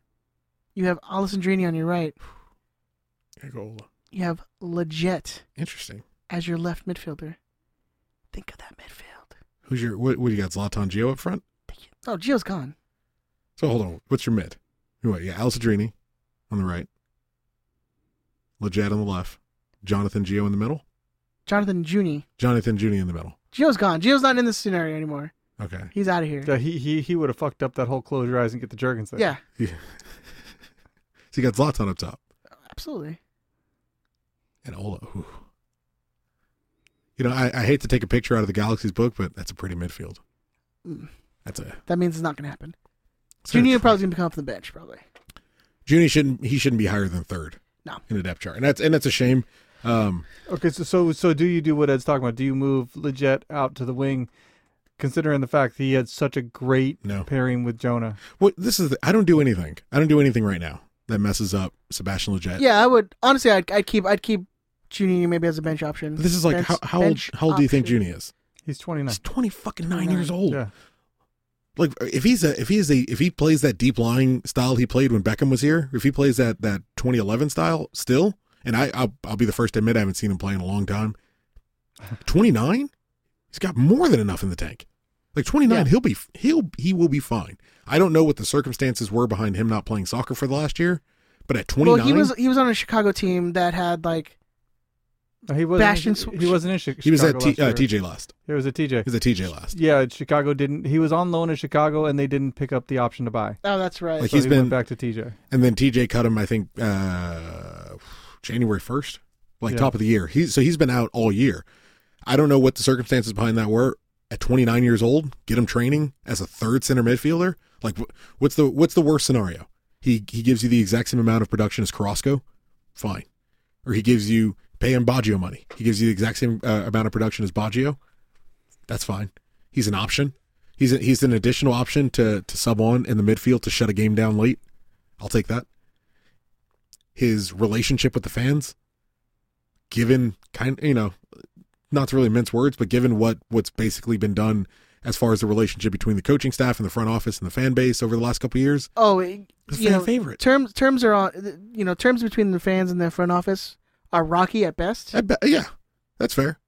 Speaker 2: You have Alessandrini on your right.
Speaker 4: Angola.
Speaker 2: You have Leggett
Speaker 4: Interesting.
Speaker 2: as your left midfielder. Think of that midfield.
Speaker 4: Who's your what? What do you got? Zlatan Geo up front.
Speaker 2: Think it- Oh, Gio's gone.
Speaker 4: So hold on. What's your mid? Anyway, yeah, Al Sadrini on the right. Leggett on the left. Jonathan Geo in the middle.
Speaker 2: Jonathan Juni.
Speaker 4: Jonathan Juni in the middle.
Speaker 2: Gio's gone. Gio's not in this scenario anymore.
Speaker 4: Okay.
Speaker 2: He's out of here.
Speaker 5: Yeah, he he, he would have fucked up that whole close your eyes and get the jerkins thing.
Speaker 2: Yeah,
Speaker 4: Yeah. so you got Zlatan up top
Speaker 2: absolutely.
Speaker 4: and Ola. Ooh. You know, I, I hate to take a picture out of the Galaxy's book, but that's a pretty midfield. That's a
Speaker 2: That means it's not going to happen.
Speaker 4: it's
Speaker 2: Juninho
Speaker 4: not-
Speaker 2: Mm. probably going to come off the bench, probably.
Speaker 4: Juni shouldn't he shouldn't be higher than third
Speaker 2: No.
Speaker 4: in the depth chart, and that's and that's a shame. Um,
Speaker 5: Okay, so, so so do you do what Ed's talking about? Do you move Leggett out to the wing, considering the fact he had such a great
Speaker 4: No.
Speaker 5: pairing with Jonah?
Speaker 4: what this is the, I don't do anything. I don't do anything right now that messes up Sebastian Leggett.
Speaker 2: Yeah, I would honestly. I'd, I'd keep. I'd keep Juninho maybe as a bench option.
Speaker 4: This is like
Speaker 2: Bench-
Speaker 4: how how old
Speaker 2: bench
Speaker 4: how old do you think
Speaker 2: option.
Speaker 4: Junie is?
Speaker 6: He's 29.
Speaker 4: He's twenty fucking nine years old.
Speaker 6: Yeah.
Speaker 4: Like if he's a if he's a if he plays that deep lying style he played when Beckham was here, if he plays that that 2011 style still, and I I'll, I'll be the first to admit I haven't seen him play in a long time. 29, he's got more than enough in the tank. Like 29,
Speaker 2: Yeah.
Speaker 4: he'll be he'll he will be fine. I don't know what the circumstances were behind him not playing soccer for the last year, but at 29,
Speaker 2: Well, he was he was on a Chicago team that had like
Speaker 5: No, he wasn't.
Speaker 2: Bastion.
Speaker 5: He,
Speaker 6: He wasn't in Chi- Chicago.
Speaker 4: he was at T,
Speaker 6: last
Speaker 4: uh,
Speaker 6: year.
Speaker 4: TJ last.
Speaker 5: he was a
Speaker 4: He
Speaker 5: TJ.
Speaker 4: was at TJ last.
Speaker 5: Yeah, Chicago didn't. He was on loan in Chicago, and they didn't pick up the option to buy.
Speaker 2: oh that's right.
Speaker 4: Like
Speaker 5: So
Speaker 4: he's
Speaker 5: he
Speaker 4: been
Speaker 5: went back to
Speaker 2: Uh,
Speaker 5: TJ.
Speaker 4: and then TJ cut him. I think uh, January first, like
Speaker 5: Yeah.
Speaker 4: top of the year. He so he's been out all year. I don't know what the circumstances behind that were. At 29 years old, get him training as a third center midfielder. Like wh- what's the what's the worst scenario? He he gives you the exact same amount of production as Carrasco, fine, or he gives you pay him Baggio money. He gives you the exact same uh, amount of production as Baggio. That's fine. He's an option. He's a, he's an additional option to to sub on in the midfield to shut a game down late. I'll take that. His relationship with the fans, given kind you know, not to really mince words, but given what what's basically been done as far as the relationship between the coaching staff and the front office and the fan base over the last couple of years,
Speaker 2: oh, it-
Speaker 4: It's
Speaker 2: you
Speaker 4: fan
Speaker 2: know,
Speaker 4: favorite.
Speaker 2: terms terms are on you know terms between the fans and their front office are rocky at best,
Speaker 4: I bet, yeah, that's fair.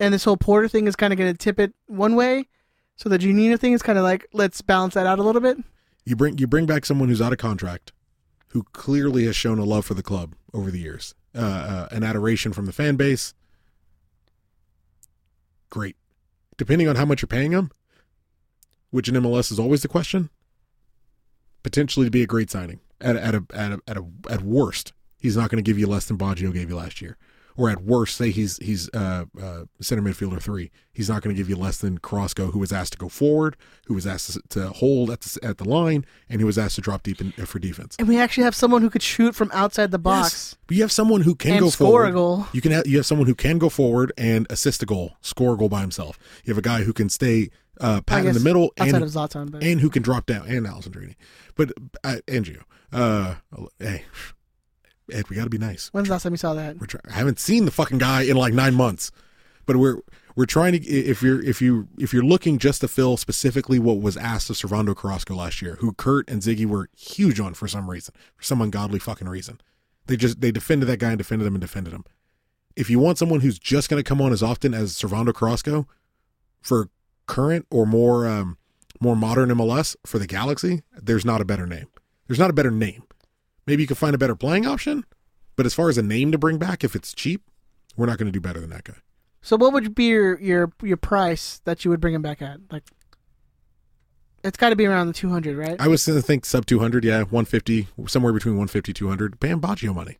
Speaker 2: and this whole Porter thing is kind of going to tip it one way. So the Juninho thing is kind of like let's balance that out a little bit.
Speaker 4: You bring you bring back someone who's out of contract, who clearly has shown a love for the club over the years, uh, uh, an adoration from the fan base. Great, depending on how much you're paying him, which in MLS is always the question. Potentially to be a great signing. At at a, at a, at, a, at worst, he's not going to give you less than Baggio gave you last year. Or at worst, say he's he's uh, uh, center midfielder three. He's not going to give you less than Carrasco, who was asked to go forward, who was asked to, to hold at the, at the line, and who was asked to drop deep in, for defense.
Speaker 2: And we actually have someone who could shoot from outside the box.
Speaker 4: Yes. But you have someone who can
Speaker 2: And
Speaker 4: go
Speaker 2: score
Speaker 4: forward.
Speaker 2: a goal.
Speaker 4: You can have, you have someone who can go forward and assist a goal, score a goal by himself. You have a guy who can stay uh,
Speaker 2: I
Speaker 4: pat in the
Speaker 2: guess
Speaker 4: middle
Speaker 2: outside
Speaker 4: and
Speaker 2: of Zlatan, but
Speaker 4: and who can drop down and Alessandrini, but uh, and you. Uh, hey, Ed, we got to be nice.
Speaker 2: when's the last time you saw that?
Speaker 4: We're try- I haven't seen the fucking guy in like nine months, but we're we're trying to. If you're if you if you're looking just to fill specifically what was asked of Servando Carrasco last year, who Kurt and Ziggy were huge on for some reason, for some ungodly fucking reason, they just they defended that guy and defended him and defended him. If you want someone who's just going to come on as often as Servando Carrasco for current or more um, more modern MLS for the Galaxy, there's not a better name. There's not a better name. Maybe you can find a better playing option, but as far as a name to bring back, if it's cheap, we're not going to do better than that guy.
Speaker 2: So what would be your your your price that you would bring him back at? Like, it's got to be around the two hundred, right?
Speaker 4: I was going to think sub 200, yeah, 150, somewhere between 150, 200. Pay him Baggio money.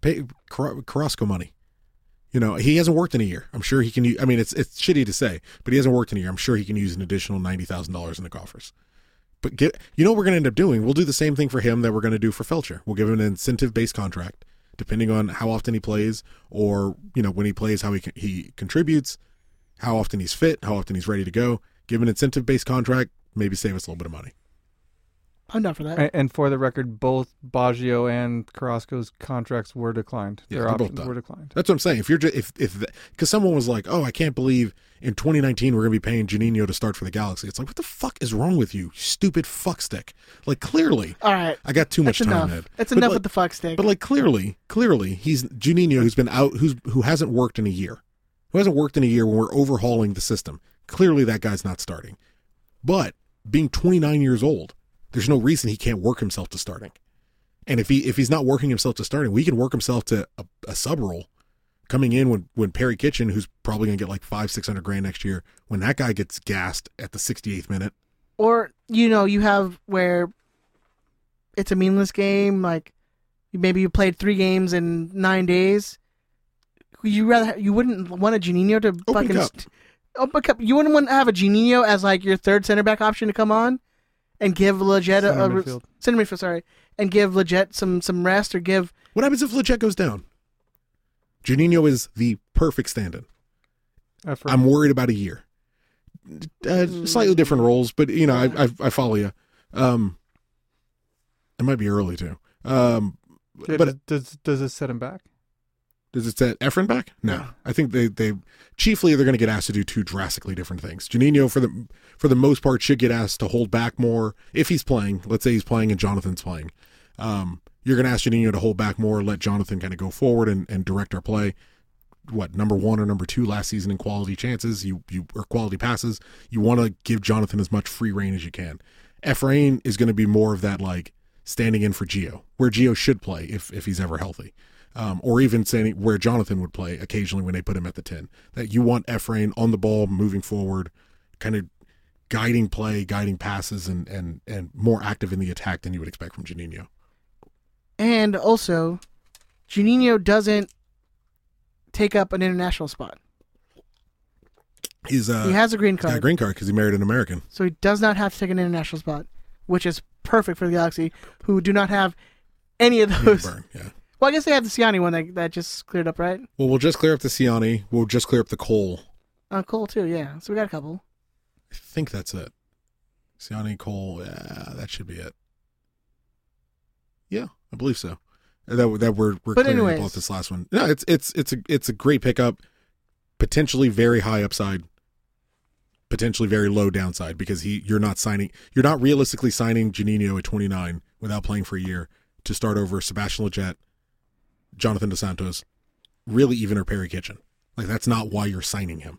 Speaker 4: Pay Car- Carrasco money. You know, he hasn't worked in a year. I'm sure he can. u- I mean, it's it's shitty to say, but he hasn't worked in a year. I'm sure he can use an additional ninety thousand dollars in the coffers. But get, you know, what we're going to end up doing. We'll do the same thing for him that we're going to do for Felcher. We'll give him an incentive-based contract, depending on how often he plays, or you know, when he plays, how he con- he contributes, how often he's fit, how often he's ready to go. Give him an incentive-based contract, maybe save us a little bit of money.
Speaker 2: I'm down for that.
Speaker 5: And, and for the record, both Baggio and Carrasco's contracts were declined.
Speaker 4: Yeah,
Speaker 5: Their
Speaker 4: they're both
Speaker 5: options
Speaker 4: done.
Speaker 5: were declined.
Speaker 4: That's what I'm saying. If you're just if if because someone was like, oh, I can't believe in 2019 we're gonna be paying Janino to start for the Galaxy. It's like, what the fuck is wrong with you, stupid fuckstick? Like clearly,
Speaker 2: All right,
Speaker 4: I got too much
Speaker 2: that's
Speaker 4: time.
Speaker 2: enough.
Speaker 4: Ed.
Speaker 2: That's
Speaker 4: But,
Speaker 2: enough
Speaker 4: like-
Speaker 2: with the fuck stick.
Speaker 4: But like clearly, clearly he's Janino who's been out, who's who hasn't worked in a year, who hasn't worked in a year when we're overhauling the system. Clearly, that guy's not starting. But being 29 years old, there's no reason he can't work himself to starting. And if he if he's not working himself to starting, we can work himself to a, a sub role coming in when when Perry Kitchen, who's probably gonna get like five six hundred grand next year, when that guy gets gassed at the 68th minute.
Speaker 2: or you know, you have where it's a meaningless game. Like maybe you played three games in nine days. You rather you wouldn't want a Juninho to fucking
Speaker 4: cup.
Speaker 2: st- open cup. You wouldn't want to have a Juninho as like your third center back option to come on and give Legit a,
Speaker 5: Center
Speaker 2: a
Speaker 5: midfield.
Speaker 2: center midfield. Sorry, and give Legit some some rest or give
Speaker 4: What happens if Leggett goes down? Janino is the perfect stand-in.
Speaker 5: Uh, for-
Speaker 4: I'm worried about a year. Uh, slightly different roles, but you know, I I, I follow you. Um, it might be early too. Um,
Speaker 5: Yeah,
Speaker 4: but
Speaker 5: does, does does this set him back?
Speaker 4: Does it say Effenbach? No, I think they they chiefly they're going to get asked to do two drastically different things. Janino for the for the most part should get asked to hold back more if he's playing. Let's say he's playing and Jonathan's playing. Um, you're going to ask Janino to hold back more, let Jonathan kind of go forward and, and direct our play. What number one or number two last season in quality chances? You you or quality passes? You want to give Jonathan as much free reign as you can. Efrain is going to be more of that like standing in for Geo, where Geo should play if if he's ever healthy, um, or even standing where Jonathan would play occasionally when they put him at the ten. That you want Efrain on the ball, moving forward, kind of guiding play, guiding passes, and and and more active in the attack than you would expect from Janino.
Speaker 2: And also, Juninho doesn't take up an international spot.
Speaker 4: He's uh,
Speaker 2: he has a green
Speaker 4: got a
Speaker 2: card,
Speaker 4: green card because he married an American.
Speaker 2: so he does not have to take an international spot, which is perfect for the Galaxy, who do not have any of those.
Speaker 4: Burn, yeah.
Speaker 2: Well, I guess they have the Siani one that, that just cleared up, right?
Speaker 4: Well, we'll just clear up the Siani. We'll just clear up the Cole.
Speaker 2: Uh, Cole too, yeah. So we got a couple.
Speaker 4: I think that's it. Siani Cole. Yeah, that should be it. Yeah, I believe so. Uh, That we- that we're we're
Speaker 2: But
Speaker 4: clearing up
Speaker 2: anyways.
Speaker 4: off this last one. No, it's it's it's a it's a great pickup. Potentially very high upside. Potentially very low downside because he you're not signing you're not realistically signing Janino at 29 without playing for a year to start over Sebastian Legette, Jonathan DeSantos, really even or Perry Kitchen. Like that's not why you're signing him.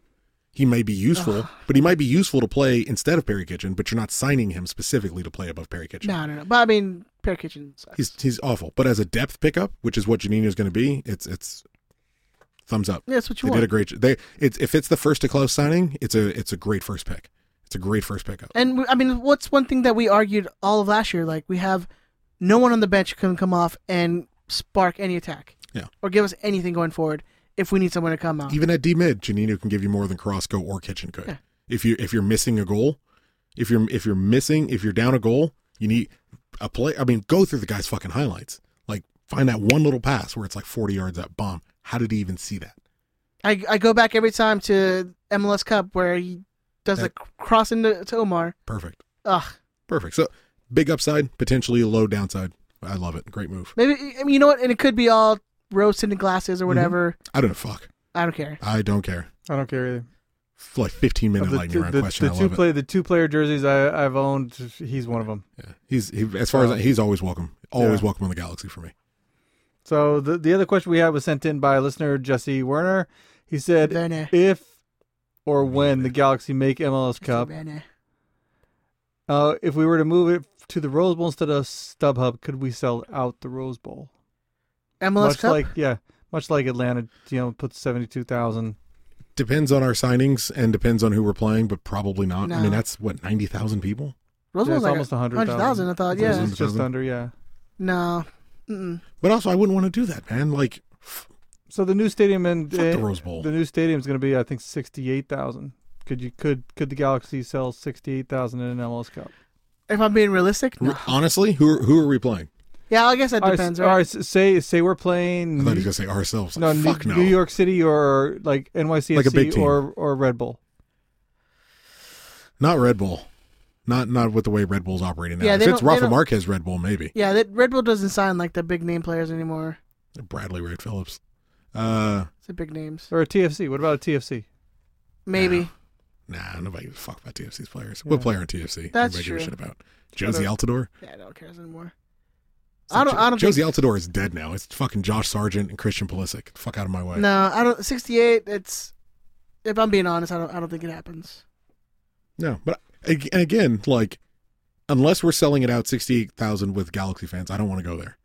Speaker 4: He may be useful, but he might be useful to play instead of Perry Kitchen. But you're not signing him specifically to play above Perry Kitchen.
Speaker 2: No, no, no. But I mean, Pear Kitchen. Sucks.
Speaker 4: He's he's awful. But as a depth pickup, which is what Janino's going to be, it's it's thumbs up.
Speaker 2: Yeah, that's what you
Speaker 4: they
Speaker 2: want.
Speaker 4: did a great. j- They it's if it's the first to close signing, it's a it's a great first pick. It's a great first pickup.
Speaker 2: And we- I mean, what's one thing that we argued all of last year? Like we have no one on the bench can come off and spark any attack.
Speaker 4: Yeah.
Speaker 2: Or give us anything going forward if we need someone to come out.
Speaker 4: Even at D mid, Janino can give you more than Carrasco or Kitchen could. If you if you're missing a goal, if you're if you're missing if you're down a goal, you need a play. I mean, go through the guy's fucking highlights. Like find that one little pass where it's like 40 yards that bomb. How did he even see that?
Speaker 2: I I go back every time to MLS Cup where he does
Speaker 4: That-
Speaker 2: a c- cross into to Omar.
Speaker 4: Perfect,
Speaker 2: Ugh.
Speaker 4: perfect. So big upside, potentially a low downside. I love it. Great move.
Speaker 2: Maybe I mean, you know what? And it could be all rose tinted glasses
Speaker 5: Mm-hmm.
Speaker 2: or whatever.
Speaker 4: I don't know. Fuck.
Speaker 2: I don't care.
Speaker 4: I don't care.
Speaker 5: I don't care either.
Speaker 4: F- Like 15 minute
Speaker 5: Of the,
Speaker 4: lightning
Speaker 5: two,
Speaker 4: round
Speaker 5: the-
Speaker 4: question.
Speaker 5: the
Speaker 4: I
Speaker 5: two
Speaker 4: love it.
Speaker 5: play the two player jerseys I, I've owned, he's one of them.
Speaker 4: Yeah. He's he, as far as I- he's always welcome. Always
Speaker 5: Uh, Yeah.
Speaker 4: welcome on the galaxy for me.
Speaker 5: So the the other question we had was sent in by listener Jesse Werner. He said
Speaker 2: Werner.
Speaker 5: if or when the Galaxy make MLS Cup,
Speaker 2: Man, eh.
Speaker 5: uh, if we were to move it to the Rose Bowl instead of StubHub, could we sell out the Rose Bowl?
Speaker 2: MLS
Speaker 5: much
Speaker 2: Cup.
Speaker 5: like yeah, much like Atlanta, you know, puts seventy two thousand.
Speaker 4: Depends on our signings and depends on who we're playing, but probably not. I mean,
Speaker 2: No.
Speaker 4: that's what ninety thousand people.
Speaker 2: Rose
Speaker 5: Yeah,
Speaker 2: Bowl's
Speaker 5: it's
Speaker 2: like
Speaker 5: almost
Speaker 2: a
Speaker 5: 100,000.
Speaker 2: 100,000, I thought,
Speaker 4: Rose
Speaker 2: yeah.
Speaker 4: Bowl's-
Speaker 5: It's just under yeah.
Speaker 2: No. Mm-mm.
Speaker 4: But also, I wouldn't want to do that, man. Like, f-
Speaker 5: So the new stadium in eh,
Speaker 4: Fuck the Rose Bowl.
Speaker 5: The new stadium is going to be, I think, sixty eight thousand. Could you could could the Galaxy sell sixty eight thousand in an MLS Cup?
Speaker 2: If I'm being realistic, no.
Speaker 4: r- honestly, who are, who are we playing?
Speaker 2: Yeah, I guess that
Speaker 5: All right,
Speaker 2: depends,
Speaker 5: s- All
Speaker 2: right?
Speaker 5: right, s- say say we're
Speaker 4: I
Speaker 5: playing
Speaker 4: thought he was gonna say ourselves.
Speaker 5: no,
Speaker 4: No,
Speaker 5: New,
Speaker 4: fuck no.
Speaker 5: New York City or like NYCFC
Speaker 4: Like a big team.
Speaker 5: or or Red Bull.
Speaker 4: Not Red Bull. Not not with the way Red Bull's operating now.
Speaker 2: Yeah,
Speaker 4: if
Speaker 2: they
Speaker 4: it's
Speaker 2: don't- they
Speaker 4: Rafa
Speaker 2: don't-
Speaker 4: Marquez Red Bull, maybe
Speaker 2: Yeah, that Red Bull doesn't sign like the big name players anymore.
Speaker 4: Bradley Wright Phillips. Uh,
Speaker 2: It's the big names.
Speaker 5: Or a TFC. What about a TFC?
Speaker 2: Maybe.
Speaker 4: nah, nobody gives a fuck about TFC's players. What player on TFC?
Speaker 2: That's
Speaker 4: nobody gives a
Speaker 2: true.
Speaker 4: shit about Josie
Speaker 5: up.
Speaker 4: Altador.
Speaker 2: Yeah, no one cares anymore. I don't. I don't
Speaker 4: Josie
Speaker 2: think.
Speaker 4: Altador is dead now. It's fucking Josh Sargent and Christian Pulisic. Fuck out of my way.
Speaker 2: No, I don't. Sixty-eight. It's. If I'm being honest, I don't. I don't think it happens.
Speaker 4: No, but ag- and again, like unless we're selling it out sixty eight thousand with Galaxy fans, I don't want to go there.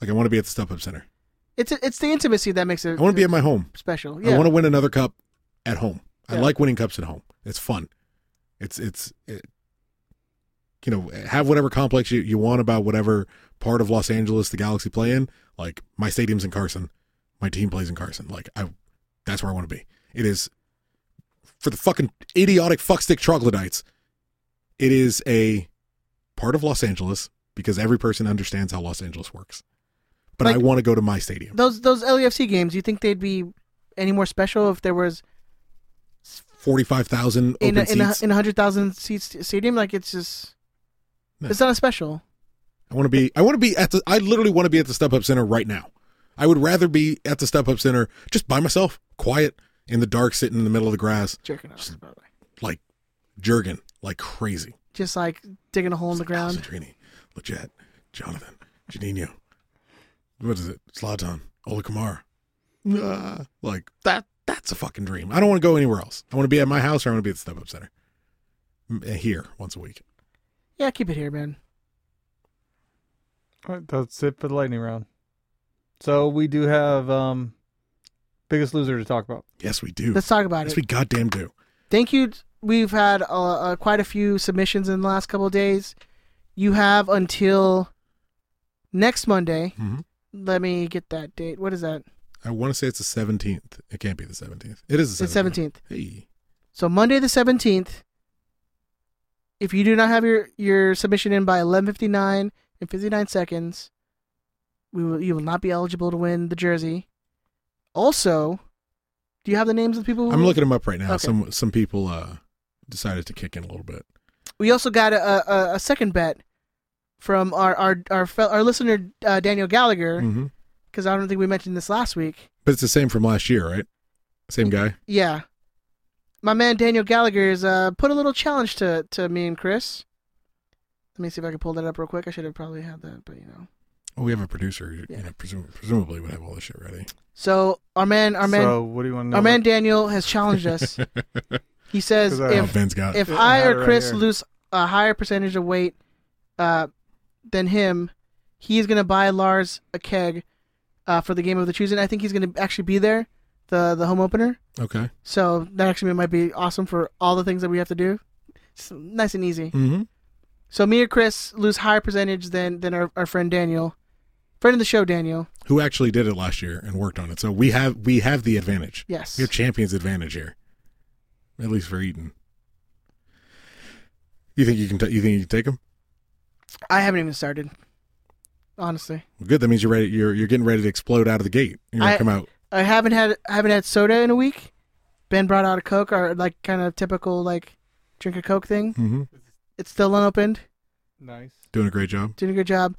Speaker 4: Like I want to be at the Stub Hub Center.
Speaker 2: It's it's the intimacy that makes it.
Speaker 4: I want to be at my home.
Speaker 2: special. Yeah.
Speaker 4: I want to win another cup at home. I
Speaker 2: Yeah.
Speaker 4: like winning cups at home. It's fun. It's it's it, you know have whatever complex you, you want about whatever part of Los Angeles the Galaxy play in. Like my stadium's in Carson, my team plays in Carson. Like I, that's where I want to be. It is for the fucking idiotic fuckstick troglodytes. It is a part of Los Angeles because every person understands how Los Angeles works. But I
Speaker 2: Like-
Speaker 4: want to go to my stadium.
Speaker 2: those those LAFC games. You think they'd be any more special if there was
Speaker 4: Forty-five thousand open
Speaker 2: in a,
Speaker 4: seats.
Speaker 2: in a, in a hundred thousand seat st- stadium? Like it's just.
Speaker 4: No.
Speaker 2: It's not a special.
Speaker 4: I want to be. I want to be at the. I literally want to be at the StubHub Center right now. I would rather be at the Step Up Center just by myself, quiet in the dark, sitting in the middle of the grass,
Speaker 2: Jerking off, by the way.
Speaker 4: like jerking like crazy.
Speaker 2: Just like digging a hole in the ground.
Speaker 4: Sandrini, Leggett, Jonathan, Janino. What is it? Slatan, Ola Kamara. Nah, like that. That's a fucking dream. I don't want to go anywhere else. I want to be at my house or I want to be at the Step Up Center. M- eh, Here once a week.
Speaker 2: Yeah, keep it here, man.
Speaker 5: All right, that's it for the lightning round. So we do have um, biggest loser to talk about.
Speaker 4: Yes, we do.
Speaker 2: Let's talk about
Speaker 4: yes,
Speaker 2: it.
Speaker 4: we goddamn do.
Speaker 2: Thank you. We've had uh, uh, quite a few submissions in the last couple of days. You have until next Monday.
Speaker 4: Mhm.
Speaker 2: Let me get that date. What is that?
Speaker 4: I want to say it's the seventeenth. It can't be the seventeenth. It is the
Speaker 2: It's
Speaker 4: seventeenth.
Speaker 2: 17th.
Speaker 4: Hey,
Speaker 2: So Monday the 17th. If you do not have your, your submission in by 11:59 and 59 seconds, we will, you will not be eligible to win the jersey. Also, do you have the names of the people? who-
Speaker 4: I'm looking them up right now.
Speaker 2: Okay.
Speaker 4: Some some people uh decided to kick in a little bit.
Speaker 2: we also got a, a, a second bet from our our our, fel- our listener uh, Daniel Gallagher
Speaker 4: hmm
Speaker 2: because I don't think we mentioned this last week.
Speaker 4: But it's the same from last year, right? Same
Speaker 2: Mm-hmm.
Speaker 4: guy.
Speaker 2: Yeah, my man Daniel Gallagher has uh, put a little challenge to to me and Chris. Let me see if I can pull that up real quick. I should have probably had that, but you know.
Speaker 4: Well, we have a producer who
Speaker 2: Yeah.
Speaker 4: you know, presum- presumably would have all this shit ready.
Speaker 2: So our man, our man,
Speaker 5: so what do you want to know?
Speaker 2: our man Daniel has challenged us. he says
Speaker 5: 'Cause I-
Speaker 4: oh,
Speaker 2: if
Speaker 4: Ben's got
Speaker 2: if
Speaker 5: Yeah,
Speaker 2: I
Speaker 5: right
Speaker 2: or Chris
Speaker 5: here.
Speaker 2: lose a higher percentage of weight uh, than him, he's gonna buy Lars a keg uh, for the game of the Tuesday. I think he's gonna actually be there, the the home opener.
Speaker 4: okay.
Speaker 2: So that actually might be awesome for all the things that we have to do. It's nice and easy.
Speaker 4: Mm-hmm.
Speaker 2: So me or Chris lose higher percentage than than our, our friend Daniel, friend of the show Daniel.
Speaker 4: Who actually did it last year and worked on it? So we have we have the advantage.
Speaker 2: Yes.
Speaker 4: We have champions advantage here, at least for Eaton. You think you can? T- you think you can take him?
Speaker 2: I haven't even started, honestly.
Speaker 4: Well, good. That means you're ready. You're you're getting ready to explode out of the gate. You're gonna
Speaker 2: I-
Speaker 4: come out
Speaker 2: I haven't had I haven't had soda in a week. Ben brought out a Coke, our like kind of typical like drink a Coke thing.
Speaker 4: hmm
Speaker 2: It's still unopened.
Speaker 5: Nice.
Speaker 4: doing a great job.
Speaker 2: Doing a good job.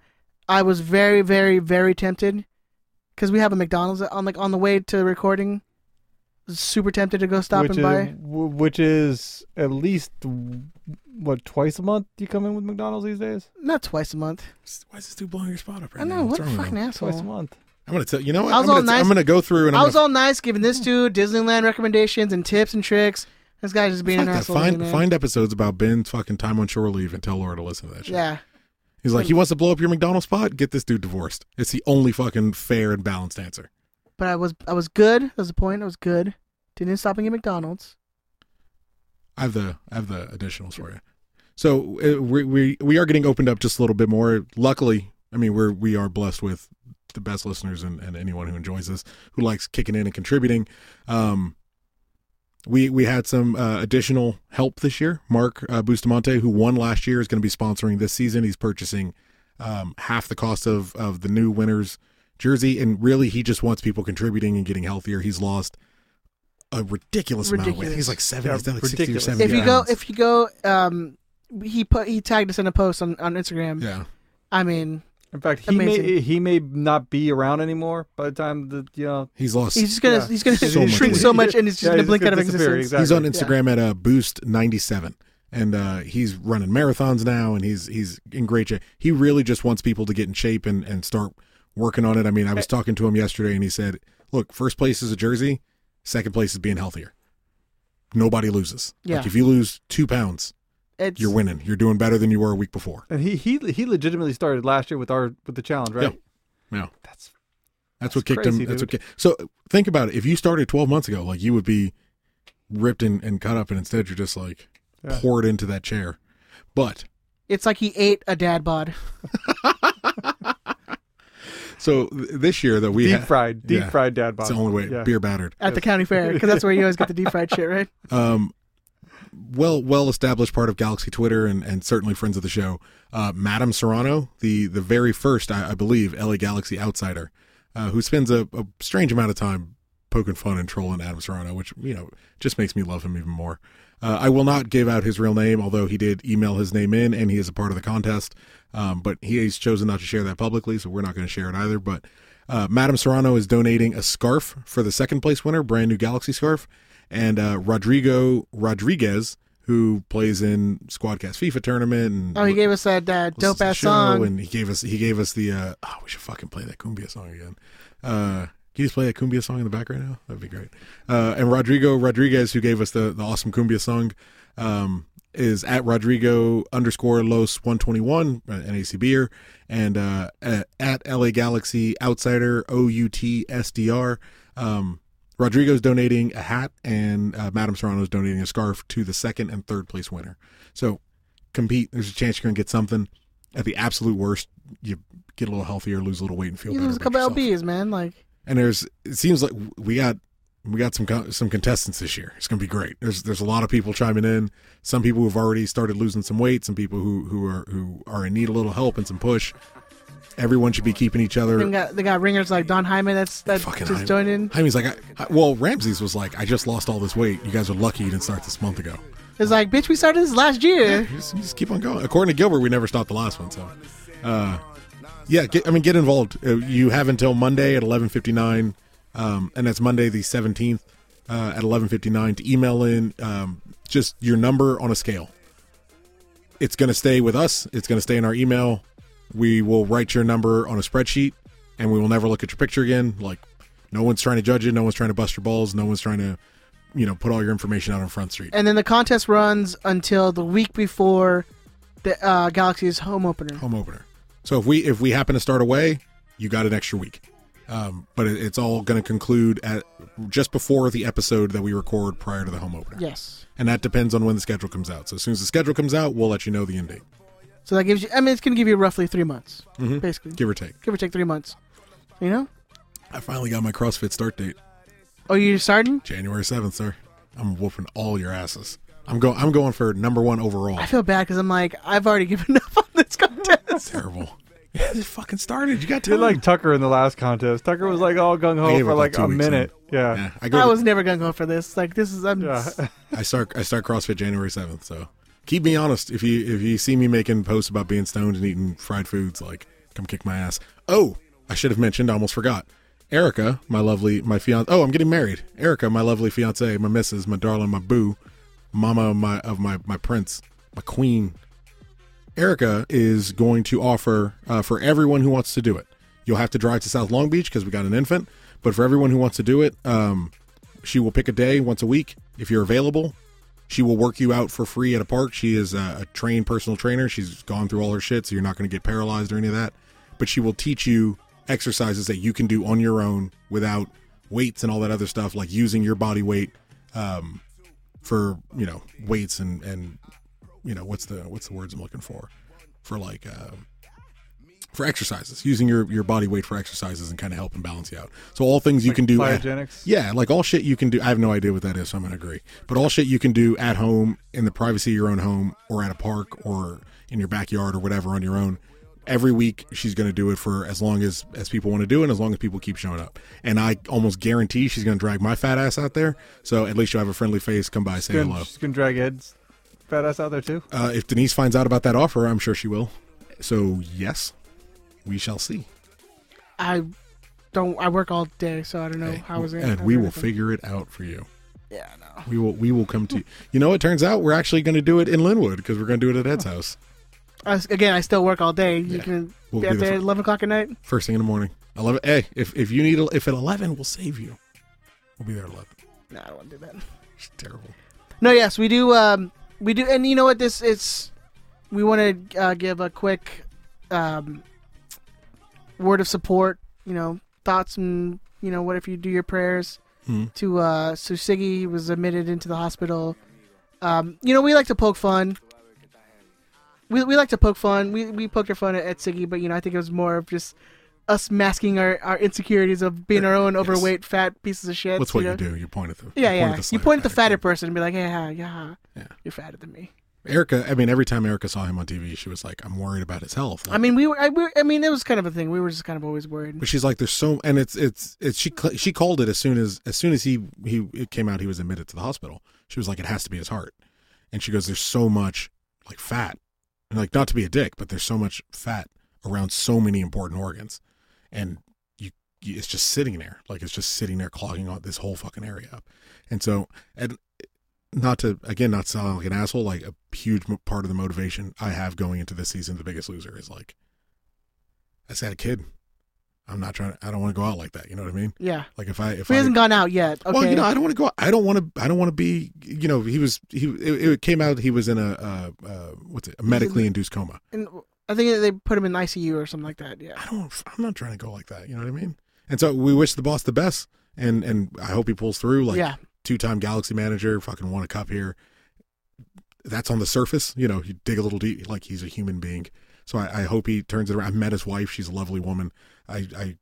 Speaker 2: I was very, very, very tempted because we have a McDonald's uh, on like on the way to the recording. Was super tempted to go stop
Speaker 5: which
Speaker 2: and
Speaker 5: is,
Speaker 2: buy.
Speaker 5: w- Which is at least w- what twice a month you come in with McDonald's these days.
Speaker 2: Not twice a month.
Speaker 4: Why is this dude blowing your spot up right
Speaker 2: I
Speaker 4: now?
Speaker 2: know what
Speaker 4: What's
Speaker 2: a
Speaker 4: wrong with
Speaker 2: fucking
Speaker 4: him?
Speaker 2: asshole.
Speaker 5: Twice a month.
Speaker 4: I'm gonna tell you know what
Speaker 2: I
Speaker 4: I'm
Speaker 2: was
Speaker 4: gonna,
Speaker 2: all
Speaker 4: t-
Speaker 2: nice-
Speaker 4: I'm gonna go through and I'm
Speaker 2: I was
Speaker 4: gonna
Speaker 2: all nice giving this dude Disneyland recommendations and tips and tricks. This guy's just being an
Speaker 4: fuck that.
Speaker 2: asshole. to
Speaker 4: find
Speaker 2: me, man.
Speaker 4: find episodes about Ben's fucking time on shore leave and tell Laura to listen to that shit.
Speaker 2: yeah.
Speaker 4: He's like, he wants to blow up your McDonald's spot. Get this dude divorced. It's the only fucking fair and balanced answer.
Speaker 2: But I was I was good. That was the point. I was good. Didn't stop and get McDonald's.
Speaker 4: I have the I have the additionals for you. So uh, we we we are getting opened up just a little bit more. Luckily, I mean we're we are blessed with the best listeners and, and anyone who enjoys this who likes kicking in and contributing. Um, we we had some uh, additional help this year. Mark uh, Bustamante, who won last year, is going to be sponsoring this season. He's purchasing um, half the cost of of the new winner's jersey, and really he just wants people contributing and getting healthier. He's lost a ridiculous, amount of weight.
Speaker 2: Ridiculous.
Speaker 4: He's like seven.
Speaker 5: Yeah,
Speaker 4: he's down like sixty or
Speaker 5: ridiculous.
Speaker 4: seventy.
Speaker 2: If you go,
Speaker 4: pounds.
Speaker 2: if you go, um, he put he tagged us in a post on on Instagram.
Speaker 4: yeah,
Speaker 2: I mean,
Speaker 5: In fact, he may
Speaker 2: Amazing.
Speaker 5: he may not be around anymore by the time that you know.
Speaker 4: he's lost.
Speaker 2: he's just gonna
Speaker 5: Yeah.
Speaker 2: he's gonna
Speaker 4: So much
Speaker 2: shrink
Speaker 4: weight.
Speaker 2: so much, and it's just
Speaker 5: Yeah,
Speaker 2: in a
Speaker 5: he's
Speaker 2: blink out
Speaker 5: gonna
Speaker 2: of
Speaker 5: disappear,
Speaker 2: existence.
Speaker 5: exactly.
Speaker 4: He's on
Speaker 2: yeah.
Speaker 4: Instagram at uh, boost ninety seven, and uh, he's running marathons now, and he's he's in great shape. He really just wants people to get in shape and and start working on it. I mean, I was talking to him yesterday, and he said, "Look, first place is a jersey, second place is being healthier. Nobody loses.
Speaker 2: Yeah.
Speaker 4: Like if you lose two pounds,
Speaker 2: It's,
Speaker 4: you're winning. You're doing better than you were a week before.
Speaker 5: And he he he legitimately started last year with our with the challenge, right?
Speaker 4: Yeah.
Speaker 5: That's
Speaker 4: That's,
Speaker 5: That's
Speaker 4: what kicked
Speaker 5: crazy,
Speaker 4: him. That's what
Speaker 5: dude.
Speaker 4: ki- so think about it. If you started 12 months ago, like you would be ripped and, and cut up, and instead you're just like
Speaker 5: Yeah.
Speaker 4: poured into that chair. But
Speaker 2: It's like he ate a dad bod.
Speaker 4: so th- this year though we
Speaker 5: deep
Speaker 4: ha-
Speaker 5: fried, deep
Speaker 4: yeah.
Speaker 5: fried dad bod.
Speaker 4: It's the only way
Speaker 5: Yeah.
Speaker 4: beer battered.
Speaker 2: At the county fair, because that's where you always get the deep fried shit, right?
Speaker 4: um, well well established part of Galaxy Twitter and, and certainly friends of the show, uh, Madame Serrano, the the very first I, I believe LA Galaxy outsider, uh, who spends a, a strange amount of time poking fun and trolling Adam Serrano, which you know just makes me love him even more. Uh, I will not give out his real name, although he did email his name in and he is a part of the contest. Um, but he has chosen not to share that publicly, so we're not going to share it either. But Uh, Madame Serrano is donating a scarf for the second place winner, brand new Galaxy scarf, and uh, Rodrigo Rodriguez, who plays in Squadcast FIFA tournament. And
Speaker 2: Oh, he gave us that uh,
Speaker 4: listens
Speaker 2: dope
Speaker 4: to the
Speaker 2: ass
Speaker 4: show,
Speaker 2: song.
Speaker 4: and he gave us he gave us the uh, oh, we should fucking play that cumbia song again. Uh, can you just play that cumbia song in the back right now? That'd be great. Uh, and Rodrigo Rodriguez, who gave us the the awesome cumbia song, um, is at Rodrigo underscore Los one uh, twenty one an ACBer, and uh, at, at LA Galaxy Outsider O U T S D R. Um, Rodrigo's donating a hat, and uh, Madame Serrano's donating a scarf to the second and third place winner. So compete. There's a chance you're gonna get something. At the absolute worst, you get a little healthier, lose a little weight, and feel
Speaker 2: You
Speaker 4: better.
Speaker 2: lose a
Speaker 4: about
Speaker 2: couple
Speaker 4: yourself.
Speaker 2: lbs, man. Like
Speaker 4: And there's it seems like we got we got some con- some contestants this year. It's gonna be great. There's there's a lot of people chiming in. Some people who've already started losing some weight. Some people who who are who are in need of a little help and some push. Everyone should be keeping each other.
Speaker 2: they got they got ringers like Don Hyman. That's that
Speaker 4: Fucking
Speaker 2: just
Speaker 4: Jaime.
Speaker 2: joined in.
Speaker 4: Jaime's like, I, I- well, Ramses was like, I just lost all this weight. You guys are lucky you didn't start this month ago.
Speaker 2: It's like, bitch, we started this last year.
Speaker 4: You just, you just keep on going. According to Gilbert, we never stopped the last one. So, uh, yeah, get, I mean, get involved. Uh, you have until Monday at eleven fifty nine, um, and that's Monday the seventeenth uh, at eleven fifty nine to email in um, just your number on a scale. It's going to stay with us. It's going to stay in our email. We will write your number on a spreadsheet, and we will never look at your picture again. Like, no one's trying to judge you. No one's trying to bust your balls. No one's trying to, you know, put all your information out on Front Street.
Speaker 2: And then the contest runs until the week before the uh, Galaxy's home opener.
Speaker 4: home opener. So if we if we happen to start away, you got an extra week. Um, but it, it's all going to conclude at just before the episode that we record prior to the home opener.
Speaker 2: Yes.
Speaker 4: And that depends on when the schedule comes out. So as soon as the schedule comes out, we'll let you know the end date,
Speaker 2: So that gives you. I mean, it's gonna give you roughly three months, basically,
Speaker 4: Mm-hmm. give or take.
Speaker 2: give or take three months. You know?
Speaker 4: I finally got my CrossFit start date,
Speaker 2: Oh, you're starting?
Speaker 4: January seventh, sir. I'm whooping all your asses. I'm going. I'm going for number one overall.
Speaker 2: I feel bad because I'm like, I've already given up on this contest.
Speaker 4: Terrible. Yeah, it fucking started. You got
Speaker 5: Did
Speaker 4: to
Speaker 5: like Tucker in the last contest. Tucker was like all gung ho for like a minute. Yeah.
Speaker 4: yeah. I go.
Speaker 2: I was never gonna go for this. Like, this is. I'm,
Speaker 5: Yeah.
Speaker 4: I start I start CrossFit January seventh, so keep me honest. If you if you see me making posts about being stoned and eating fried foods, like come kick my ass. Oh, I should have mentioned, I almost forgot. Erica, my lovely my fiance oh, I'm getting married. Erica, my lovely fiance, my missus, my darling, my boo, mama of my of my, my prince, my queen, Erica is going to offer uh, for everyone who wants to do it. You'll have to drive to South Long Beach because we got an infant, but for everyone who wants to do it, um, she will pick a day once a week if you're available. She will work you out for free at a park. She is a, a trained personal trainer. She's gone through all her shit, so you're not going to get paralyzed or any of that. But she will teach you exercises that you can do on your own without weights and all that other stuff, like using your body weight um, for you know weights and and you know what's the what's the words I'm looking for for like um, for exercises using your your body weight for exercises and kind of helping balance you out. So all things you can do at-
Speaker 5: Cryogenics.
Speaker 4: yeah, like all shit you can do. I have no idea what that is, so I'm gonna agree. But all shit you can do at home in the privacy of your own home, or at a park, or in your backyard, or whatever on your own. Every week she's gonna do it for as long as as people want to do, it and as long as people keep showing up. And I almost guarantee she's gonna drag my fat ass out there. So at least you'll have a friendly face. Come by, say
Speaker 5: Gonna-
Speaker 4: hello.
Speaker 5: She's gonna drag Ed's fat ass out there too.
Speaker 4: Uh, if Denise finds out about that offer, I'm sure she will. So yes, we shall see.
Speaker 2: I don't. I work all day, so I don't know
Speaker 4: Hey,
Speaker 2: how I was gonna.
Speaker 4: and
Speaker 2: have
Speaker 4: we will
Speaker 2: everything.
Speaker 4: figure it out for you.
Speaker 2: Yeah, no.
Speaker 4: We will we will come to you. You know, it turns out we're actually going to do it in Linwood because we're going to do it at
Speaker 2: Oh.
Speaker 4: Ed's house
Speaker 2: I was- again, I still work all day. You
Speaker 4: Yeah.
Speaker 2: can
Speaker 4: We'll
Speaker 2: be
Speaker 4: do
Speaker 2: out
Speaker 4: the
Speaker 2: there
Speaker 4: fir-
Speaker 2: at eleven o'clock at night.
Speaker 4: first thing in the morning. Eleven. Hey, if if you need a- if at eleven, we'll save you. We'll be there at eleven.
Speaker 2: No, I don't want to do that.
Speaker 4: It's terrible.
Speaker 2: No, yes, we do. Um, we do, and you know what? This it's. We want to uh, give a quick um, word of support. You know, thoughts and you know, what if you do your prayers
Speaker 4: Hmm.
Speaker 2: to uh, so Siggy was admitted into the hospital. Um, you know, we like to poke fun. We, we like to poke fun. We we poked our fun at, at Siggy, but you know, I think it was more of just us masking our, our insecurities of being our own overweight, fat pieces of shit.
Speaker 4: Er, That's what you
Speaker 2: know?
Speaker 4: do. You point at the
Speaker 2: Yeah,
Speaker 4: you
Speaker 2: yeah.
Speaker 4: Point at the
Speaker 2: you point at the
Speaker 4: slide
Speaker 2: fatter person and be like, yeah, yeah,
Speaker 4: Yeah.
Speaker 2: you're fatter than me.
Speaker 4: Erica. I mean, every time Erica saw him on TV, she was like, "I'm worried about his health."
Speaker 2: I mean, we were, I, we were- I mean, it was kind of a thing. We were just kind of always worried.
Speaker 4: But she's like, there's so, and it's, it's, it's. She cl- she called it as soon as as soon as he he it came out he was admitted to the hospital. She was like, it has to be his heart, and she goes, there's so much like fat, and like not to be a dick, but there's so much fat around so many important organs, and you it's just sitting there. Like it's just sitting there clogging on this whole fucking area up. And so, and not to again not sound like an asshole, like a huge mo- part of the motivation I have going into this season, The Biggest Loser, is like, I just had a kid. I'm not trying. I don't want to go out like that. You know what I mean?
Speaker 2: Yeah.
Speaker 4: Like if I if
Speaker 2: He
Speaker 4: I,
Speaker 2: hasn't gone out yet. Okay.
Speaker 4: well, you know, I don't want to go. I don't want to. I don't want to be. You know, he was. He it, it came out. He was in a uh, uh, what's it? A medically induced coma.
Speaker 2: And I think they put him in ICU or something like that. Yeah.
Speaker 4: I don't. I'm not trying to go like that. You know what I mean? And so we wish the boss the best, and and I hope he pulls through. Like
Speaker 2: Yeah.
Speaker 4: two-time Galaxy manager, fucking won a cup here. That's on the surface. You know, you dig a little deep. Like he's a human being. So I, I hope he turns it around. I met his wife. She's a lovely woman. I, I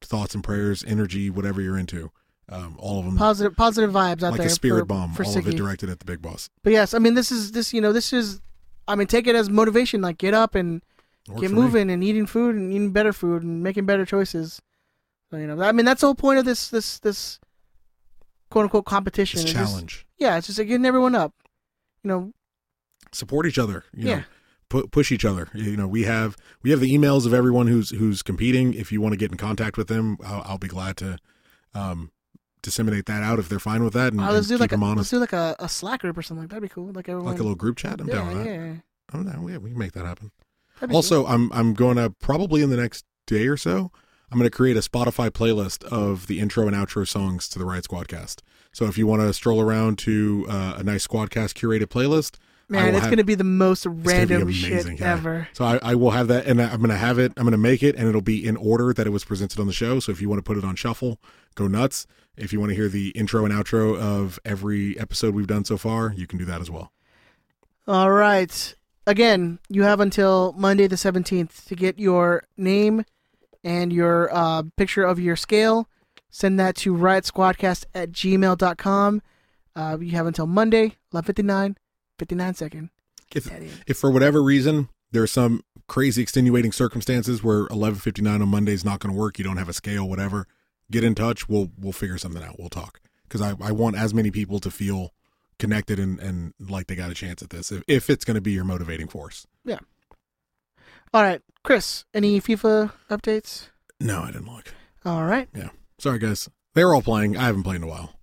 Speaker 4: thoughts and prayers, energy, whatever you're into, um, all of them.
Speaker 2: Positive positive vibes out
Speaker 4: like
Speaker 2: there.
Speaker 4: a spirit
Speaker 2: for,
Speaker 4: bomb,
Speaker 2: for
Speaker 4: all of
Speaker 2: Siggy.
Speaker 4: it directed at the big boss.
Speaker 2: But yes, I mean this is this you know this is, I mean take it as motivation. Like get up and
Speaker 4: Worked
Speaker 2: get
Speaker 4: for me.
Speaker 2: moving and eating food and eating better food and making better choices. So, you know, I mean that's the whole point of this this this quote unquote competition.
Speaker 4: It's
Speaker 2: It's just-
Speaker 4: challenge.
Speaker 2: yeah, it's just like getting everyone up. You know,
Speaker 4: Support each other. You know,
Speaker 2: Yeah.
Speaker 4: pu- push each other. You know, we have we have the emails of everyone who's who's competing. If you want to get in contact with them, I'll, I'll be glad to um, disseminate that out if they're fine with that and,
Speaker 2: uh,
Speaker 4: and
Speaker 2: let's do
Speaker 4: keep
Speaker 2: like a,
Speaker 4: them
Speaker 2: let's
Speaker 4: honest.
Speaker 2: do like a, a Slack group or something. That'd be cool. Like everyone.
Speaker 4: Like a little group chat. I'm
Speaker 2: yeah,
Speaker 4: down with that.
Speaker 2: yeah, yeah.
Speaker 4: I'm down. Yeah, we can make that happen.
Speaker 2: That'd be
Speaker 4: Also, I'm I'm going to probably in the next day or so. I'm going to create a Spotify playlist of the intro and outro songs to the Riot Squadcast. So if you want to stroll around to uh, a nice Squadcast curated playlist, I
Speaker 2: Man,
Speaker 4: will
Speaker 2: it's
Speaker 4: have-
Speaker 2: gonna be the most
Speaker 4: it's gonna be
Speaker 2: random shit
Speaker 4: yeah.
Speaker 2: ever.
Speaker 4: So I, I will have that, and I'm going to have it. I'm going to make it, and it'll be in order that it was presented on the show. So if you want to put it on shuffle, go nuts. If you want to hear the intro and outro of every episode we've done so far, you can do that as well.
Speaker 2: All right. Again, you have until Monday the 17th to get your name and your uh, picture of your scale. Send that to riotsquadcast at gmail.com. Uh, you have until Monday, 11.59, 59 second.
Speaker 4: If,
Speaker 2: that in.
Speaker 4: if for whatever reason there's some crazy extenuating circumstances where 11:59 on Monday is not going to work, you don't have a scale, whatever, get in touch. We'll we'll figure something out. We'll talk because I, I want as many people to feel connected and, and like they got a chance at this if, if it's going to be your motivating force.
Speaker 2: All right, Chris, any FIFA updates?
Speaker 4: No, I didn't look.
Speaker 2: All right.
Speaker 4: Yeah, sorry guys, they're all playing. I haven't played in a while.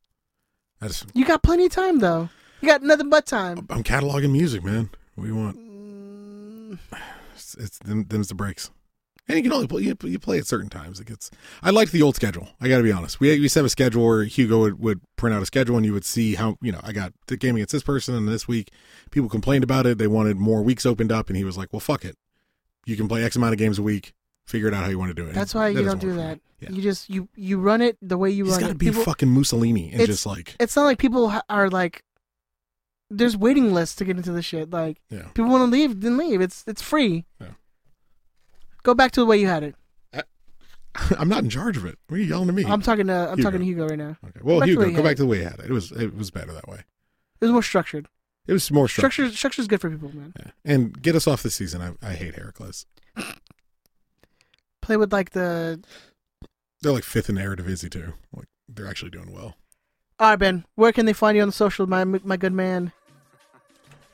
Speaker 4: I just
Speaker 2: You got plenty of time, though. You got nothing but time.
Speaker 4: I'm cataloging music, man. We want
Speaker 2: Mm,
Speaker 4: it's, it's then, then it's the breaks. And you can only play you, you play at certain times. It gets. I liked the old schedule. I got to be honest. We, we used to have a schedule where Hugo would, would print out a schedule, and you would see how you know I got the game against this person, and this week people complained about it. They wanted more weeks opened up, and he was like, "Well, fuck it. You can play X amount of games a week. Figure it out how you want to do it."
Speaker 2: That's why you don't
Speaker 4: doesn't
Speaker 2: do
Speaker 4: work for
Speaker 2: that.
Speaker 4: me. Yeah.
Speaker 2: You just you you run it the way you
Speaker 4: He's
Speaker 2: run
Speaker 4: got to
Speaker 2: it.
Speaker 4: be
Speaker 2: People-
Speaker 4: fucking Mussolini and
Speaker 2: It's-
Speaker 4: just like
Speaker 2: it's not like people ha- are like there's waiting lists to get into this shit like
Speaker 4: yeah.
Speaker 2: people want to leave then leave it's it's free
Speaker 4: Yeah.
Speaker 2: go back to the way you had it
Speaker 4: I'm not in charge of it. What are you yelling at me?
Speaker 2: i'm uh, talking to i'm
Speaker 4: Hugo.
Speaker 2: talking to hugo right now
Speaker 4: okay. Well,
Speaker 2: back to the
Speaker 4: Hugo,
Speaker 2: way you had
Speaker 4: go back to the way you had it. It was it was better that way.
Speaker 2: it was more structured
Speaker 4: It was more structured.
Speaker 2: structure structure's good for people man
Speaker 4: Yeah. And get us off this season. I, I hate Heracles.
Speaker 2: play with like the
Speaker 4: They're like fifth in Eredivisie too. Like they're actually doing well.
Speaker 2: all right ben where can they find you on the social my my good man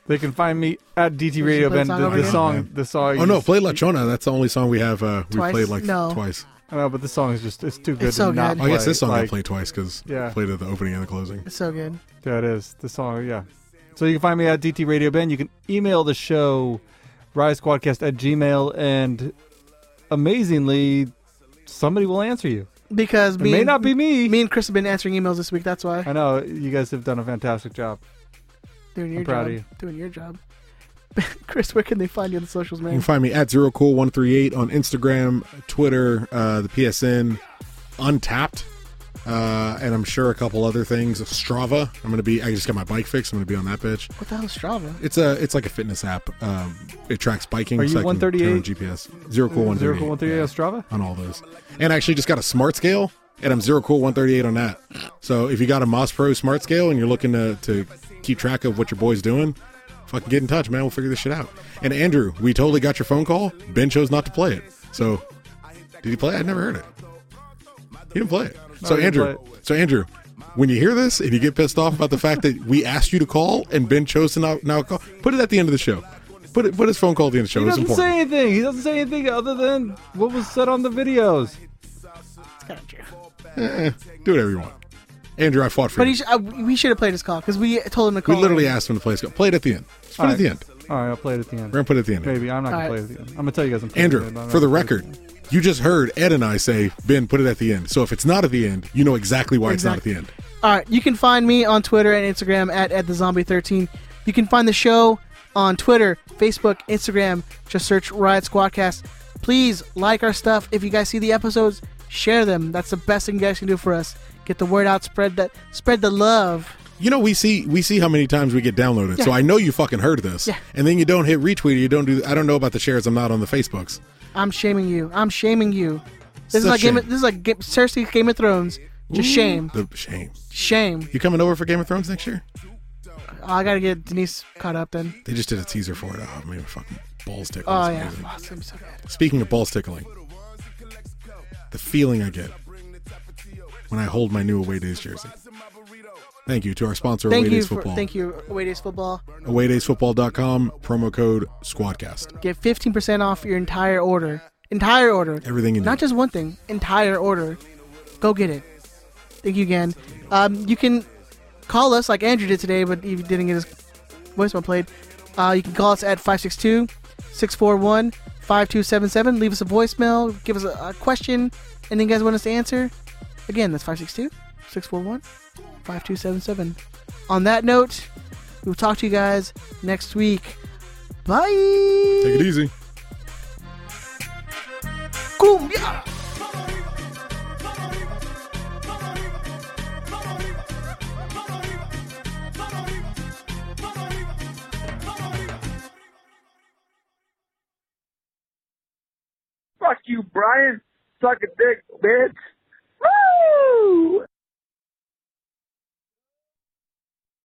Speaker 5: They can find me at DT
Speaker 2: you
Speaker 5: Radio
Speaker 2: play the
Speaker 5: Ben.
Speaker 2: song
Speaker 5: The,
Speaker 2: over
Speaker 5: the
Speaker 2: again?
Speaker 5: song, the song.
Speaker 4: Oh no,
Speaker 5: is-
Speaker 4: play La Chona. That's the only song we have. Uh, we
Speaker 2: Twice?
Speaker 4: played like
Speaker 2: No.
Speaker 4: twice.
Speaker 5: I know, but the song is just—it's too good
Speaker 2: It's so
Speaker 5: to not
Speaker 2: good.
Speaker 4: Oh, I guess
Speaker 5: play.
Speaker 4: this song I
Speaker 5: Like,
Speaker 4: played twice because
Speaker 5: Yeah.
Speaker 4: played at the opening and the closing.
Speaker 2: it's so good
Speaker 5: Yeah, it is. The song, yeah. So you can find me at DT Radio Ben. You can email the show, risequadcast at gmail, and amazingly, somebody will answer you.
Speaker 2: because
Speaker 5: It
Speaker 2: me
Speaker 5: may
Speaker 2: and-
Speaker 5: not be me.
Speaker 2: me and chris have been answering emails this week that's why
Speaker 5: I know you guys have done a fantastic job.
Speaker 2: doing your
Speaker 5: I'm proud
Speaker 2: job
Speaker 5: of you.
Speaker 2: doing your job chris where can they find you on the socials
Speaker 4: You can
Speaker 2: man
Speaker 4: find me at zero cool one three eight on Instagram, Twitter, uh, the PSN, Untapped, uh, and I'm sure a couple other things. Strava. I'm gonna be. I just got my bike fixed. I'm gonna be on that bitch.
Speaker 2: what the hell is strava
Speaker 4: It's a. It's like a fitness app. Um, it tracks biking.
Speaker 5: Are you
Speaker 4: so I can turn on
Speaker 5: 138?
Speaker 4: GPS. Zero cool one
Speaker 5: Zero
Speaker 4: thirty eight.
Speaker 5: Cool One Three on Strava.
Speaker 4: on all those. And I actually just got a smart scale and I'm zero cool 138 on that. So if you got a Moss Pro smart scale and you're looking to, to keep track of what your boy's doing, fucking get in touch, man. We'll figure this shit out. And Andrew, we totally got your phone call. Ben chose not to play it. So did he play it? I never heard it. He didn't play it. So
Speaker 5: he didn't
Speaker 4: Andrew,
Speaker 5: play
Speaker 4: so Andrew, when you hear this and you get pissed off about the fact that we asked you to call and Ben chose to not, not call, put it at the end of the show. Put it, put his phone call at the end of the show.
Speaker 5: He
Speaker 4: It's
Speaker 5: doesn't
Speaker 4: important.
Speaker 5: say anything. He doesn't say anything other than what was said on the videos.
Speaker 2: It's kind of true.
Speaker 4: Eh, do whatever you want. Andrew, I fought for
Speaker 2: But
Speaker 4: you.
Speaker 2: he sh- I, we should have played his call because we told him to
Speaker 4: we
Speaker 2: call.
Speaker 4: literally
Speaker 2: in.
Speaker 4: asked him to play. his- Play it at the end. Just put it
Speaker 5: All
Speaker 4: at the
Speaker 5: right.
Speaker 4: end.
Speaker 5: All right, I'll play it at the end.
Speaker 4: We're gonna put it at the end.
Speaker 5: Maybe I'm not gonna
Speaker 2: All
Speaker 5: play
Speaker 2: right.
Speaker 5: it at the end. I'm gonna tell you guys. I'm playing it, but
Speaker 4: Andrew,
Speaker 5: I'm not
Speaker 4: for the
Speaker 5: gonna play it at
Speaker 4: record, you just heard Ed and I say Ben put it at the end. So if it's not at the end, you know exactly why
Speaker 2: Exactly.
Speaker 4: it's not at the end.
Speaker 2: All right, you can find me on Twitter and Instagram at at the zombie thirteen. You can find the show on Twitter, Facebook, Instagram. Just search Riot Squadcast. Please like our stuff. If you guys see the episodes, share them. That's the best thing you guys can do for us. Get the word out. Spread that. Spread the love.
Speaker 4: You know we see we see how many times we get downloaded. So
Speaker 2: Yeah.
Speaker 4: I know you fucking heard this,
Speaker 2: Yeah.
Speaker 4: and then you don't hit retweet. You don't do. I don't know about the shares. I'm not on the Facebooks.
Speaker 2: I'm shaming you. I'm shaming you. This
Speaker 4: Such
Speaker 2: is like game.
Speaker 4: shame.
Speaker 2: Of, this is like Ga- seriously Game of Thrones. Just shame,
Speaker 4: The shame.
Speaker 2: shame. Oh,
Speaker 4: You coming over for Game of Thrones next year?
Speaker 2: I gotta get Denise caught up then.
Speaker 4: They just did a teaser for it. Oh, man, fucking balls tickling.
Speaker 2: Oh
Speaker 4: It's
Speaker 2: yeah,
Speaker 4: amazing.
Speaker 2: Oh, it's gonna be so good.
Speaker 4: Speaking of balls tickling, the feeling I get when I hold my new away days jersey. Thank you to our sponsor,
Speaker 2: Thank
Speaker 4: Away
Speaker 2: you
Speaker 4: Days
Speaker 2: for
Speaker 4: Football.
Speaker 2: thank you. Wait, it's football.
Speaker 4: awaydaysfootball.com promo code squadcast
Speaker 2: Get 15% off your entire order. Entire order.
Speaker 4: Everything you
Speaker 2: Not
Speaker 4: need.
Speaker 2: just one thing. Entire order. Go get it. Thank you again. Um, you can call us like Andrew did today, but he didn't get his voicemail played. Uh, you can call us at 562 641 5277. Leave us a voicemail. Give us a, a question. Anything you guys want us to answer? Again, that's 562 641 5277. On that note, we'll talk to you guys next week. Bye.
Speaker 4: take it easy
Speaker 2: Cumbia.
Speaker 6: Fuck you, Brian. Suck a dick, bitch. Woo!